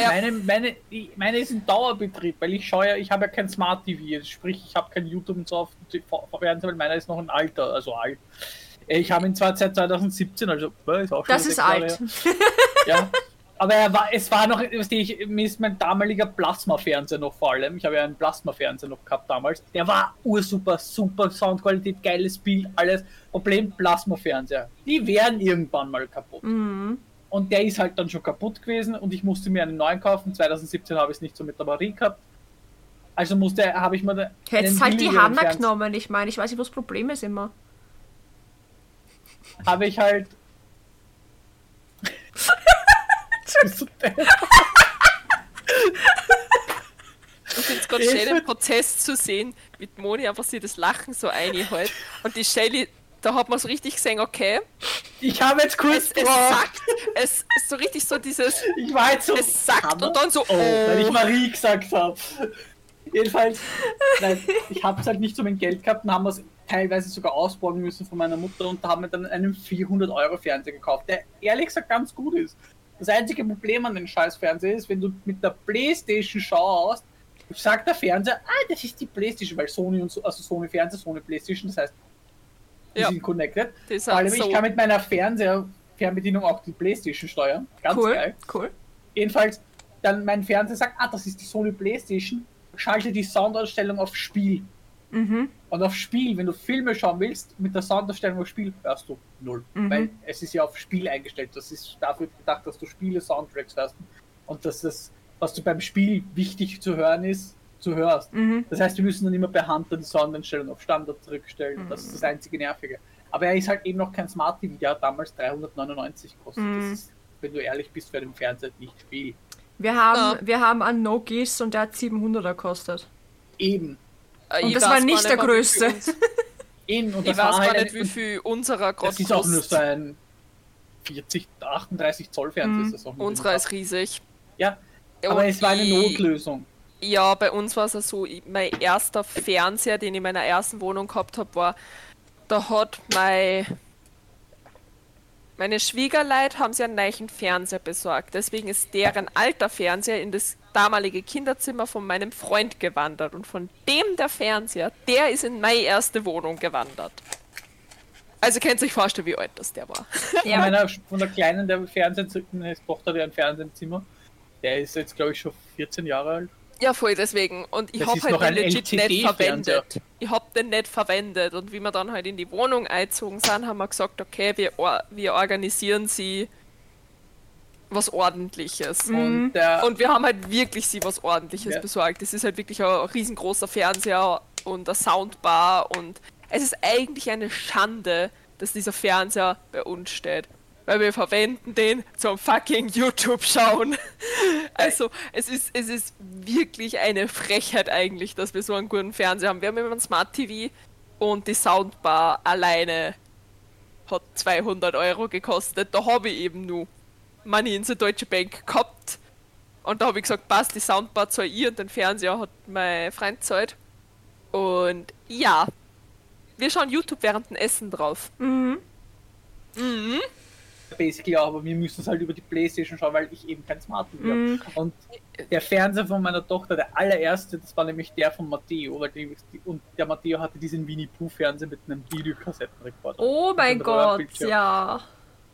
Speaker 2: Ja.
Speaker 3: Meine, meine, die- meine ist ein Dauerbetrieb, weil ich schaue ja, ich habe ja kein Smart TV, also sprich, ich habe kein YouTube und so auf dem Fernseher, weil meiner ist noch ein alter, also alt. Ich habe ihn zwar seit 2017, also äh, ist auch schon
Speaker 1: Das
Speaker 3: sechs
Speaker 1: ist
Speaker 3: Jahre
Speaker 1: alt.
Speaker 3: her. Ja. Aber er war, es war noch, weißt du, ich, mir ist mein damaliger Plasma-Fernseher noch vor allem. Ich habe ja einen Plasma-Fernseher noch gehabt damals. Der war ursuper, super Soundqualität, geiles Bild, alles. Problem Plasma-Fernseher. Die wären irgendwann mal kaputt.
Speaker 1: Mhm.
Speaker 3: Und der ist halt dann schon kaputt gewesen und ich musste mir einen neuen kaufen. 2017 habe ich es nicht so mit der Batterie gehabt. Also musste, habe ich mir da-
Speaker 1: Hättest
Speaker 3: einen
Speaker 1: halt die
Speaker 3: billigeren
Speaker 1: Hammer
Speaker 3: Fernseher-
Speaker 1: genommen. Ich meine, ich weiß nicht, wo das Problem ist immer.
Speaker 3: Habe ich halt. Bist du deppert?
Speaker 2: Ich finde es gerade
Speaker 3: Ich
Speaker 2: schön, den
Speaker 3: würd-
Speaker 2: Prozess zu sehen, mit Moni einfach sie das Lachen so einhält. Und die Shelly, da hat man so richtig gesehen, okay,
Speaker 3: Ich habe jetzt
Speaker 2: es,
Speaker 3: kurz.
Speaker 2: es sagt, es ist so richtig so dieses,
Speaker 3: Ich war jetzt so.
Speaker 2: es sagt
Speaker 3: Hammer.
Speaker 2: und dann so,
Speaker 3: Oh, weil ich
Speaker 2: oh.
Speaker 3: Marie gesagt habe. Jedenfalls, nein, ich habe es halt nicht so mein Geld gehabt und haben es teilweise sogar ausborgen müssen von meiner Mutter und da haben wir dann einen 400 Euro Fernseher gekauft, der ehrlich gesagt ganz gut ist. Das einzige Problem an dem scheiß Fernseher ist, wenn du mit der Playstation schaust, sagt der Fernseher, ah, das ist die Playstation, weil Sony und so, also Sony Fernseher, Sony Playstation, das heißt, die
Speaker 2: Ja.
Speaker 3: sind connected.
Speaker 2: Die sind
Speaker 3: Vor allem,
Speaker 2: so.
Speaker 3: ich kann mit meiner Fernseher Fernbedienung auch die Playstation steuern. Ganz
Speaker 1: cool,
Speaker 3: geil.
Speaker 1: cool.
Speaker 3: Jedenfalls, dann mein Fernseher sagt, ah, das ist die Sony Playstation, schalte die Soundausstellung auf Spiel. Und auf Spiel, wenn du Filme schauen willst, mit der Soundausstellung auf Spiel hörst du null. Weil es ist ja auf Spiel eingestellt. Das ist dafür gedacht, dass du Spiele Soundtracks hörst. Und dass das, was du beim Spiel wichtig zu hören ist, zu hörst. Das heißt, wir müssen dann immer per Hand dann die Soundeinstellung auf Standard zurückstellen. Das ist das einzige Nervige. Aber er ist halt eben noch kein Smart TV, der hat damals 399 gekostet. Das ist, wenn du ehrlich bist, für den Fernseher nicht viel.
Speaker 1: Wir haben, wir haben einen No Gis und der hat 700 gekostet.
Speaker 3: Eben.
Speaker 2: Äh,
Speaker 1: Und
Speaker 2: ich
Speaker 1: das
Speaker 2: weiß
Speaker 1: war
Speaker 2: gar
Speaker 1: nicht der
Speaker 2: mal, wie
Speaker 1: größte.
Speaker 2: viel uns-
Speaker 3: Eben. Und
Speaker 2: Ich weiß
Speaker 3: das war
Speaker 2: gar
Speaker 3: halt
Speaker 2: nicht, wie viel unserer gerade
Speaker 3: Das ist auch nur so
Speaker 2: kostet.
Speaker 3: ein 40, 38 Zoll Fernseher. Ist das auch nicht
Speaker 2: Unserer ist riesig.
Speaker 3: Ja,
Speaker 2: Ja,
Speaker 3: aber
Speaker 2: Mhm. und
Speaker 3: es war eine
Speaker 2: die-
Speaker 3: Notlösung.
Speaker 2: Ja, bei uns war es ja so, ich- mein erster Fernseher, den ich in meiner ersten Wohnung gehabt habe, war, da hat mein, meine Schwiegerleute haben sich einen neuen Fernseher besorgt. Deswegen ist deren alter Fernseher in das damalige Kinderzimmer von meinem Freund gewandert. Und von dem der Fernseher, der ist in meine erste Wohnung gewandert. Also könnt ihr euch vorstellen, wie alt das der war.
Speaker 3: Von, meiner, von der kleinen, der Fernseher, meine Tochter, die ein Fernseher im Zimmer, der ist jetzt, glaube ich, schon 14 Jahre alt.
Speaker 2: Ja, voll, deswegen. Und ich
Speaker 3: Das
Speaker 2: hab
Speaker 3: ist
Speaker 2: halt
Speaker 3: noch
Speaker 2: den
Speaker 3: ein
Speaker 2: legit nicht
Speaker 3: LCD-Fernseher.
Speaker 2: verwendet. Ich hab den nicht verwendet. Und wie wir dann halt in die Wohnung einzogen sind, haben wir gesagt, okay, wir, or wir organisieren sie was Ordentliches.
Speaker 3: Und der,
Speaker 2: Mhm. Und wir haben halt wirklich sie was Ordentliches
Speaker 3: Ja.
Speaker 2: besorgt. Es ist halt wirklich ein riesengroßer Fernseher und eine Soundbar und es ist eigentlich eine Schande, dass dieser Fernseher bei uns steht. Weil wir verwenden den zum fucking YouTube schauen. Also es ist, es ist wirklich eine Frechheit eigentlich, dass wir so einen guten Fernseher haben. Wir haben immer ein Smart TV und die Soundbar alleine hat 200 Euro gekostet. Da habe ich eben nur Money in der Deutsche Bank gehabt. Und da habe ich gesagt, passt, die Soundbar zahl ich und den Fernseher hat mein Freund zahlt. Und ja, wir schauen YouTube während dem Essen drauf.
Speaker 3: basically auch, aber wir müssen es halt über die Playstation schauen, weil ich eben kein Smart TV
Speaker 2: Mhm.
Speaker 3: habe. Und der Fernseher von meiner Tochter, der allererste, das war nämlich der von Matteo, weil die, die, und der Matteo hatte diesen Winnie-Pooh-Fernseher mit einem Videokassettenrekorder.
Speaker 1: Oh mein
Speaker 3: Und ein
Speaker 1: Gott,
Speaker 3: Röhrenbildschirm.
Speaker 1: ja.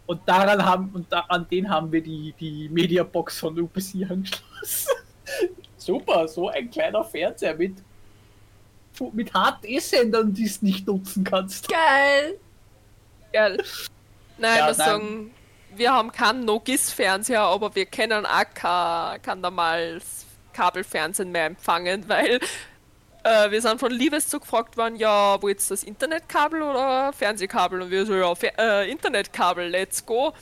Speaker 3: Und daran haben und da, an den haben wir die, die Mediabox von UPC angeschlossen. Super, so ein kleiner Fernseher mit, mit HD-Sendern, die es nicht nutzen kannst.
Speaker 1: Geil.
Speaker 2: Gell? Nein,
Speaker 3: Ja,
Speaker 2: ich muss
Speaker 3: nein.
Speaker 2: sagen, wir haben keinen No-GIS-Fernseher, aber wir können auch kein, kein normales Kabelfernsehen mehr empfangen, weil äh, wir sind von Liebeszug gefragt worden, ja, wo jetzt das Internetkabel oder Fernsehkabel? Und wir so, ja, Fe äh, Internetkabel, let's go.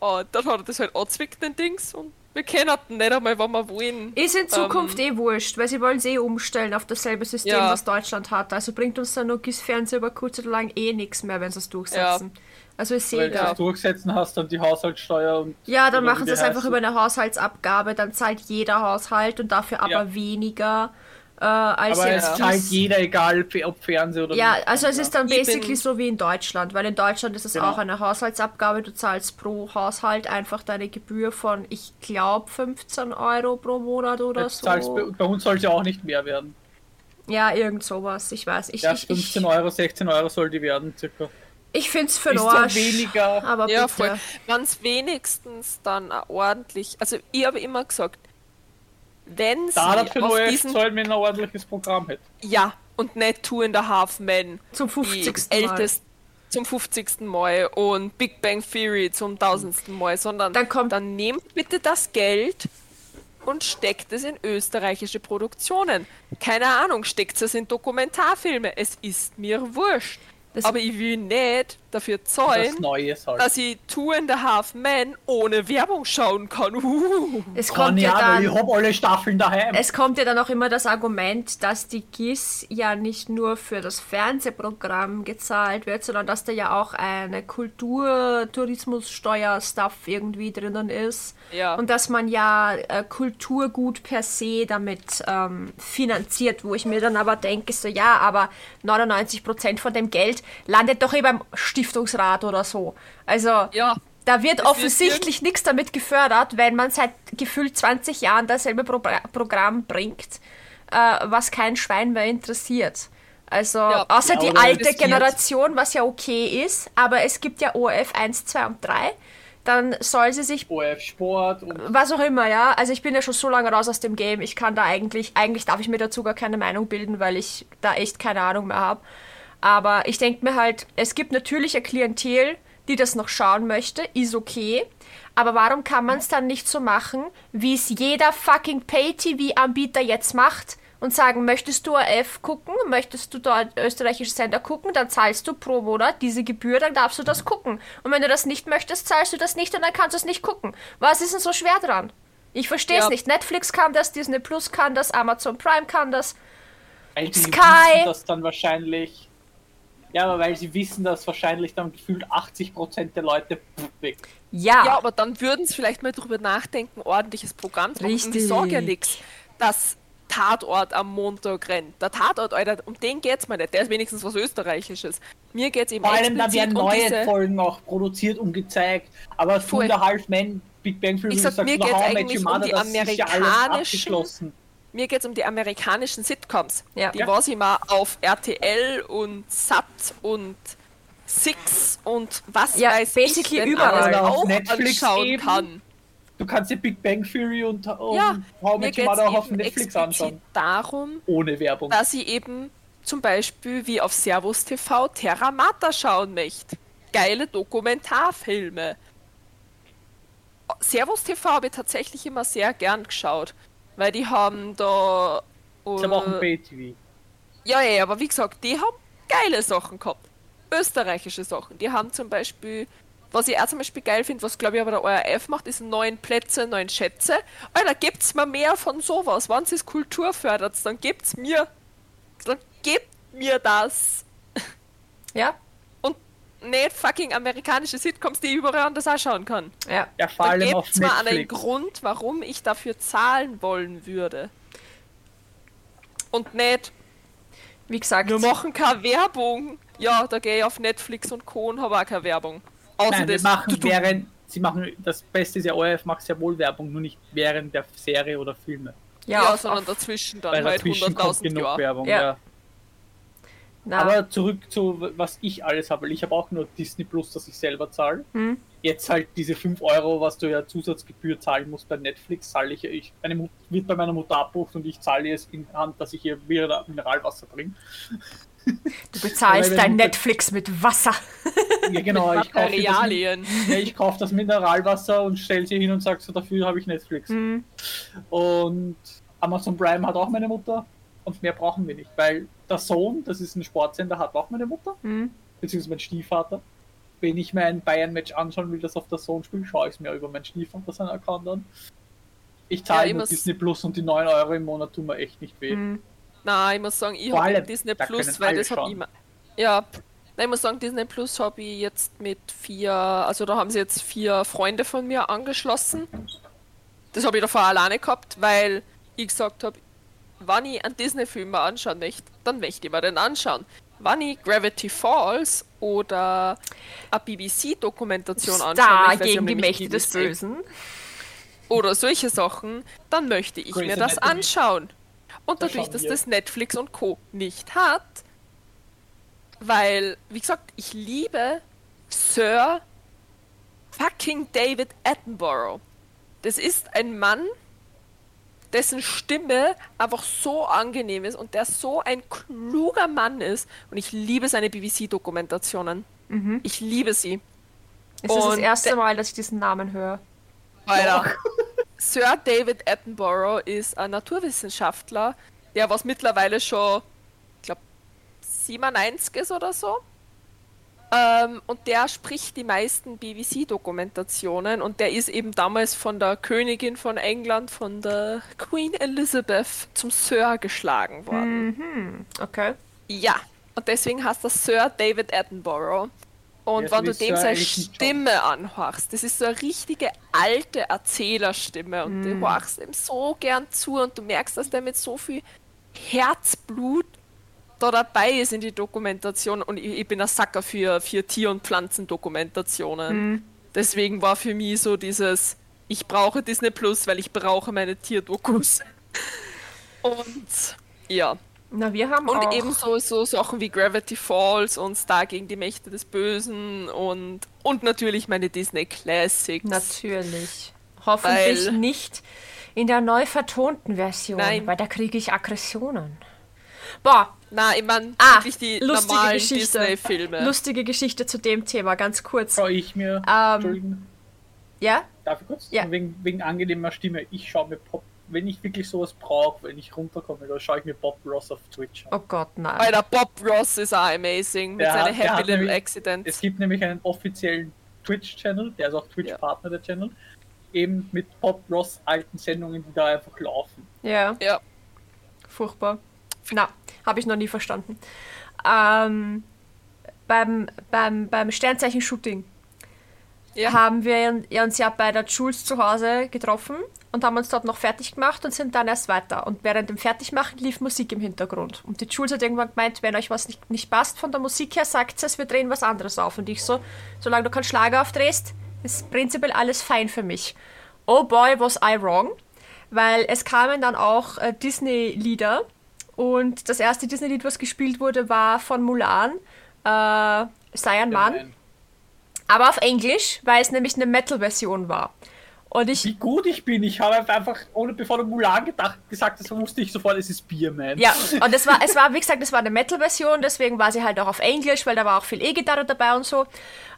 Speaker 2: Und dann hat er das halt angezwickt, den Dings, und wir kennen ihn nicht einmal, wenn wir wollen.
Speaker 1: Ist
Speaker 3: Ähm.
Speaker 1: in Zukunft eh wurscht, weil sie wollen es eh umstellen auf dasselbe System,
Speaker 2: Ja.
Speaker 1: was Deutschland hat. Also bringt uns der Nokis Fernseher über kurz oder lang eh nichts mehr, wenn sie es durchsetzen. Also ist eh
Speaker 3: Wenn du
Speaker 1: egal.
Speaker 3: das durchsetzen hast, dann die Haushaltssteuer und.
Speaker 1: Ja, dann
Speaker 3: oder
Speaker 1: machen sie
Speaker 3: wie die
Speaker 1: es einfach
Speaker 3: heißen.
Speaker 1: über eine Haushaltsabgabe, dann zahlt jeder Haushalt und dafür aber
Speaker 3: Ja.
Speaker 1: weniger äh, als
Speaker 3: Aber
Speaker 1: jetzt.
Speaker 3: es zahlt
Speaker 1: das-
Speaker 3: jeder, egal ob Fernsehen oder.
Speaker 1: ja, also es ist dann
Speaker 2: Ich
Speaker 1: basically
Speaker 2: bin-
Speaker 1: so wie in Deutschland, weil in Deutschland ist es
Speaker 3: Genau.
Speaker 1: auch eine Haushaltsabgabe, du zahlst pro Haushalt einfach deine Gebühr von, ich glaube, 15 Euro pro Monat oder
Speaker 3: Jetzt
Speaker 1: so.
Speaker 3: zahlst bei, bei uns soll es ja auch nicht mehr werden.
Speaker 1: Ja, irgend sowas, ich weiß. Ich,
Speaker 3: Ja,
Speaker 1: ich, ich,
Speaker 3: 15 Euro, 16 Euro soll die werden, circa.
Speaker 1: ich find's für den
Speaker 3: Ist ja
Speaker 1: Arsch.
Speaker 3: weniger-
Speaker 1: Aber
Speaker 2: Ja,
Speaker 1: bitte.
Speaker 2: voll. Wenn es wenigstens dann auch ordentlich. Also, ich habe immer gesagt, wenn sie
Speaker 3: Da das für den
Speaker 2: auf
Speaker 3: ORF
Speaker 2: diesen.
Speaker 3: sollen wir ein ordentliches Programm hätten.
Speaker 2: Ja, und nicht Two and a Half Men.
Speaker 1: Zum 50.
Speaker 2: Die
Speaker 1: Mal.
Speaker 2: ältest, zum 50. Mal und Big Bang Theory zum 1000. Mal, sondern
Speaker 1: Dann kommt-
Speaker 2: dann nehmt bitte das Geld und steckt es in österreichische Produktionen. Keine Ahnung, steckt es in Dokumentarfilme. Es ist mir wurscht.
Speaker 1: Das-
Speaker 2: Aber ich will nicht dafür
Speaker 3: Das
Speaker 2: zahlen,
Speaker 3: Neue halt. soll.
Speaker 2: dass ich Two and a Half Men ohne Werbung schauen kann. Uh.
Speaker 1: Es
Speaker 3: Kann
Speaker 1: kommt
Speaker 3: ja,
Speaker 1: ja
Speaker 3: weil ich
Speaker 1: dann.
Speaker 3: hab alle Staffeln daheim.
Speaker 1: Es kommt ja dann auch immer das Argument, dass die GIS ja nicht nur für das Fernsehprogramm gezahlt wird, sondern dass da ja auch eine Kultur-Tourismussteuer-Stuff irgendwie drinnen ist.
Speaker 2: Ja.
Speaker 1: Und dass man ja äh, Kulturgut per se damit ähm, finanziert, wo ich mir dann aber denke, so ja, aber 99% von dem Geld landet doch eh beim Stiftungsrat oder so. Also
Speaker 2: Ja.
Speaker 1: da wird
Speaker 2: Es wird
Speaker 1: offensichtlich nichts damit gefördert, wenn man seit gefühlt 20 Jahren dasselbe Pro Programm bringt, äh, was kein Schwein mehr interessiert. Also,
Speaker 2: Ja.
Speaker 1: außer
Speaker 3: Ja,
Speaker 1: die
Speaker 3: oder
Speaker 1: alte
Speaker 3: riskiert.
Speaker 1: Generation, was ja okay ist, aber es gibt ja ORF 1, 2 und 3, dann soll sie sich
Speaker 3: ORF Sport
Speaker 2: Äh,
Speaker 3: und
Speaker 1: was auch immer, ja. Also ich bin ja schon so lange raus aus dem Game. Ich kann da eigentlich, eigentlich darf ich mir dazu gar keine Meinung bilden, weil ich da echt keine Ahnung mehr habe. Aber ich denke mir halt, es gibt natürlich ein Klientel, die das noch schauen möchte, ist okay. Aber warum kann man es dann nicht so machen, wie es jeder fucking Pay-TV-Anbieter jetzt macht und sagen, möchtest du AF gucken, möchtest du dort österreichische Sender gucken, dann zahlst du pro Monat diese Gebühr, dann darfst du das gucken. Und wenn du das nicht möchtest, zahlst du das nicht und dann kannst du es nicht gucken. Was ist denn so schwer dran? Ich verstehe es
Speaker 2: Ja.
Speaker 1: nicht. Netflix kann das, Disney Plus kann das, Amazon Prime kann das.
Speaker 3: weil sie
Speaker 1: Sky.
Speaker 3: wissen, dass dann wahrscheinlich. Ja, aber weil sie wissen, dass wahrscheinlich dann gefühlt 80% der Leute pff, weg.
Speaker 1: Ja,
Speaker 2: Ja, aber dann würden sie vielleicht mal drüber nachdenken, ordentliches Programm zu machen. Und
Speaker 1: Richtig.
Speaker 2: ich sage ja nichts, dass Tatort am Montag rennt. Der Tatort, Alter, um den geht's mir nicht. Der ist wenigstens was Österreichisches. Mir geht's eben
Speaker 3: Vor allem, da
Speaker 2: explizit
Speaker 3: werden
Speaker 2: um
Speaker 3: neue
Speaker 2: diese-
Speaker 3: Folgen auch produziert und gezeigt. Aber Two
Speaker 2: Voll.
Speaker 3: and a Half Men, Big Bang Theory,
Speaker 2: Ich sag, mir
Speaker 3: nur
Speaker 2: geht's
Speaker 3: How I Met
Speaker 2: eigentlich
Speaker 3: Your
Speaker 2: um die
Speaker 3: das ist ja alles
Speaker 2: amerikanischen-
Speaker 3: abgeschlossen.
Speaker 2: Mir geht's um die amerikanischen Sitcoms.
Speaker 1: Ja.
Speaker 2: Die
Speaker 1: Ja.
Speaker 2: was ich mal auf RTL und Sat und Six und was
Speaker 1: Ja,
Speaker 2: weiß
Speaker 1: basically
Speaker 2: ich denn
Speaker 1: überall.
Speaker 2: alles
Speaker 3: Auf
Speaker 2: auch
Speaker 3: Netflix
Speaker 2: anschauen
Speaker 3: eben.
Speaker 2: kann.
Speaker 3: Du kannst dir Big Bang Theory und, äh, und
Speaker 2: Ja,
Speaker 3: How
Speaker 2: mir
Speaker 3: I Met
Speaker 2: geht's
Speaker 3: Your Mother auch auf
Speaker 2: eben
Speaker 3: Netflix
Speaker 2: explizit Also,
Speaker 3: anschauen.
Speaker 2: darum,
Speaker 3: Ohne Werbung.
Speaker 2: dass ich eben zum Beispiel wie auf Servus TV Terra Mata schauen möchte. Geile Dokumentarfilme. Servus TV habe ich tatsächlich immer sehr gern geschaut, weil die haben da.
Speaker 3: Das ist aber auch ein
Speaker 2: äh,
Speaker 3: Pay-TV.
Speaker 2: ja, ja, aber wie gesagt, die haben geile Sachen gehabt. Österreichische Sachen. Die haben zum Beispiel, was ich auch zum Beispiel geil finde, was glaube ich aber der ORF macht, ist neun Plätze, neun Schätze. Alter, gibt's mir mehr von sowas. Wenn es Kultur fördert, dann gibt's mir. Dann gebt mir das.
Speaker 1: ja,
Speaker 2: Und nicht fucking amerikanische Sitcoms, die ich überall anders auch schauen kann.
Speaker 1: ja.
Speaker 3: Ja, vor
Speaker 2: Da
Speaker 3: allem auf
Speaker 2: gibt's mal einen
Speaker 3: Netflix.
Speaker 2: Grund, warum ich dafür zahlen wollen würde. Und nicht,
Speaker 1: Wie gesagt,
Speaker 2: Wir machen keine Werbung. Ja, da gehe ich auf Netflix und Co. und habe auch keine Werbung. Außer
Speaker 3: Nein, wir
Speaker 2: das.
Speaker 3: machen während, sie machen, das Beste ist ja, ORF macht sehr wohl Werbung, nur nicht während der Serie oder Filme.
Speaker 1: ja,
Speaker 2: ja,
Speaker 1: auf-
Speaker 2: sondern
Speaker 1: auf-
Speaker 2: dazwischen dann
Speaker 3: Weil
Speaker 2: halt
Speaker 3: dazwischen kommt
Speaker 2: 100.000
Speaker 3: genug
Speaker 2: Jahre.
Speaker 3: Werbung,
Speaker 1: Ja.
Speaker 3: ja.
Speaker 1: na,
Speaker 3: Aber zurück zu, was ich alles habe, weil ich habe auch nur Disney Plus, das ich selber zahle.
Speaker 1: Hm.
Speaker 3: Jetzt halt diese 5 Euro, was du ja Zusatzgebühr zahlen musst bei Netflix, zahle ich, ich meine Mut, wird bei meiner Mutter abbucht und ich zahle es in Hand, dass ich ihr Mineral- Mineralwasser trinke.
Speaker 1: du
Speaker 3: Aber
Speaker 1: bezahlst
Speaker 3: wenn
Speaker 1: dein
Speaker 3: du-
Speaker 1: Netflix mit Wasser.
Speaker 3: Ja, genau, ich kaufe ihr das, Min-
Speaker 2: Materialien.
Speaker 3: ja, ich kauf das Mineralwasser und stelle sie hin und sage so, dafür habe ich Netflix.
Speaker 1: Hm.
Speaker 3: Und Amazon Prime hat auch meine Mutter. und mehr brauchen wir nicht, weil der Sohn, das ist ein Sportsender, hat auch meine Mutter,
Speaker 1: Hm?
Speaker 3: beziehungsweise mein Stiefvater. Wenn ich mir ein Bayern-Match anschauen will, das auf der Sohn spielt, schaue ich es mir über meinen Stiefvater seinen Account an. Ich zahle
Speaker 2: ich
Speaker 3: nur
Speaker 2: muss-
Speaker 3: Disney Plus und die 9 Euro im Monat tun mir echt nicht weh.
Speaker 1: Hm.
Speaker 2: Nein, ich muss sagen, ich
Speaker 3: Vor
Speaker 2: habe
Speaker 3: allem,
Speaker 2: Disney
Speaker 3: da können
Speaker 2: Plus, weil
Speaker 3: alle
Speaker 2: das habe
Speaker 3: schauen.
Speaker 2: ich immer. Ja, nein, ich muss sagen, Disney Plus habe ich jetzt mit vier, also da haben sie jetzt vier Freunde von mir angeschlossen. Das habe ich davor alleine gehabt, weil ich gesagt habe, wenn ich einen Disney-Film mal anschauen möchte, dann möchte ich mir den anschauen. Wenn ich Gravity Falls oder eine BBC-Dokumentation anschauen
Speaker 1: Star
Speaker 2: möchte, weil sie
Speaker 1: gegen
Speaker 2: haben
Speaker 1: die
Speaker 2: nämlich
Speaker 1: Mächte des
Speaker 2: BBC
Speaker 1: Bösen.
Speaker 2: oder solche Sachen, dann möchte ich
Speaker 3: Grey's
Speaker 2: mir das
Speaker 3: Anatomy.
Speaker 2: anschauen. Und
Speaker 3: Da
Speaker 2: dadurch,
Speaker 3: schauen
Speaker 2: dass
Speaker 3: wir.
Speaker 2: das Netflix und Co. nicht hat, weil, wie gesagt, ich liebe Sir fucking David Attenborough. Das ist ein Mann, dessen Stimme einfach so angenehm ist und der so ein kluger Mann ist. Und ich liebe seine BBC-Dokumentationen.
Speaker 3: Mhm.
Speaker 2: Ich liebe sie.
Speaker 1: Es ist das
Speaker 2: Und
Speaker 1: erste Mal, dass ich diesen Namen höre.
Speaker 2: Weiter. Sir David Attenborough ist ein Naturwissenschaftler, der was mittlerweile schon, ich glaube, 97 ist oder so. Ähm, und der spricht die meisten BBC-Dokumentationen und der ist eben damals von der Königin von England, von der Queen Elizabeth, zum Sir geschlagen worden.
Speaker 1: Okay.
Speaker 2: Ja, und deswegen heißt das Sir David Attenborough. Und
Speaker 3: Ja,
Speaker 2: wenn
Speaker 3: so
Speaker 2: du
Speaker 3: wie
Speaker 2: dem
Speaker 3: Sir
Speaker 2: seine
Speaker 3: Elton John.
Speaker 2: Stimme anhörst, das ist so eine richtige alte Erzählerstimme und
Speaker 3: Mm.
Speaker 2: du hörst ihm so gern zu und du merkst, dass der mit so viel Herzblut da dabei ist in die Dokumentation und ich, ich bin ein Sacker für, für Tier- und Pflanzendokumentationen.
Speaker 3: Mm.
Speaker 2: Deswegen war für mich so dieses, ich brauche Disney Plus, weil ich brauche meine Tierdokus. Und ja,
Speaker 1: Na, wir haben
Speaker 2: und
Speaker 1: auch...
Speaker 2: ebenso so Sachen wie Gravity Falls und Star gegen die Mächte des Bösen und, und natürlich meine Disney Classics.
Speaker 1: Natürlich. Hoffentlich
Speaker 2: Weil-
Speaker 1: nicht in der neu vertonten Version,
Speaker 2: Nein.
Speaker 1: weil da kriege ich Aggressionen. Boah,
Speaker 2: Na, ich meine,
Speaker 1: Ah,
Speaker 2: wirklich die
Speaker 1: lustige
Speaker 2: normalen
Speaker 1: Geschichte.
Speaker 2: Disney-Filme.
Speaker 1: lustige Geschichte zu dem Thema, ganz kurz.
Speaker 3: Schaue ich mir,
Speaker 1: Ähm.
Speaker 3: Entschuldigung,
Speaker 1: Ja?
Speaker 3: darf ich kurz?
Speaker 1: Ja.
Speaker 3: Wegen, wegen angenehmer Stimme, ich schaue mir Pop, wenn ich wirklich sowas brauche, wenn ich runterkomme, dann schaue ich mir Bob Ross auf Twitch an.
Speaker 1: Oh Gott, nein.
Speaker 2: Weil der Bob Ross ist auch amazing mit
Speaker 3: Der
Speaker 2: seinen
Speaker 3: hat- der
Speaker 2: Happy
Speaker 3: hat
Speaker 2: Little
Speaker 3: nämlich- Es
Speaker 2: Accidents.
Speaker 3: gibt nämlich einen offiziellen Twitch-Channel, der ist auch Twitch-Partner der Channel, eben mit Bob Ross alten Sendungen, die da einfach laufen.
Speaker 1: Ja,
Speaker 2: Ja,
Speaker 1: furchtbar. Na, habe ich noch nie verstanden. Ähm, beim, beim, beim Sternzeichen-Shooting
Speaker 2: ja.
Speaker 1: haben wir ja uns ja bei der Jules zu Hause getroffen und haben uns dort noch fertig gemacht und sind dann erst weiter. Und während dem Fertigmachen lief Musik im Hintergrund. Und die Jules hat irgendwann gemeint, wenn euch was nicht, nicht passt von der Musik her, sagt es, wir drehen was anderes auf. Und ich so, solange du keinen Schlager aufdrehst, ist prinzipiell alles fein für mich. Oh boy, was I wrong. Weil es kamen dann auch äh, Disney-Lieder. Und das erste Disney-Lied, was gespielt wurde, war von Mulan, äh, Sei ein Mann. Aber auf Englisch, weil es nämlich eine Metal-Version war. Und ich.
Speaker 3: Wie gut ich bin, ich habe einfach, ohne bevor du Mulan gedacht, gesagt hast, wusste ich sofort, es ist Bierman.
Speaker 1: Ja, und es war, es war, wie gesagt, es war eine Metal-Version, deswegen war sie halt auch auf Englisch, weil da war auch viel E-Gitarre dabei und so.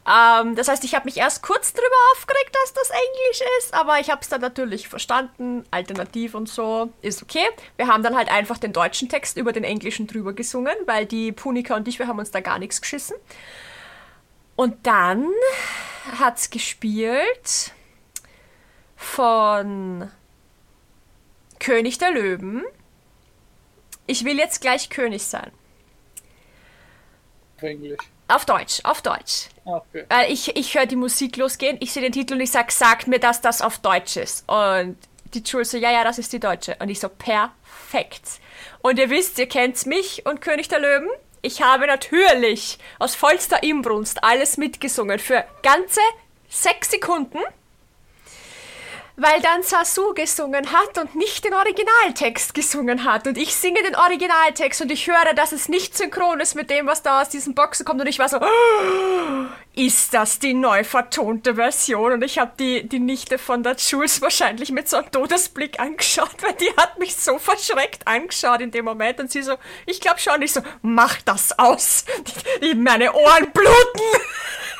Speaker 1: Ähm, das heißt, ich habe mich erst kurz drüber aufgeregt, dass das Englisch ist, aber ich habe es dann natürlich verstanden, alternativ und so, ist okay. Wir haben dann halt einfach den deutschen Text über den englischen drüber gesungen, weil die Punika und ich, wir haben uns da gar nichts geschissen. Und dann hat's gespielt von König der Löwen. Ich will jetzt gleich König sein.
Speaker 3: Auf Englisch. Ah,
Speaker 1: Auf Deutsch, auf Deutsch.
Speaker 3: Okay.
Speaker 1: Weil Äh, ich, ich höre die Musik losgehen, ich sehe den Titel und ich sage, sagt mir, dass das auf Deutsch ist. Und die Jules so, ja, ja, das ist die Deutsche. Und ich so, perfekt. Und ihr wisst, ihr kennt mich und König der Löwen. Ich habe natürlich aus vollster Imbrunst alles mitgesungen für ganze sechs Sekunden, weil dann Sasu gesungen hat und nicht den Originaltext gesungen hat. Und ich singe den Originaltext und ich höre, dass es nicht synchron ist mit dem, was da aus diesen Boxen kommt. Und ich war so, ist das die neu vertonte Version? Und ich habe die, die Nichte von der Jules wahrscheinlich mit so einem Todesblick angeschaut, weil die hat mich so verschreckt angeschaut in dem Moment. Und sie so, ich glaube schon, ich so, mach das aus. Die, die, meine Ohren bluten.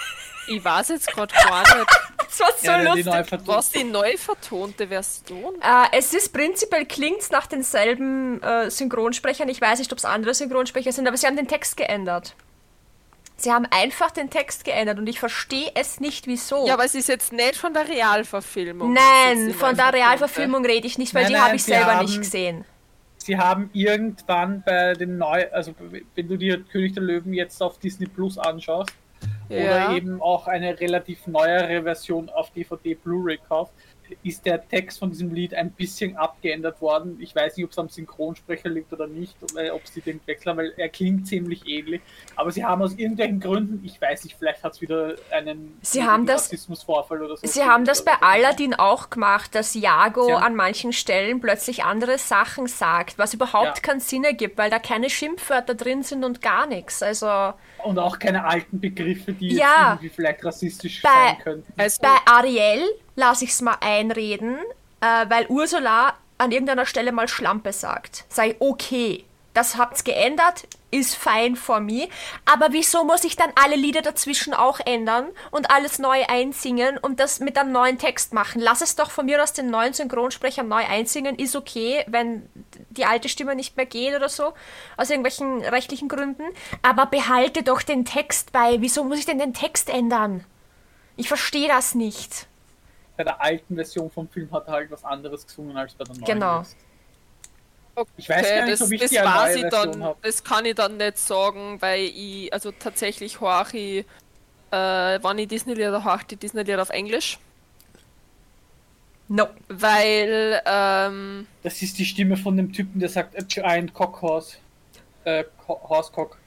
Speaker 2: Ich weiß jetzt gerade gar nicht.
Speaker 1: Das war so
Speaker 3: Ja, die
Speaker 1: lustig.
Speaker 3: neue
Speaker 2: Du
Speaker 3: Vertonung.
Speaker 2: hast die neu vertonte Version.
Speaker 1: Äh, es ist prinzipiell, klingt nach denselben äh, Synchronsprechern. Ich weiß nicht, ob es andere Synchronsprecher sind, aber sie haben den Text geändert. Sie haben einfach den Text geändert und ich verstehe es nicht, wieso.
Speaker 2: Ja, aber es ist jetzt nicht von der Realverfilmung. Es ist
Speaker 1: Oh. nein,
Speaker 2: die
Speaker 1: von
Speaker 2: neu
Speaker 1: der
Speaker 2: vertonte.
Speaker 1: Realverfilmung rede ich nicht, weil
Speaker 3: Nein,
Speaker 1: die
Speaker 3: nein,
Speaker 1: habe ich
Speaker 3: sie
Speaker 1: selber
Speaker 3: haben-
Speaker 1: nicht gesehen.
Speaker 3: Sie haben irgendwann bei den neu, also wenn du dir König der Löwen jetzt auf Disney Plus anschaust
Speaker 2: Ja.
Speaker 3: oder eben auch eine relativ neuere Version auf DVD Blu-ray kaufst, ist der Text von diesem Lied ein bisschen abgeändert worden. Ich weiß nicht, ob es am Synchronsprecher liegt oder nicht, äh, ob sie den Wechsel haben, weil er klingt ziemlich ähnlich. Aber sie haben aus irgendwelchen Gründen, ich weiß nicht, vielleicht hat es wieder einen
Speaker 1: Sie haben das-
Speaker 3: Rassismusvorfall oder so.
Speaker 1: Sie haben das bei
Speaker 3: Also,
Speaker 1: Aladdin auch gemacht, dass Jago
Speaker 3: Sie haben-
Speaker 1: an manchen Stellen plötzlich andere Sachen sagt, was überhaupt
Speaker 3: Ja.
Speaker 1: keinen Sinn ergibt, weil da keine Schimpfwörter drin sind und gar nichts. Also
Speaker 3: Und auch keine alten Begriffe, die
Speaker 1: Ja.
Speaker 3: jetzt irgendwie vielleicht rassistisch
Speaker 1: Bei-
Speaker 3: sein könnten.
Speaker 2: Also,
Speaker 1: Bei Ariel lasse ich es mal einreden, äh, weil Ursula an irgendeiner Stelle mal Schlampe sagt. Sei okay, das habt's geändert, ist fein for me. Aber wieso muss ich dann alle Lieder dazwischen auch ändern und alles neu einsingen und das mit einem neuen Text machen? Lass es doch von mir aus den neuen Synchronsprecher neu einsingen, ist okay, wenn die alte Stimme nicht mehr geht oder so, aus irgendwelchen rechtlichen Gründen. Aber behalte doch den Text bei. Wieso muss ich denn den Text ändern? Ich verstehe das nicht.
Speaker 3: bei der alten Version vom Film hat er halt was anderes gesungen als bei der neuen.
Speaker 1: Genau.
Speaker 3: Jetzt.
Speaker 2: okay,
Speaker 3: ich weiß gar nicht,
Speaker 2: das,
Speaker 3: ob ich
Speaker 2: das
Speaker 3: die eine
Speaker 2: weiß
Speaker 3: neue
Speaker 2: ich
Speaker 3: Version
Speaker 2: dann,
Speaker 3: hab.
Speaker 2: das kann ich dann nicht sagen, weil ich, also tatsächlich höre ich, äh, wann ich Disney-Lieder höre, die Disney-Lieder auf Englisch,
Speaker 1: No.
Speaker 2: weil, ähm,
Speaker 3: Das ist die Stimme von dem Typen, der sagt, "A Giant Cock Horse. Äh, Co- Horse Cock.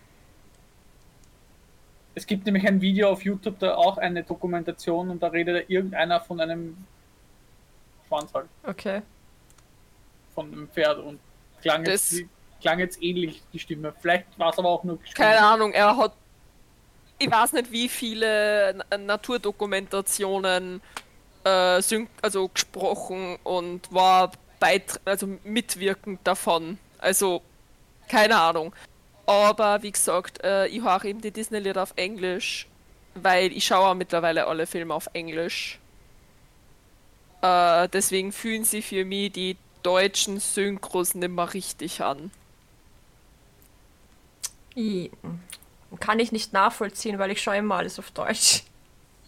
Speaker 3: Es gibt nämlich ein Video auf YouTube, da auch eine Dokumentation und da redet irgendeiner von einem Schwanz halt,
Speaker 1: Okay.
Speaker 3: von einem Pferd und klang
Speaker 2: Das-
Speaker 3: jetzt, klang jetzt ähnlich die Stimme. Vielleicht war es aber auch nur gespielt.
Speaker 2: keine Ahnung, er hat, ich weiß nicht wie viele Na- Naturdokumentationen äh, syn also gesprochen und war beitr- also mitwirkend davon. Also, keine Ahnung. Aber wie gesagt, äh, ich höre eben die Disney-Lieder auf Englisch, weil ich schaue auch mittlerweile alle Filme auf Englisch. Äh, deswegen fühlen sie für mich die deutschen Synchros nimmer richtig an.
Speaker 1: I mm. kann ich nicht nachvollziehen, weil ich schaue immer alles auf Deutsch.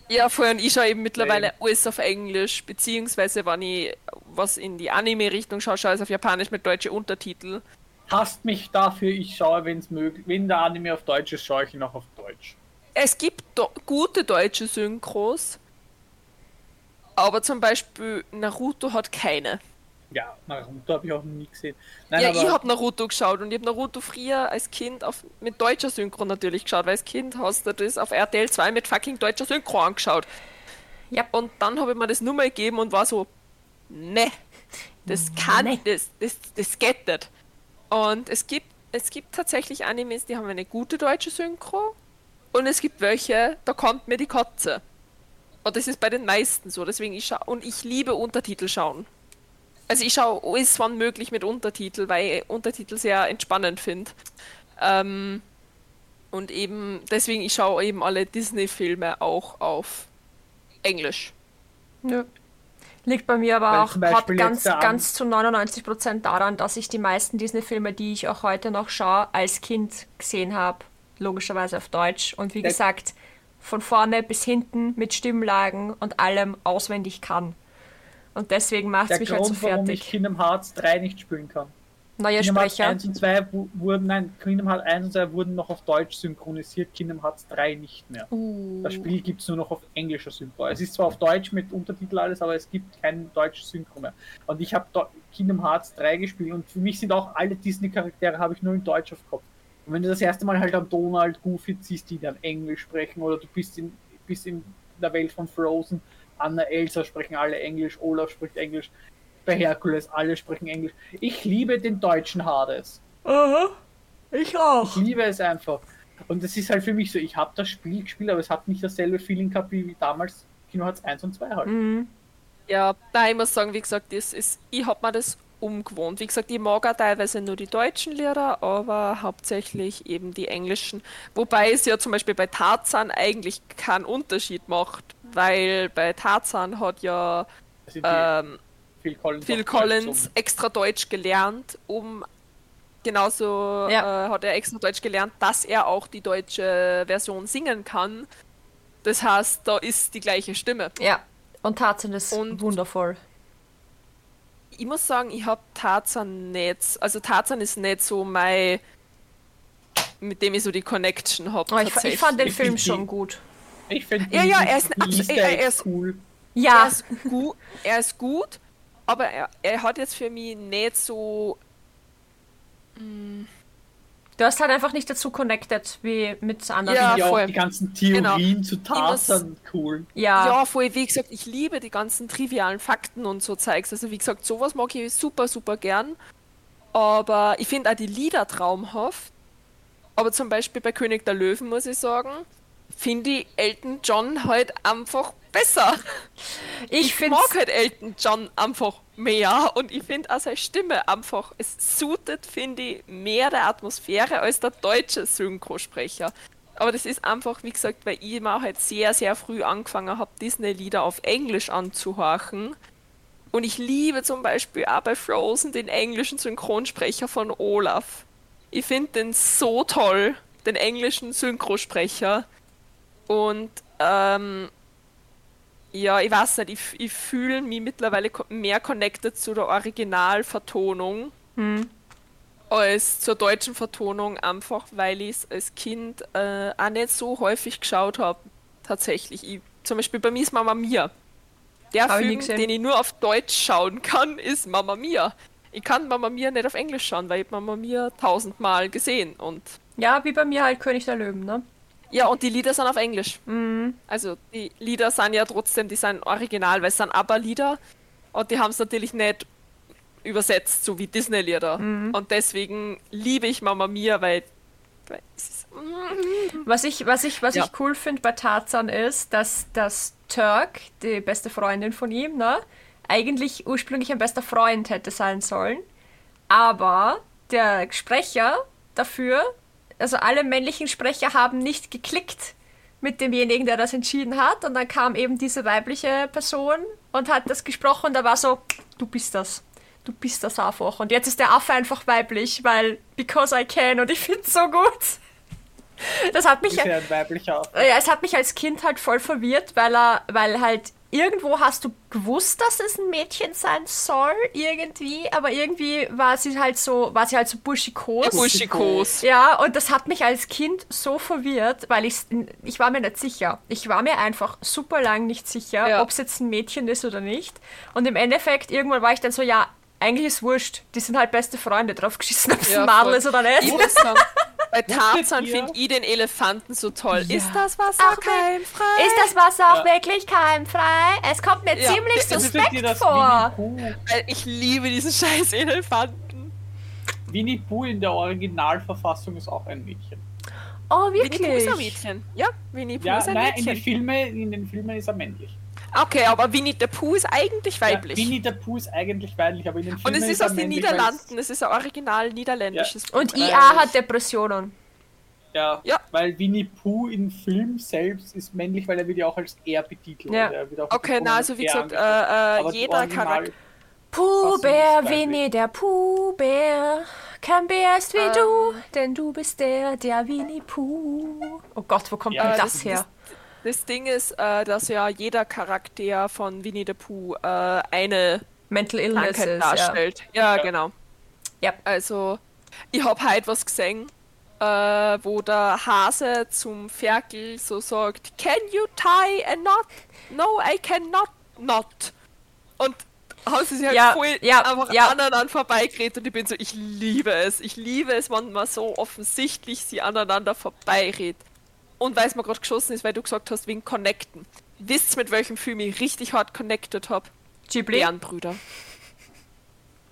Speaker 2: Ja, vorhin, ich schaue eben mittlerweile alles auf Englisch, beziehungsweise wenn ich was in die Anime-Richtung schaue, schaue ich es auf Japanisch mit deutschen Untertitel.
Speaker 3: Hasst mich dafür, ich schaue, wenn es möglich, wenn der Anime auf Deutsch ist, schaue ich ihn auch auf Deutsch.
Speaker 2: Es gibt do gute deutsche Synchros, aber zum Beispiel Naruto hat keine.
Speaker 3: Ja, Naruto habe ich auch noch nie gesehen. Nein,
Speaker 2: ja,
Speaker 3: aber
Speaker 2: ich habe Naruto geschaut und ich habe Naruto früher als Kind auf, mit deutscher Synchro natürlich geschaut, weil als Kind hast du das auf RTL 2 mit fucking deutscher Synchro angeschaut.
Speaker 1: Ja. oh.
Speaker 2: Und dann habe ich mir das nur mal gegeben und war so, ne, das kann,
Speaker 1: Nee.
Speaker 2: das, das, das geht nicht. Und es gibt, es gibt tatsächlich Animes, die haben eine gute deutsche Synchro und es gibt welche, da kommt mir die Kotze. Und das ist bei den meisten so, deswegen ich schaue, und ich liebe Untertitel schauen. Also ich schaue alles wann möglich mit Untertitel, weil ich Untertitel sehr entspannend finde. Ähm, und eben, deswegen, ich schaue eben alle Disney-Filme auch auf Englisch.
Speaker 1: Nö. Liegt bei mir aber
Speaker 3: Weil
Speaker 1: auch
Speaker 3: zum
Speaker 1: hat
Speaker 3: Beispiel
Speaker 1: ganz,
Speaker 3: jetzt der Abend-
Speaker 1: ganz zu 99% daran, dass ich die meisten Disney-Filme, die ich auch heute noch schaue, als Kind gesehen habe. Logischerweise auf Deutsch. Und wie
Speaker 3: Ja.
Speaker 1: gesagt, von vorne bis hinten mit Stimmlagen und allem auswendig kann. Und deswegen macht es
Speaker 3: der
Speaker 1: mich
Speaker 3: Grund,
Speaker 1: halt so
Speaker 3: warum ich
Speaker 1: fertig.
Speaker 3: Kingdom Hearts 3 nicht spielen kann.
Speaker 1: Neuer
Speaker 3: Kingdom Hearts
Speaker 1: Sprecher.
Speaker 3: 1 und 2 wu- wurden, nein, Kingdom Hearts 1 und 2 wurden noch auf Deutsch synchronisiert, Kingdom Hearts 3 nicht mehr. Das Spiel gibt es nur noch auf englischer Synchro. Es ist zwar auf Deutsch mit Untertitel alles, aber es gibt kein deutsches Synchro mehr. Und ich habe Kingdom Hearts 3 gespielt und für mich sind auch alle Disney-Charaktere habe ich nur in Deutsch auf Kopf. Und wenn du das erste Mal halt am Donald Goofy ziehst, die dann Englisch sprechen oder du bist in, bist in der Welt von Frozen, Anna, Elsa sprechen alle Englisch, Olaf spricht Englisch, bei Herkules alle sprechen Englisch. Ich liebe den deutschen Hades.
Speaker 1: Aha. Ich auch.
Speaker 3: Ich liebe es einfach. Und es ist halt für mich so, ich habe das Spiel gespielt, aber es hat nicht dasselbe Feeling gehabt wie, wie damals Kino Hearts 1 und 2 halt.
Speaker 2: Mhm. Ja, nein, ich muss sagen, wie gesagt, das ist, ich habe mir das umgewohnt. Wie gesagt, ich mag auch teilweise nur die deutschen Lehrer, aber hauptsächlich eben die englischen. Wobei es ja zum Beispiel bei Tarzan eigentlich keinen Unterschied macht, weil bei Tarzan hat ja
Speaker 3: Das sind Also die
Speaker 2: ähm,
Speaker 3: Phil Collins.
Speaker 2: Phil
Speaker 3: auf Deutsch
Speaker 2: Collins
Speaker 3: gesungen.
Speaker 2: extra Deutsch gelernt, um genauso
Speaker 1: Ja.
Speaker 2: äh, hat er extra Deutsch gelernt, dass er auch die deutsche Version singen kann. Das heißt, da ist die gleiche Stimme.
Speaker 1: Ja. Und Tarzan ist
Speaker 2: Und-
Speaker 1: wundervoll.
Speaker 2: Ich muss sagen, ich habe Tarzan nicht. Also Tarzan ist nicht so mein, mit dem ich so die Connection habe.
Speaker 1: Oh, ich, fa- ich fand den
Speaker 3: Ich
Speaker 1: Film
Speaker 3: find die-
Speaker 1: schon gut.
Speaker 3: Ich finde
Speaker 2: Ja, ja, er ist ein
Speaker 3: die Liste
Speaker 2: Abs- er- er
Speaker 3: echt
Speaker 2: ist-
Speaker 3: cool.
Speaker 1: Ja,
Speaker 2: Er, ist gu- er ist gut, aber er, er hat jetzt für mich nicht so.
Speaker 1: du hast halt einfach nicht dazu connected wie mit anderen.
Speaker 2: Ja,
Speaker 1: Ja,
Speaker 3: ja auch
Speaker 2: voll.
Speaker 3: die ganzen Theorien
Speaker 2: Genau.
Speaker 3: zu Tarzan cool.
Speaker 2: Ja.
Speaker 1: ja,
Speaker 2: voll, wie gesagt, ich liebe die ganzen trivialen Fakten und so Zeugs. Also, wie gesagt, sowas mag ich super, super gern. Aber ich finde auch die Lieder traumhaft. Aber zum Beispiel bei König der Löwen, muss ich sagen, finde ich Elton John halt einfach besser.
Speaker 1: ich
Speaker 2: Ich
Speaker 1: finde
Speaker 2: mag halt Elton John einfach mehr und ich finde auch seine Stimme einfach, es suitet, finde ich, mehr der Atmosphäre als der deutsche Synchrosprecher. Aber das ist einfach, wie gesagt, weil ich immer halt sehr, sehr früh angefangen habe, Disney-Lieder auf Englisch anzuhorchen. Und ich liebe zum Beispiel auch bei Frozen den englischen Synchronsprecher von Olaf. Ich finde den so toll, den englischen Synchrosprecher. Und ähm, ja, ich weiß nicht, ich, f- ich fühle mich mittlerweile co- mehr connected zu der Originalvertonung
Speaker 1: Hm.
Speaker 2: als zur deutschen Vertonung, einfach weil ich es als Kind äh, auch nicht so häufig geschaut habe. Tatsächlich. Ich, zum Beispiel bei mir ist Mama Mia. Der
Speaker 1: Hab ich nie
Speaker 2: Film,
Speaker 1: gesehen.
Speaker 2: den ich nur auf Deutsch schauen kann, ist Mama Mia. Ich kann Mama Mia nicht auf Englisch schauen, weil ich Mama Mia tausendmal gesehen und
Speaker 1: ja, wie bei mir halt König der Löwen, ne?
Speaker 2: ja, und die Lieder sind auf Englisch.
Speaker 1: Mhm.
Speaker 2: Also die Lieder sind ja trotzdem, die sind original, weil es sind ABBA-Lieder und die haben es natürlich nicht übersetzt, so wie Disney-Lieder.
Speaker 1: Mhm.
Speaker 2: Und deswegen liebe ich Mama Mia, weil weil es ist,
Speaker 1: Was ich, was ich, was
Speaker 2: Ja.
Speaker 1: ich cool finde bei Tarzan ist, dass, dass Turk, die beste Freundin von ihm, ne, eigentlich ursprünglich ein bester Freund hätte sein sollen. Aber der Sprecher dafür, also alle männlichen Sprecher haben nicht geklickt mit demjenigen, der das entschieden hat. Und dann kam eben diese weibliche Person und hat das gesprochen und da war so, du bist das. Du bist das einfach. Und jetzt ist der Affe einfach weiblich, weil because I can und ich find's so gut. Das hat mich
Speaker 3: Ist ja ein weiblicher.
Speaker 1: Äh, ja, es hat mich als Kind halt voll verwirrt, weil er, weil halt irgendwo hast du gewusst, dass es ein Mädchen sein soll, irgendwie, aber irgendwie war sie halt so, war sie halt so buschikos.
Speaker 2: Buschikos.
Speaker 1: Ja, und das hat mich als Kind so verwirrt, weil ich, ich war mir nicht sicher. Ich war mir einfach super lang nicht sicher,
Speaker 2: Ja.
Speaker 1: ob es jetzt ein Mädchen ist oder nicht. Und im Endeffekt, irgendwann war ich dann so, ja, eigentlich ist wurscht. Die sind halt beste Freunde, drauf geschissen, ob es
Speaker 2: Ja,
Speaker 1: ein Madel
Speaker 2: voll.
Speaker 1: ist oder nicht.
Speaker 2: Ich muss sagen, bei Tarzan
Speaker 3: ihr-
Speaker 2: finde ich den Elefanten so toll.
Speaker 1: Ja.
Speaker 2: Ist das was
Speaker 1: Ach,
Speaker 2: auch keimfrei?
Speaker 1: Ist das Wasser auch
Speaker 3: Ja.
Speaker 1: wirklich keimfrei? Es kommt mir
Speaker 2: Ja,
Speaker 1: ziemlich
Speaker 2: das
Speaker 3: Findet ihr
Speaker 1: suspekt
Speaker 3: Also das
Speaker 1: vor.
Speaker 3: Winnie Pooh?
Speaker 2: Weil Ich liebe diesen scheiß Elefanten.
Speaker 3: Winnie Pooh in der Originalverfassung ist auch ein Mädchen.
Speaker 1: Oh,
Speaker 2: Winnie Pooh ist ein
Speaker 1: wirklich?
Speaker 2: Mädchen. Ja, Winnie Pooh
Speaker 3: Ja,
Speaker 2: ist ein
Speaker 3: nein, in,
Speaker 2: Mädchen.
Speaker 3: die Filme, in den Filmen ist er männlich.
Speaker 2: Okay, aber Winnie the Pooh ist eigentlich weiblich.
Speaker 3: Ja, Winnie der Pooh ist eigentlich weiblich, aber in den
Speaker 2: und
Speaker 3: Filmen
Speaker 2: es ist
Speaker 3: er
Speaker 2: aus den
Speaker 3: männlich, weil es-
Speaker 2: Niederlanden. Es ist ein original niederländisches Buch.
Speaker 1: Und
Speaker 3: Äh,
Speaker 1: IA hat
Speaker 3: ich-
Speaker 1: Depressionen.
Speaker 3: Ja,
Speaker 2: Ja.
Speaker 3: weil Winnie Pooh im Film selbst ist männlich, weil er wird ja auch als er betitelt.
Speaker 1: Ja.
Speaker 3: Also er wird auch
Speaker 2: Okay,
Speaker 3: mit
Speaker 2: na, also wie
Speaker 3: er
Speaker 2: gesagt, äh,
Speaker 3: angesprochen.
Speaker 2: äh,
Speaker 3: Aber die
Speaker 2: jeder
Speaker 3: Original-
Speaker 2: Charakter.
Speaker 1: Puh,
Speaker 3: ist
Speaker 1: Bär,
Speaker 3: weiblich?
Speaker 1: Winnie, der Puh, Bär. Kein Bär ist wie
Speaker 2: Ähm.
Speaker 1: du, denn du bist der, der Winnie Puh. Oh Gott, wo kommt
Speaker 3: Ja,
Speaker 1: denn
Speaker 2: Äh, das
Speaker 1: das her?
Speaker 2: Das Ding ist, äh, dass ja jeder Charakter von Winnie the Pooh äh, eine
Speaker 1: Mental Illness ist,
Speaker 2: Krankheit
Speaker 1: ja.
Speaker 2: darstellt. Ja,
Speaker 3: Ja.
Speaker 2: genau.
Speaker 1: Ja.
Speaker 2: Also, ich habe heute was gesehen, äh, wo der Hase zum Ferkel so sagt: Can you tie a knot? No, I cannot not. Und haben sie sich halt
Speaker 1: Ja,
Speaker 2: voll
Speaker 1: ja,
Speaker 2: einfach
Speaker 1: ja.
Speaker 2: aneinander vorbeigeredet und ich bin so, ich liebe es. Ich liebe es, wenn man so offensichtlich sie aneinander vorbeiredet. Und weil es mir gerade geschossen ist, weil du gesagt hast, wegen Connecten. Wisst mit welchem Film ich richtig hart connected habe?
Speaker 1: Ghibli?
Speaker 2: Bärenbrüder.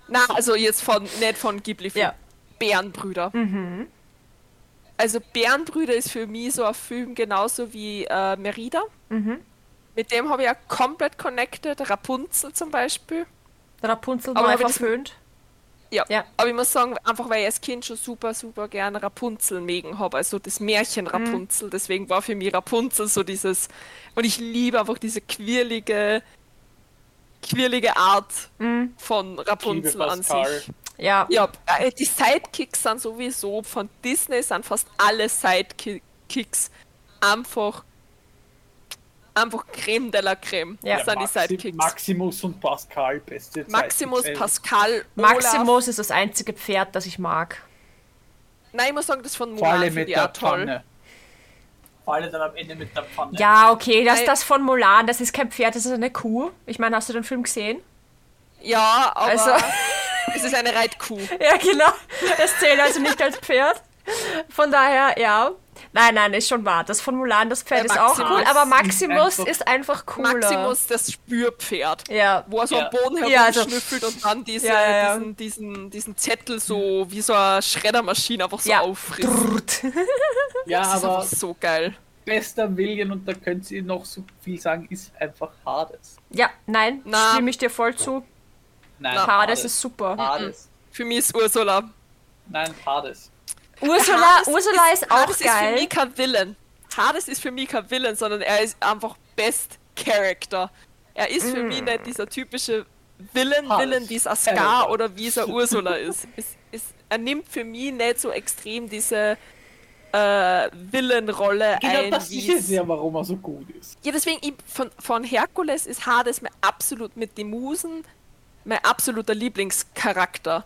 Speaker 2: Na, also jetzt von nicht von Ghibli Film.
Speaker 1: Ja. Mhm.
Speaker 2: Bärenbrüder. Also Bärenbrüder ist für mich so ein Film genauso wie äh, Merida.
Speaker 1: Mhm.
Speaker 2: Mit dem habe ich ja komplett connected. Rapunzel zum Beispiel.
Speaker 1: Rapunzel
Speaker 2: Aber
Speaker 1: neu
Speaker 2: wenn das-
Speaker 1: verföhnt.
Speaker 2: Ja.
Speaker 1: Ja.
Speaker 2: aber ich muss sagen, einfach weil ich als Kind schon super, super gern Rapunzel megen habe, also das Märchen
Speaker 1: Mhm.
Speaker 2: Rapunzel, deswegen war für mich Rapunzel so dieses, und ich liebe einfach diese quirlige, quirlige Art
Speaker 1: Mhm.
Speaker 2: von
Speaker 3: Liebe
Speaker 2: Rapunzel an
Speaker 3: Pascal.
Speaker 2: sich.
Speaker 1: Ja.
Speaker 2: Ja, äh, die Sidekicks sind sowieso von Disney sind fast alle Sidekicks einfach einfach Creme de la Creme.
Speaker 1: Ja.
Speaker 2: Das sind die
Speaker 3: Maxi-
Speaker 2: Sidekicks.
Speaker 3: Maximus und Pascal, beste
Speaker 2: Maximus,
Speaker 3: Sidekicks.
Speaker 2: Pascal, Olaf.
Speaker 1: Maximus ist das einzige Pferd, das ich mag.
Speaker 2: Nein, ich muss sagen, das von
Speaker 3: Vor
Speaker 2: Mulan
Speaker 3: allem
Speaker 2: finde
Speaker 3: mit
Speaker 2: ich
Speaker 3: der
Speaker 2: auch toll.
Speaker 3: Tonne. Vor allem dann am Ende mit der Pfanne.
Speaker 1: Ja, okay, das,
Speaker 2: Weil-
Speaker 1: das von Mulan, das ist kein Pferd, das ist eine Kuh. Ich meine, hast du den Film gesehen?
Speaker 2: Ja, aber
Speaker 1: Also,
Speaker 2: es ist eine Reitkuh.
Speaker 1: ja, genau. Das zählt also nicht als Pferd. Von daher, ja. Nein, nein, ist schon wahr. Das von Mulan, das Pferd
Speaker 2: Äh,
Speaker 1: ist auch
Speaker 2: Maximus
Speaker 1: cool, aber Maximus
Speaker 3: einfach-
Speaker 1: ist einfach cooler.
Speaker 2: Maximus, das Spürpferd.
Speaker 1: Ja.
Speaker 2: Wo er so
Speaker 3: Ja.
Speaker 2: am Boden
Speaker 1: Ja, also-
Speaker 2: herumschnüffelt und dann diese,
Speaker 1: Ja, ja, ja.
Speaker 2: Diesen, diesen, diesen Zettel so wie so eine Schreddermaschine einfach so
Speaker 1: Ja.
Speaker 2: auffrisst.
Speaker 3: Ja,
Speaker 2: Das ist
Speaker 3: aber
Speaker 2: einfach so geil.
Speaker 3: bester William, und da könnt ihr noch so viel sagen, ist einfach Hades.
Speaker 1: Ja, nein,
Speaker 2: Na.
Speaker 1: stimme ich dir voll zu.
Speaker 3: Nein,
Speaker 1: Hades ist super.
Speaker 3: Hades.
Speaker 2: Für mich ist Ursula. Mhm.
Speaker 3: Nein, Hades.
Speaker 1: Ursula,
Speaker 2: Hades
Speaker 1: Ursula ist, auch
Speaker 2: Hades ist für
Speaker 1: geil.
Speaker 2: mich kein Villain. Hades ist für mich kein Villain, sondern er ist einfach Best Character. Er ist für
Speaker 1: Mm.
Speaker 2: mich nicht dieser typische Villain,
Speaker 3: Hades.
Speaker 2: Villain, wie es ein Scar
Speaker 3: Character.
Speaker 2: oder wie es ein Ursula ist. Es, es, er nimmt für mich nicht so extrem diese äh, Villain-Rolle
Speaker 3: Genau
Speaker 2: ein.
Speaker 3: das
Speaker 2: wie
Speaker 3: ist
Speaker 2: es-
Speaker 3: es ja, warum er so gut ist.
Speaker 2: ja, deswegen, ich, von, von Herkules ist Hades mein absolut mit den Musen mein absoluter Lieblingscharakter.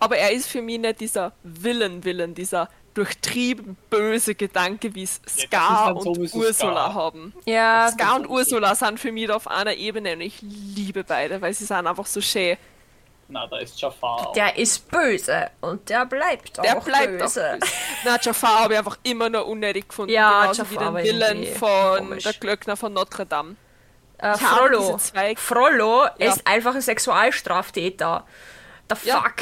Speaker 2: Aber er ist für mich nicht dieser Willen-Willen, dieser durchtrieben böse Gedanke, wie es
Speaker 3: das
Speaker 2: Scar
Speaker 3: ist dann
Speaker 2: und
Speaker 3: sowieso
Speaker 2: Ursula
Speaker 3: Scar.
Speaker 2: haben.
Speaker 1: Ja,
Speaker 2: Scar und Ursula sind für mich da auf einer Ebene und ich liebe beide, weil sie sind einfach so schön.
Speaker 3: Na, da ist Jafar. auch.
Speaker 1: der ist böse und der bleibt
Speaker 2: Der
Speaker 1: auch
Speaker 2: bleibt
Speaker 1: böse.
Speaker 2: auch böse. Na, Jafar habe ich einfach immer nur unnötig gefunden.
Speaker 1: Ja,
Speaker 2: genauso
Speaker 1: Jafar war
Speaker 2: wie den Willen
Speaker 1: irgendwie
Speaker 2: von
Speaker 1: komisch.
Speaker 2: der Glöckner von Notre Dame.
Speaker 1: Äh,
Speaker 2: Ich habe
Speaker 1: Frollo.
Speaker 2: diese zwei-
Speaker 1: Frollo
Speaker 2: Ja.
Speaker 1: ist einfach ein Sexualstraftäter. The
Speaker 2: Ja.
Speaker 1: fuck.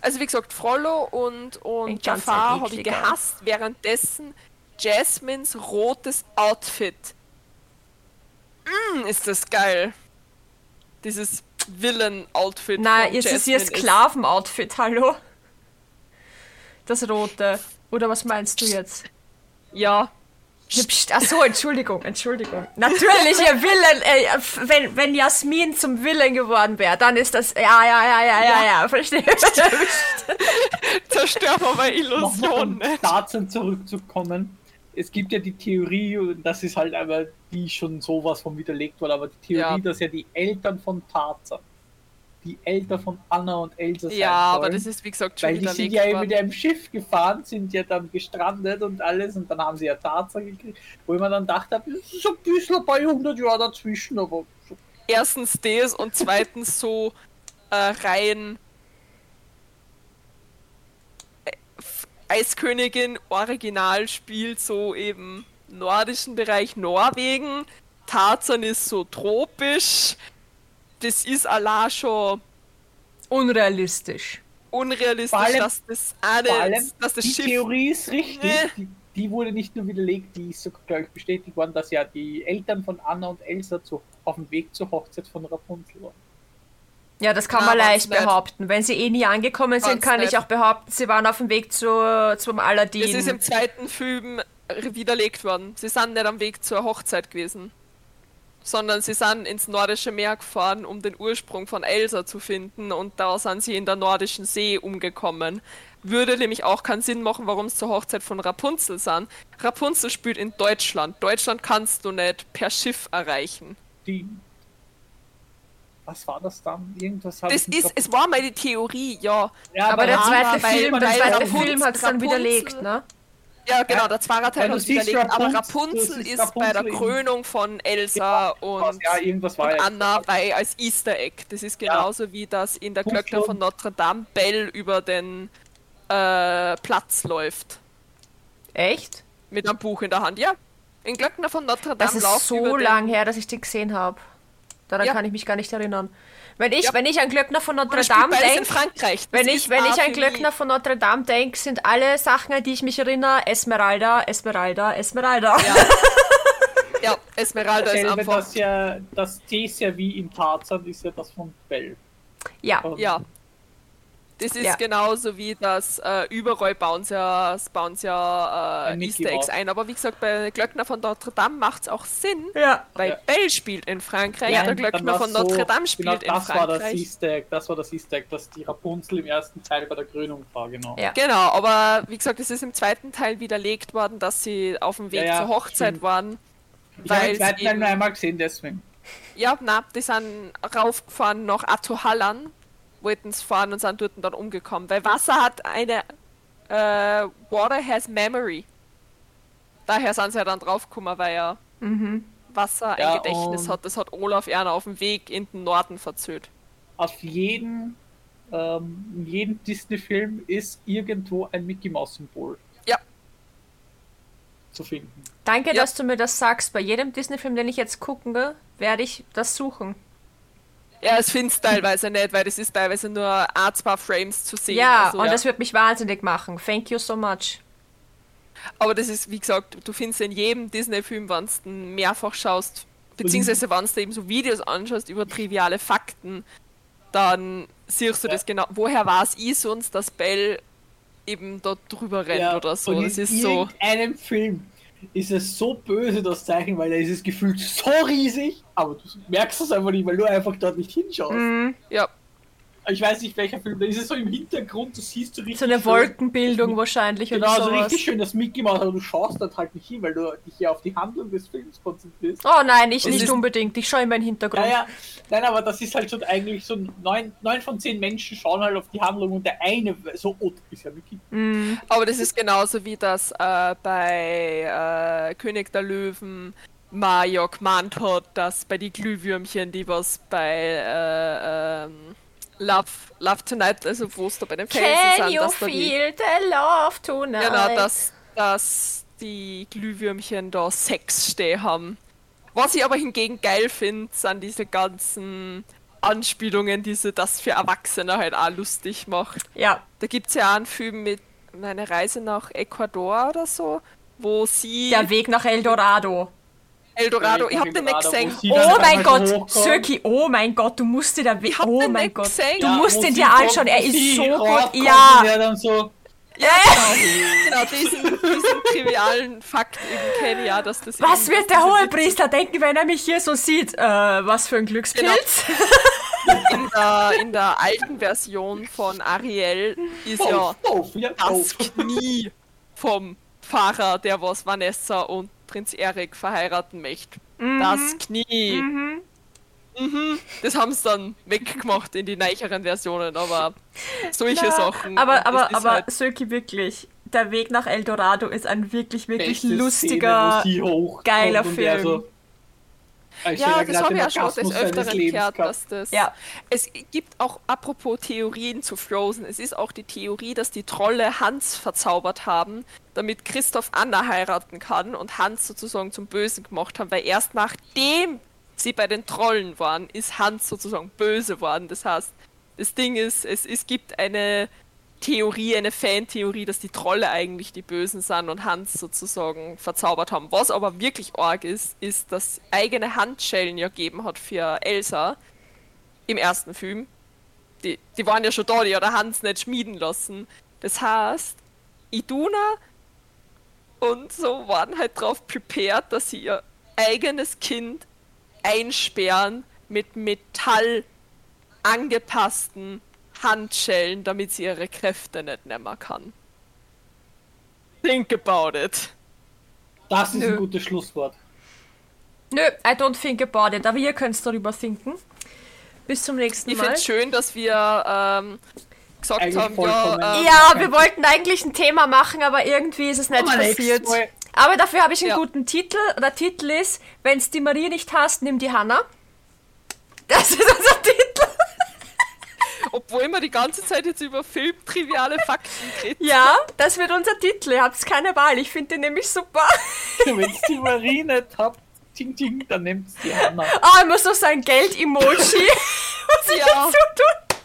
Speaker 2: Also wie gesagt, Frollo und,
Speaker 1: Ein
Speaker 2: und
Speaker 1: ganz
Speaker 2: Jafar
Speaker 1: ein
Speaker 2: habe ich
Speaker 1: ekliger.
Speaker 2: gehasst, währenddessen Jasmines rotes Outfit. Mm, ist das geil. Dieses Villain-Outfit.
Speaker 1: Nein,
Speaker 2: von
Speaker 1: jetzt ist ihr
Speaker 2: Jasmine
Speaker 1: Sklavenoutfit, hallo? Das rote. Oder was meinst du jetzt?
Speaker 2: Ja,
Speaker 1: Ja, pst, Ach so, Entschuldigung, Entschuldigung. Natürlich, ihr Willen, äh, f- wenn, wenn Jasmin zum Willen geworden wäre, dann ist das. Ja, ja, ja, ja, ja, ja, verstehe.
Speaker 2: zerstör mal meine
Speaker 3: Nochmal
Speaker 2: Illusion.
Speaker 3: um
Speaker 2: ne?
Speaker 3: Tarzan zurückzukommen. Es gibt ja die Theorie, und das ist halt aber die schon sowas von widerlegt wurde, aber die
Speaker 2: Ja.
Speaker 3: Theorie, dass ja die Eltern von Tarzan, die Eltern von Anna und Elsa sein
Speaker 2: Ja, aber
Speaker 1: halt
Speaker 3: sollen,
Speaker 2: das ist wie gesagt schon
Speaker 3: weil die sind
Speaker 2: widerlegt
Speaker 3: ja
Speaker 2: worden.
Speaker 3: mit einem Schiff gefahren, sind ja dann gestrandet und alles und dann haben sie ja Tarzan gekriegt, wo ich mir dann dachte, es ist ein bisschen ein paar hundert Jahre dazwischen, aber so
Speaker 2: Erstens das und zweitens so äh, rein äh, F- Eiskönigin Original spielt so eben nordischen Bereich Norwegen. Tarzan ist so tropisch. Das ist Allah schon
Speaker 1: Unrealistisch.
Speaker 2: unrealistisch,
Speaker 3: Vor allem-
Speaker 2: dass das
Speaker 3: Vor
Speaker 2: eine,
Speaker 3: allem,
Speaker 2: dass das
Speaker 3: die
Speaker 2: Schiff Äh.
Speaker 3: Theorie ist richtig.
Speaker 2: Nee.
Speaker 3: Die, die wurde nicht nur widerlegt, die ist sogar, glaube ich, bestätigt worden, dass ja die Eltern von Anna und Elsa zu, auf dem Weg zur Hochzeit von Rapunzel waren.
Speaker 1: Ja, das kann
Speaker 2: Na,
Speaker 1: man
Speaker 2: ganz
Speaker 1: leicht
Speaker 2: nett.
Speaker 1: behaupten. Wenn sie eh nie angekommen sind,
Speaker 2: Ganz
Speaker 1: kann ich
Speaker 2: nett.
Speaker 1: auch behaupten, sie waren auf dem Weg zu, zum Aladdin.
Speaker 2: das ist im zweiten Film widerlegt worden. Sie sind nicht am Weg zur Hochzeit gewesen, sondern sie sind ins nordische Meer gefahren, um den Ursprung von Elsa zu finden und da sind sie in der nordischen See umgekommen. Würde nämlich auch keinen Sinn machen, warum es zur Hochzeit von Rapunzel sind. Rapunzel spielt in Deutschland. Deutschland kannst du nicht per Schiff erreichen.
Speaker 3: Die. Was war das dann? Irgendwas habe
Speaker 2: Das
Speaker 3: ich nicht
Speaker 2: ist,
Speaker 3: kapiert.
Speaker 2: es war meine Theorie, ja.
Speaker 3: ja,
Speaker 1: aber der
Speaker 2: aber
Speaker 1: zweite
Speaker 2: bei-
Speaker 1: Film,
Speaker 2: bei
Speaker 1: der zweite
Speaker 2: Rapunzel-
Speaker 1: Film hat es dann
Speaker 2: Rapunzel-
Speaker 1: widerlegt, ne?
Speaker 2: Ja, genau, der Zweierteil
Speaker 3: Weil du
Speaker 2: hat
Speaker 3: siehst
Speaker 2: widerlegt, aber
Speaker 3: Rapunzel, du
Speaker 2: Rapunzel
Speaker 3: siehst
Speaker 2: ist bei der
Speaker 3: Rapunzel in-
Speaker 2: Krönung von Elsa und
Speaker 3: ja, irgendwas war
Speaker 2: und
Speaker 3: ja.
Speaker 2: Anna bei als Easter Egg. Das ist genauso wie das in der
Speaker 3: Punkt
Speaker 2: Glöckner von Notre Dame Bell über den äh, Platz läuft.
Speaker 1: Echt?
Speaker 2: Mit einem Buch in der Hand, ja. In Glöckner von Notre Dame
Speaker 1: Das
Speaker 2: läuft
Speaker 1: ist
Speaker 2: über
Speaker 1: so
Speaker 2: den-
Speaker 1: lang her, dass ich den gesehen habe. Daran
Speaker 2: Ja.
Speaker 1: kann ich mich gar nicht erinnern. Wenn ich,
Speaker 2: Ja.
Speaker 1: wenn ich an Glöckner von
Speaker 2: Und
Speaker 1: Notre
Speaker 2: das spielt
Speaker 1: Dame
Speaker 2: beides in
Speaker 1: denke,
Speaker 2: Frankreich. Das
Speaker 1: Wenn
Speaker 2: ist
Speaker 1: ich, wenn ich
Speaker 2: auch
Speaker 1: an
Speaker 2: für
Speaker 1: Glöckner
Speaker 2: mich-
Speaker 1: von Notre Dame denke, sind alle Sachen, an die ich mich erinnere, Esmeralda, Esmeralda, Esmeralda.
Speaker 2: Ja, Esmeralda ist
Speaker 3: Dasselbe,
Speaker 2: einfach.
Speaker 3: das ja, das T ist ja wie in Tarzan, ist ja das von Bell.
Speaker 2: Oh.
Speaker 1: Ja,
Speaker 3: Und
Speaker 2: Ja. Das ist
Speaker 1: Ja.
Speaker 2: genauso wie das, äh, überall bauen sie ja, bauen sie ja
Speaker 3: Ein
Speaker 2: äh,
Speaker 3: Mickey
Speaker 2: Easter Eggs
Speaker 3: drauf.
Speaker 2: ein. Aber wie gesagt, bei Glöckner von Notre Dame macht es auch Sinn,
Speaker 1: Ja.
Speaker 2: weil
Speaker 3: Ja.
Speaker 2: Bell spielt in Frankreich,
Speaker 1: Ja,
Speaker 2: der
Speaker 3: Dann
Speaker 2: Glöckner
Speaker 3: war's
Speaker 2: von
Speaker 3: so,
Speaker 2: Notre Dame spielt
Speaker 3: genau,
Speaker 2: in
Speaker 3: das war das
Speaker 2: Frankreich.
Speaker 3: Easter Egg, das war das Easter Egg, das die Rapunzel im ersten Teil bei der Krönung war, genau.
Speaker 1: Ja.
Speaker 2: Genau, aber wie gesagt, es ist im zweiten Teil widerlegt worden, dass sie auf dem Weg
Speaker 3: Ja, ja,
Speaker 2: zur Hochzeit
Speaker 3: stimmt.
Speaker 2: waren.
Speaker 3: Ich habe den
Speaker 2: Weil's
Speaker 3: zweiten Teil
Speaker 2: eben-
Speaker 3: nur einmal gesehen, deswegen.
Speaker 2: Ja, na, die sind raufgefahren nach Atohallan, wollten es fahren und sind dort dann umgekommen. Weil Wasser hat eine. Äh, Water has memory. Daher sind sie ja dann draufgekommen, weil ja Wasser ein
Speaker 3: Mhm. Ja,
Speaker 2: Gedächtnis
Speaker 3: und-
Speaker 2: hat. Das hat Olaf Erna auf dem Weg in den Norden verzögert.
Speaker 3: Auf jeden, ähm, in jedem Disney-Film ist irgendwo ein Mickey Mouse-Symbol
Speaker 2: Ja,
Speaker 3: zu finden.
Speaker 1: Danke,
Speaker 2: Ja.
Speaker 1: dass du mir das sagst. Bei jedem Disney-Film, den ich jetzt gucken will, werde ich das suchen.
Speaker 2: ja, es findet teilweise nicht, weil das ist teilweise nur a zwei Frames zu sehen.
Speaker 1: Ja,
Speaker 2: also,
Speaker 1: und das wird mich wahnsinnig machen. Thank you so much.
Speaker 2: Aber das ist, wie gesagt, du findest in jedem Disney-Film, wenn du mehrfach schaust, beziehungsweise wenn du eben so Videos anschaust über triviale Fakten, dann siehst du
Speaker 3: Ja.
Speaker 2: das genau. Woher war es ich sonst, dass Bell eben dort drüber rennt oder so?
Speaker 3: und
Speaker 2: das
Speaker 3: in
Speaker 2: ist so.
Speaker 3: irgendeinem Film ist es so böse, das Zeichen, weil da ist es gefühlt so riesig, aber du merkst es einfach nicht, weil du einfach dort nicht hinschaust.
Speaker 2: Mhm. Ja,
Speaker 3: Ich weiß nicht, welcher Film, da ist es so im Hintergrund, du siehst so richtig
Speaker 1: So eine
Speaker 3: schön-
Speaker 1: Wolkenbildung wahrscheinlich
Speaker 3: Genau,
Speaker 1: oder
Speaker 3: so
Speaker 1: sowas.
Speaker 3: richtig schön das Mickey Mouse, aber du schaust dort halt nicht hin, weil du dich ja auf die Handlung des Films konzentrierst.
Speaker 1: Oh nein, ich
Speaker 2: Es
Speaker 1: nicht
Speaker 2: ist-
Speaker 1: unbedingt. Ich schaue in meinen Hintergrund.
Speaker 3: Naja, nein, aber das ist halt schon eigentlich so, neun, neun von zehn Menschen schauen halt auf die Handlung und der eine so, oh, das ist ja Mickey.
Speaker 2: aber das ist genauso wie das äh, bei äh, König der Löwen. Mario gemeint hat, dass bei die Glühwürmchen, die was bei äh, ähm, Love, Love Tonight, also wo es da bei den Felsen
Speaker 1: Can
Speaker 2: sind,
Speaker 1: you
Speaker 2: dass da die,
Speaker 1: feel the love tonight?
Speaker 2: Genau, dass, dass die Glühwürmchen da Sex stehen haben. Was ich aber hingegen geil finde, sind diese ganzen Anspielungen, die sie das für Erwachsene halt auch lustig macht.
Speaker 1: Ja,
Speaker 2: Da gibt es ja auch einen Film mit einer Reise nach Ecuador oder so, wo sie
Speaker 1: der Weg nach El Dorado.
Speaker 2: Eldorado, ich habe den nicht
Speaker 3: Eldorado, wo
Speaker 2: gesehen.
Speaker 3: sie dann halt
Speaker 1: Oh
Speaker 3: auf
Speaker 1: mein
Speaker 3: einmal
Speaker 1: Gott,
Speaker 3: hochkommt.
Speaker 1: Söki, oh mein Gott, du musst dir da
Speaker 2: Ich hab
Speaker 1: Oh
Speaker 2: den
Speaker 1: mein
Speaker 2: nicht
Speaker 1: Gott.
Speaker 2: gesehen.
Speaker 1: Du
Speaker 2: Ja,
Speaker 1: musst
Speaker 3: wo
Speaker 1: den
Speaker 3: sie
Speaker 1: dir anschauen,
Speaker 3: kommt,
Speaker 1: er
Speaker 3: wo
Speaker 1: ist
Speaker 3: sie
Speaker 1: so gut.
Speaker 3: rauskommt
Speaker 1: Ja.
Speaker 3: und er dann so,
Speaker 2: Genau, diesen, diesen trivialen Fakt eben kenne ich auch, dass das.
Speaker 1: Was
Speaker 2: eben
Speaker 1: wird der
Speaker 2: diese
Speaker 1: Hohepriester denken, wenn er mich hier so sieht? Äh, was für ein Glückspilz.
Speaker 2: Genau, in der, in der alten Version von Ariel ist ja
Speaker 1: Oh.
Speaker 3: doof, doof, oh, ja, oh,
Speaker 2: das
Speaker 3: doof.
Speaker 2: Knie vom Pfarrer, der was Vanessa und Prinz Erik verheiraten möchte. Das Knie. Mhm. Das haben sie dann weggemacht in die neueren Versionen, aber solche Sachen.
Speaker 1: Aber,
Speaker 2: und
Speaker 1: aber,
Speaker 2: das ist
Speaker 1: aber
Speaker 2: halt-
Speaker 1: Söki, wirklich, der Weg nach El Dorado ist ein wirklich, wirklich
Speaker 3: Beste
Speaker 1: lustiger.
Speaker 3: Szene, wo sie hochkommt
Speaker 1: geiler
Speaker 3: und der Ah,
Speaker 1: Film.
Speaker 3: ich
Speaker 2: ja,
Speaker 3: hätte
Speaker 2: das
Speaker 3: gedacht,
Speaker 2: habe
Speaker 3: den
Speaker 2: ich auch schon des
Speaker 3: Orgasmus seines
Speaker 2: Öfteren
Speaker 3: Lebens
Speaker 2: gehört,
Speaker 3: gehabt.
Speaker 2: dass das.
Speaker 1: Ja.
Speaker 2: Es gibt auch, apropos Theorien zu Frozen, es ist auch die Theorie, dass die Trolle Hans verzaubert haben, damit Christoph Anna heiraten kann und Hans sozusagen zum Bösen gemacht haben, weil erst nachdem sie bei den Trollen waren, ist Hans sozusagen böse worden. Das heißt, das Ding ist, es, es gibt eine Theorie, eine Fantheorie, dass die Trolle eigentlich die Bösen sind und Hans sozusagen verzaubert haben. Was aber wirklich arg ist, ist, dass eigene Handschellen ja gegeben hat für Elsa im ersten Film. Die, die waren ja schon da, die hat der Hans nicht schmieden lassen. Das heißt, Iduna und so waren halt drauf prepared, dass sie ihr eigenes Kind einsperren mit Metall angepassten Handschellen, damit sie ihre Kräfte nicht nehmen kann. Think about it.
Speaker 3: Das ist
Speaker 1: Nö.
Speaker 3: ein gutes Schlusswort.
Speaker 1: Nö, I don't think about it, aber ihr könnt darüber thinken. Bis zum nächsten
Speaker 2: Ich finde
Speaker 1: Mal.
Speaker 2: es schön, dass wir ähm, gesagt
Speaker 3: Eigentlich
Speaker 2: haben, ja,
Speaker 3: vollkommen.
Speaker 2: ähm,
Speaker 1: Ja, wir wollten eigentlich ein Thema machen, aber irgendwie ist es nicht
Speaker 3: Aber nächstes
Speaker 1: passiert.
Speaker 3: Mal.
Speaker 1: Aber dafür habe ich einen
Speaker 2: Ja.
Speaker 1: guten Titel. Der Titel ist, wenn's die Marie nicht hasst, nimm die Hanna. Das ist unser Titel.
Speaker 2: obwohl wir die ganze Zeit jetzt über filmtriviale Fakten reden.
Speaker 1: Ja, das wird unser Titel. Ihr habt keine Wahl. Ich finde den nämlich super.
Speaker 3: Wenn es die Marie nicht habt, ting, ting, dann nimmt es die Hanna.
Speaker 1: Ah, ich muss noch sein Geld-Emoji. Was ich
Speaker 2: Ja.
Speaker 1: dazu tun?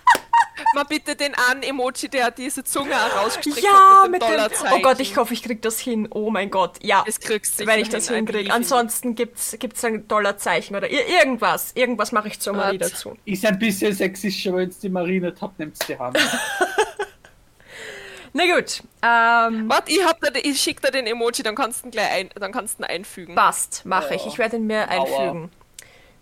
Speaker 2: Mal bitte den an Emoji, der diese Zunge auch rausgestreckt
Speaker 1: Ja,
Speaker 2: hat
Speaker 1: mit
Speaker 2: mit dem
Speaker 1: dem.
Speaker 2: Dollarzeichen.
Speaker 1: Oh Gott, ich hoffe, ich krieg das hin. Oh mein Gott. Ja.
Speaker 2: Das kriegst du
Speaker 1: wenn
Speaker 2: sicher
Speaker 1: ich das
Speaker 2: hin, I believe in
Speaker 1: hinkriege.
Speaker 2: you.
Speaker 1: Ansonsten gibt's gibt's ein Dollarzeichen oder ir irgendwas.
Speaker 2: Ah,
Speaker 1: Irgendwas mache ich zur Marie
Speaker 2: Warte.
Speaker 1: dazu.
Speaker 3: Ist ein bisschen sexistisch, aber wenn es die Marie nicht habt, nimmt es die Hanna.
Speaker 1: Na gut, ähm,
Speaker 2: Warte, ich, hab da, den- ich schick dir den Emoji, dann kannst du ihn gleich ein, dann kannst du ihn einfügen.
Speaker 1: passt, mache ich.
Speaker 3: Ja.
Speaker 1: Ich werde ihn mir
Speaker 3: Aua.
Speaker 1: einfügen.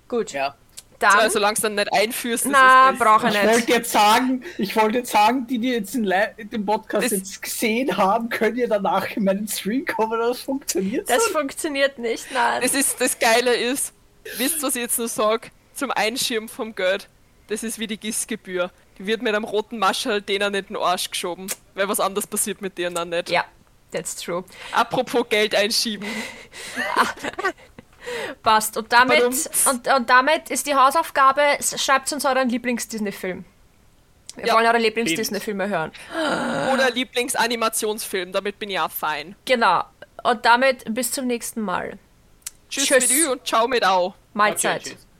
Speaker 1: Gut,
Speaker 3: Ja.
Speaker 2: Also,
Speaker 1: dann.
Speaker 2: solange du ihn nicht einführst, das
Speaker 1: Na,
Speaker 2: ist
Speaker 1: brauche
Speaker 3: Ich
Speaker 1: ich nicht.
Speaker 3: wollte jetzt sagen, ich wollte jetzt sagen, die, die jetzt den, Li- den Podcast
Speaker 2: Das-
Speaker 3: jetzt gesehen haben, können ja danach in meinen Stream kommen, aber das funktioniert
Speaker 1: Das
Speaker 3: so.
Speaker 1: funktioniert nicht, nein.
Speaker 2: Das ist das Geile ist, wisst ihr, was ich jetzt nur sag? Zum Einschirm vom Geld, das ist wie die Gissgebühr. Die wird mit einem roten Maschel denen in den Arsch geschoben, weil was anderes passiert mit denen dann nicht.
Speaker 1: Ja, that's true.
Speaker 2: Apropos Geld einschieben.
Speaker 1: Passt. Und damit,
Speaker 2: Badumts.
Speaker 1: und, und damit ist die Hausaufgabe, s- schreibt uns euren Lieblings-Disney-Film. Wir
Speaker 2: Ja.
Speaker 1: wollen eure Lieblings-Disney-Filme hören.
Speaker 2: Oder Lieblingsanimationsfilm, damit bin ich auch fein.
Speaker 1: Genau. Und damit bis zum nächsten Mal.
Speaker 2: Tschüss,
Speaker 1: Tschüss.
Speaker 2: mit Ü und ciao mit Au.
Speaker 1: Mahlzeit.
Speaker 3: Okay, tschüss.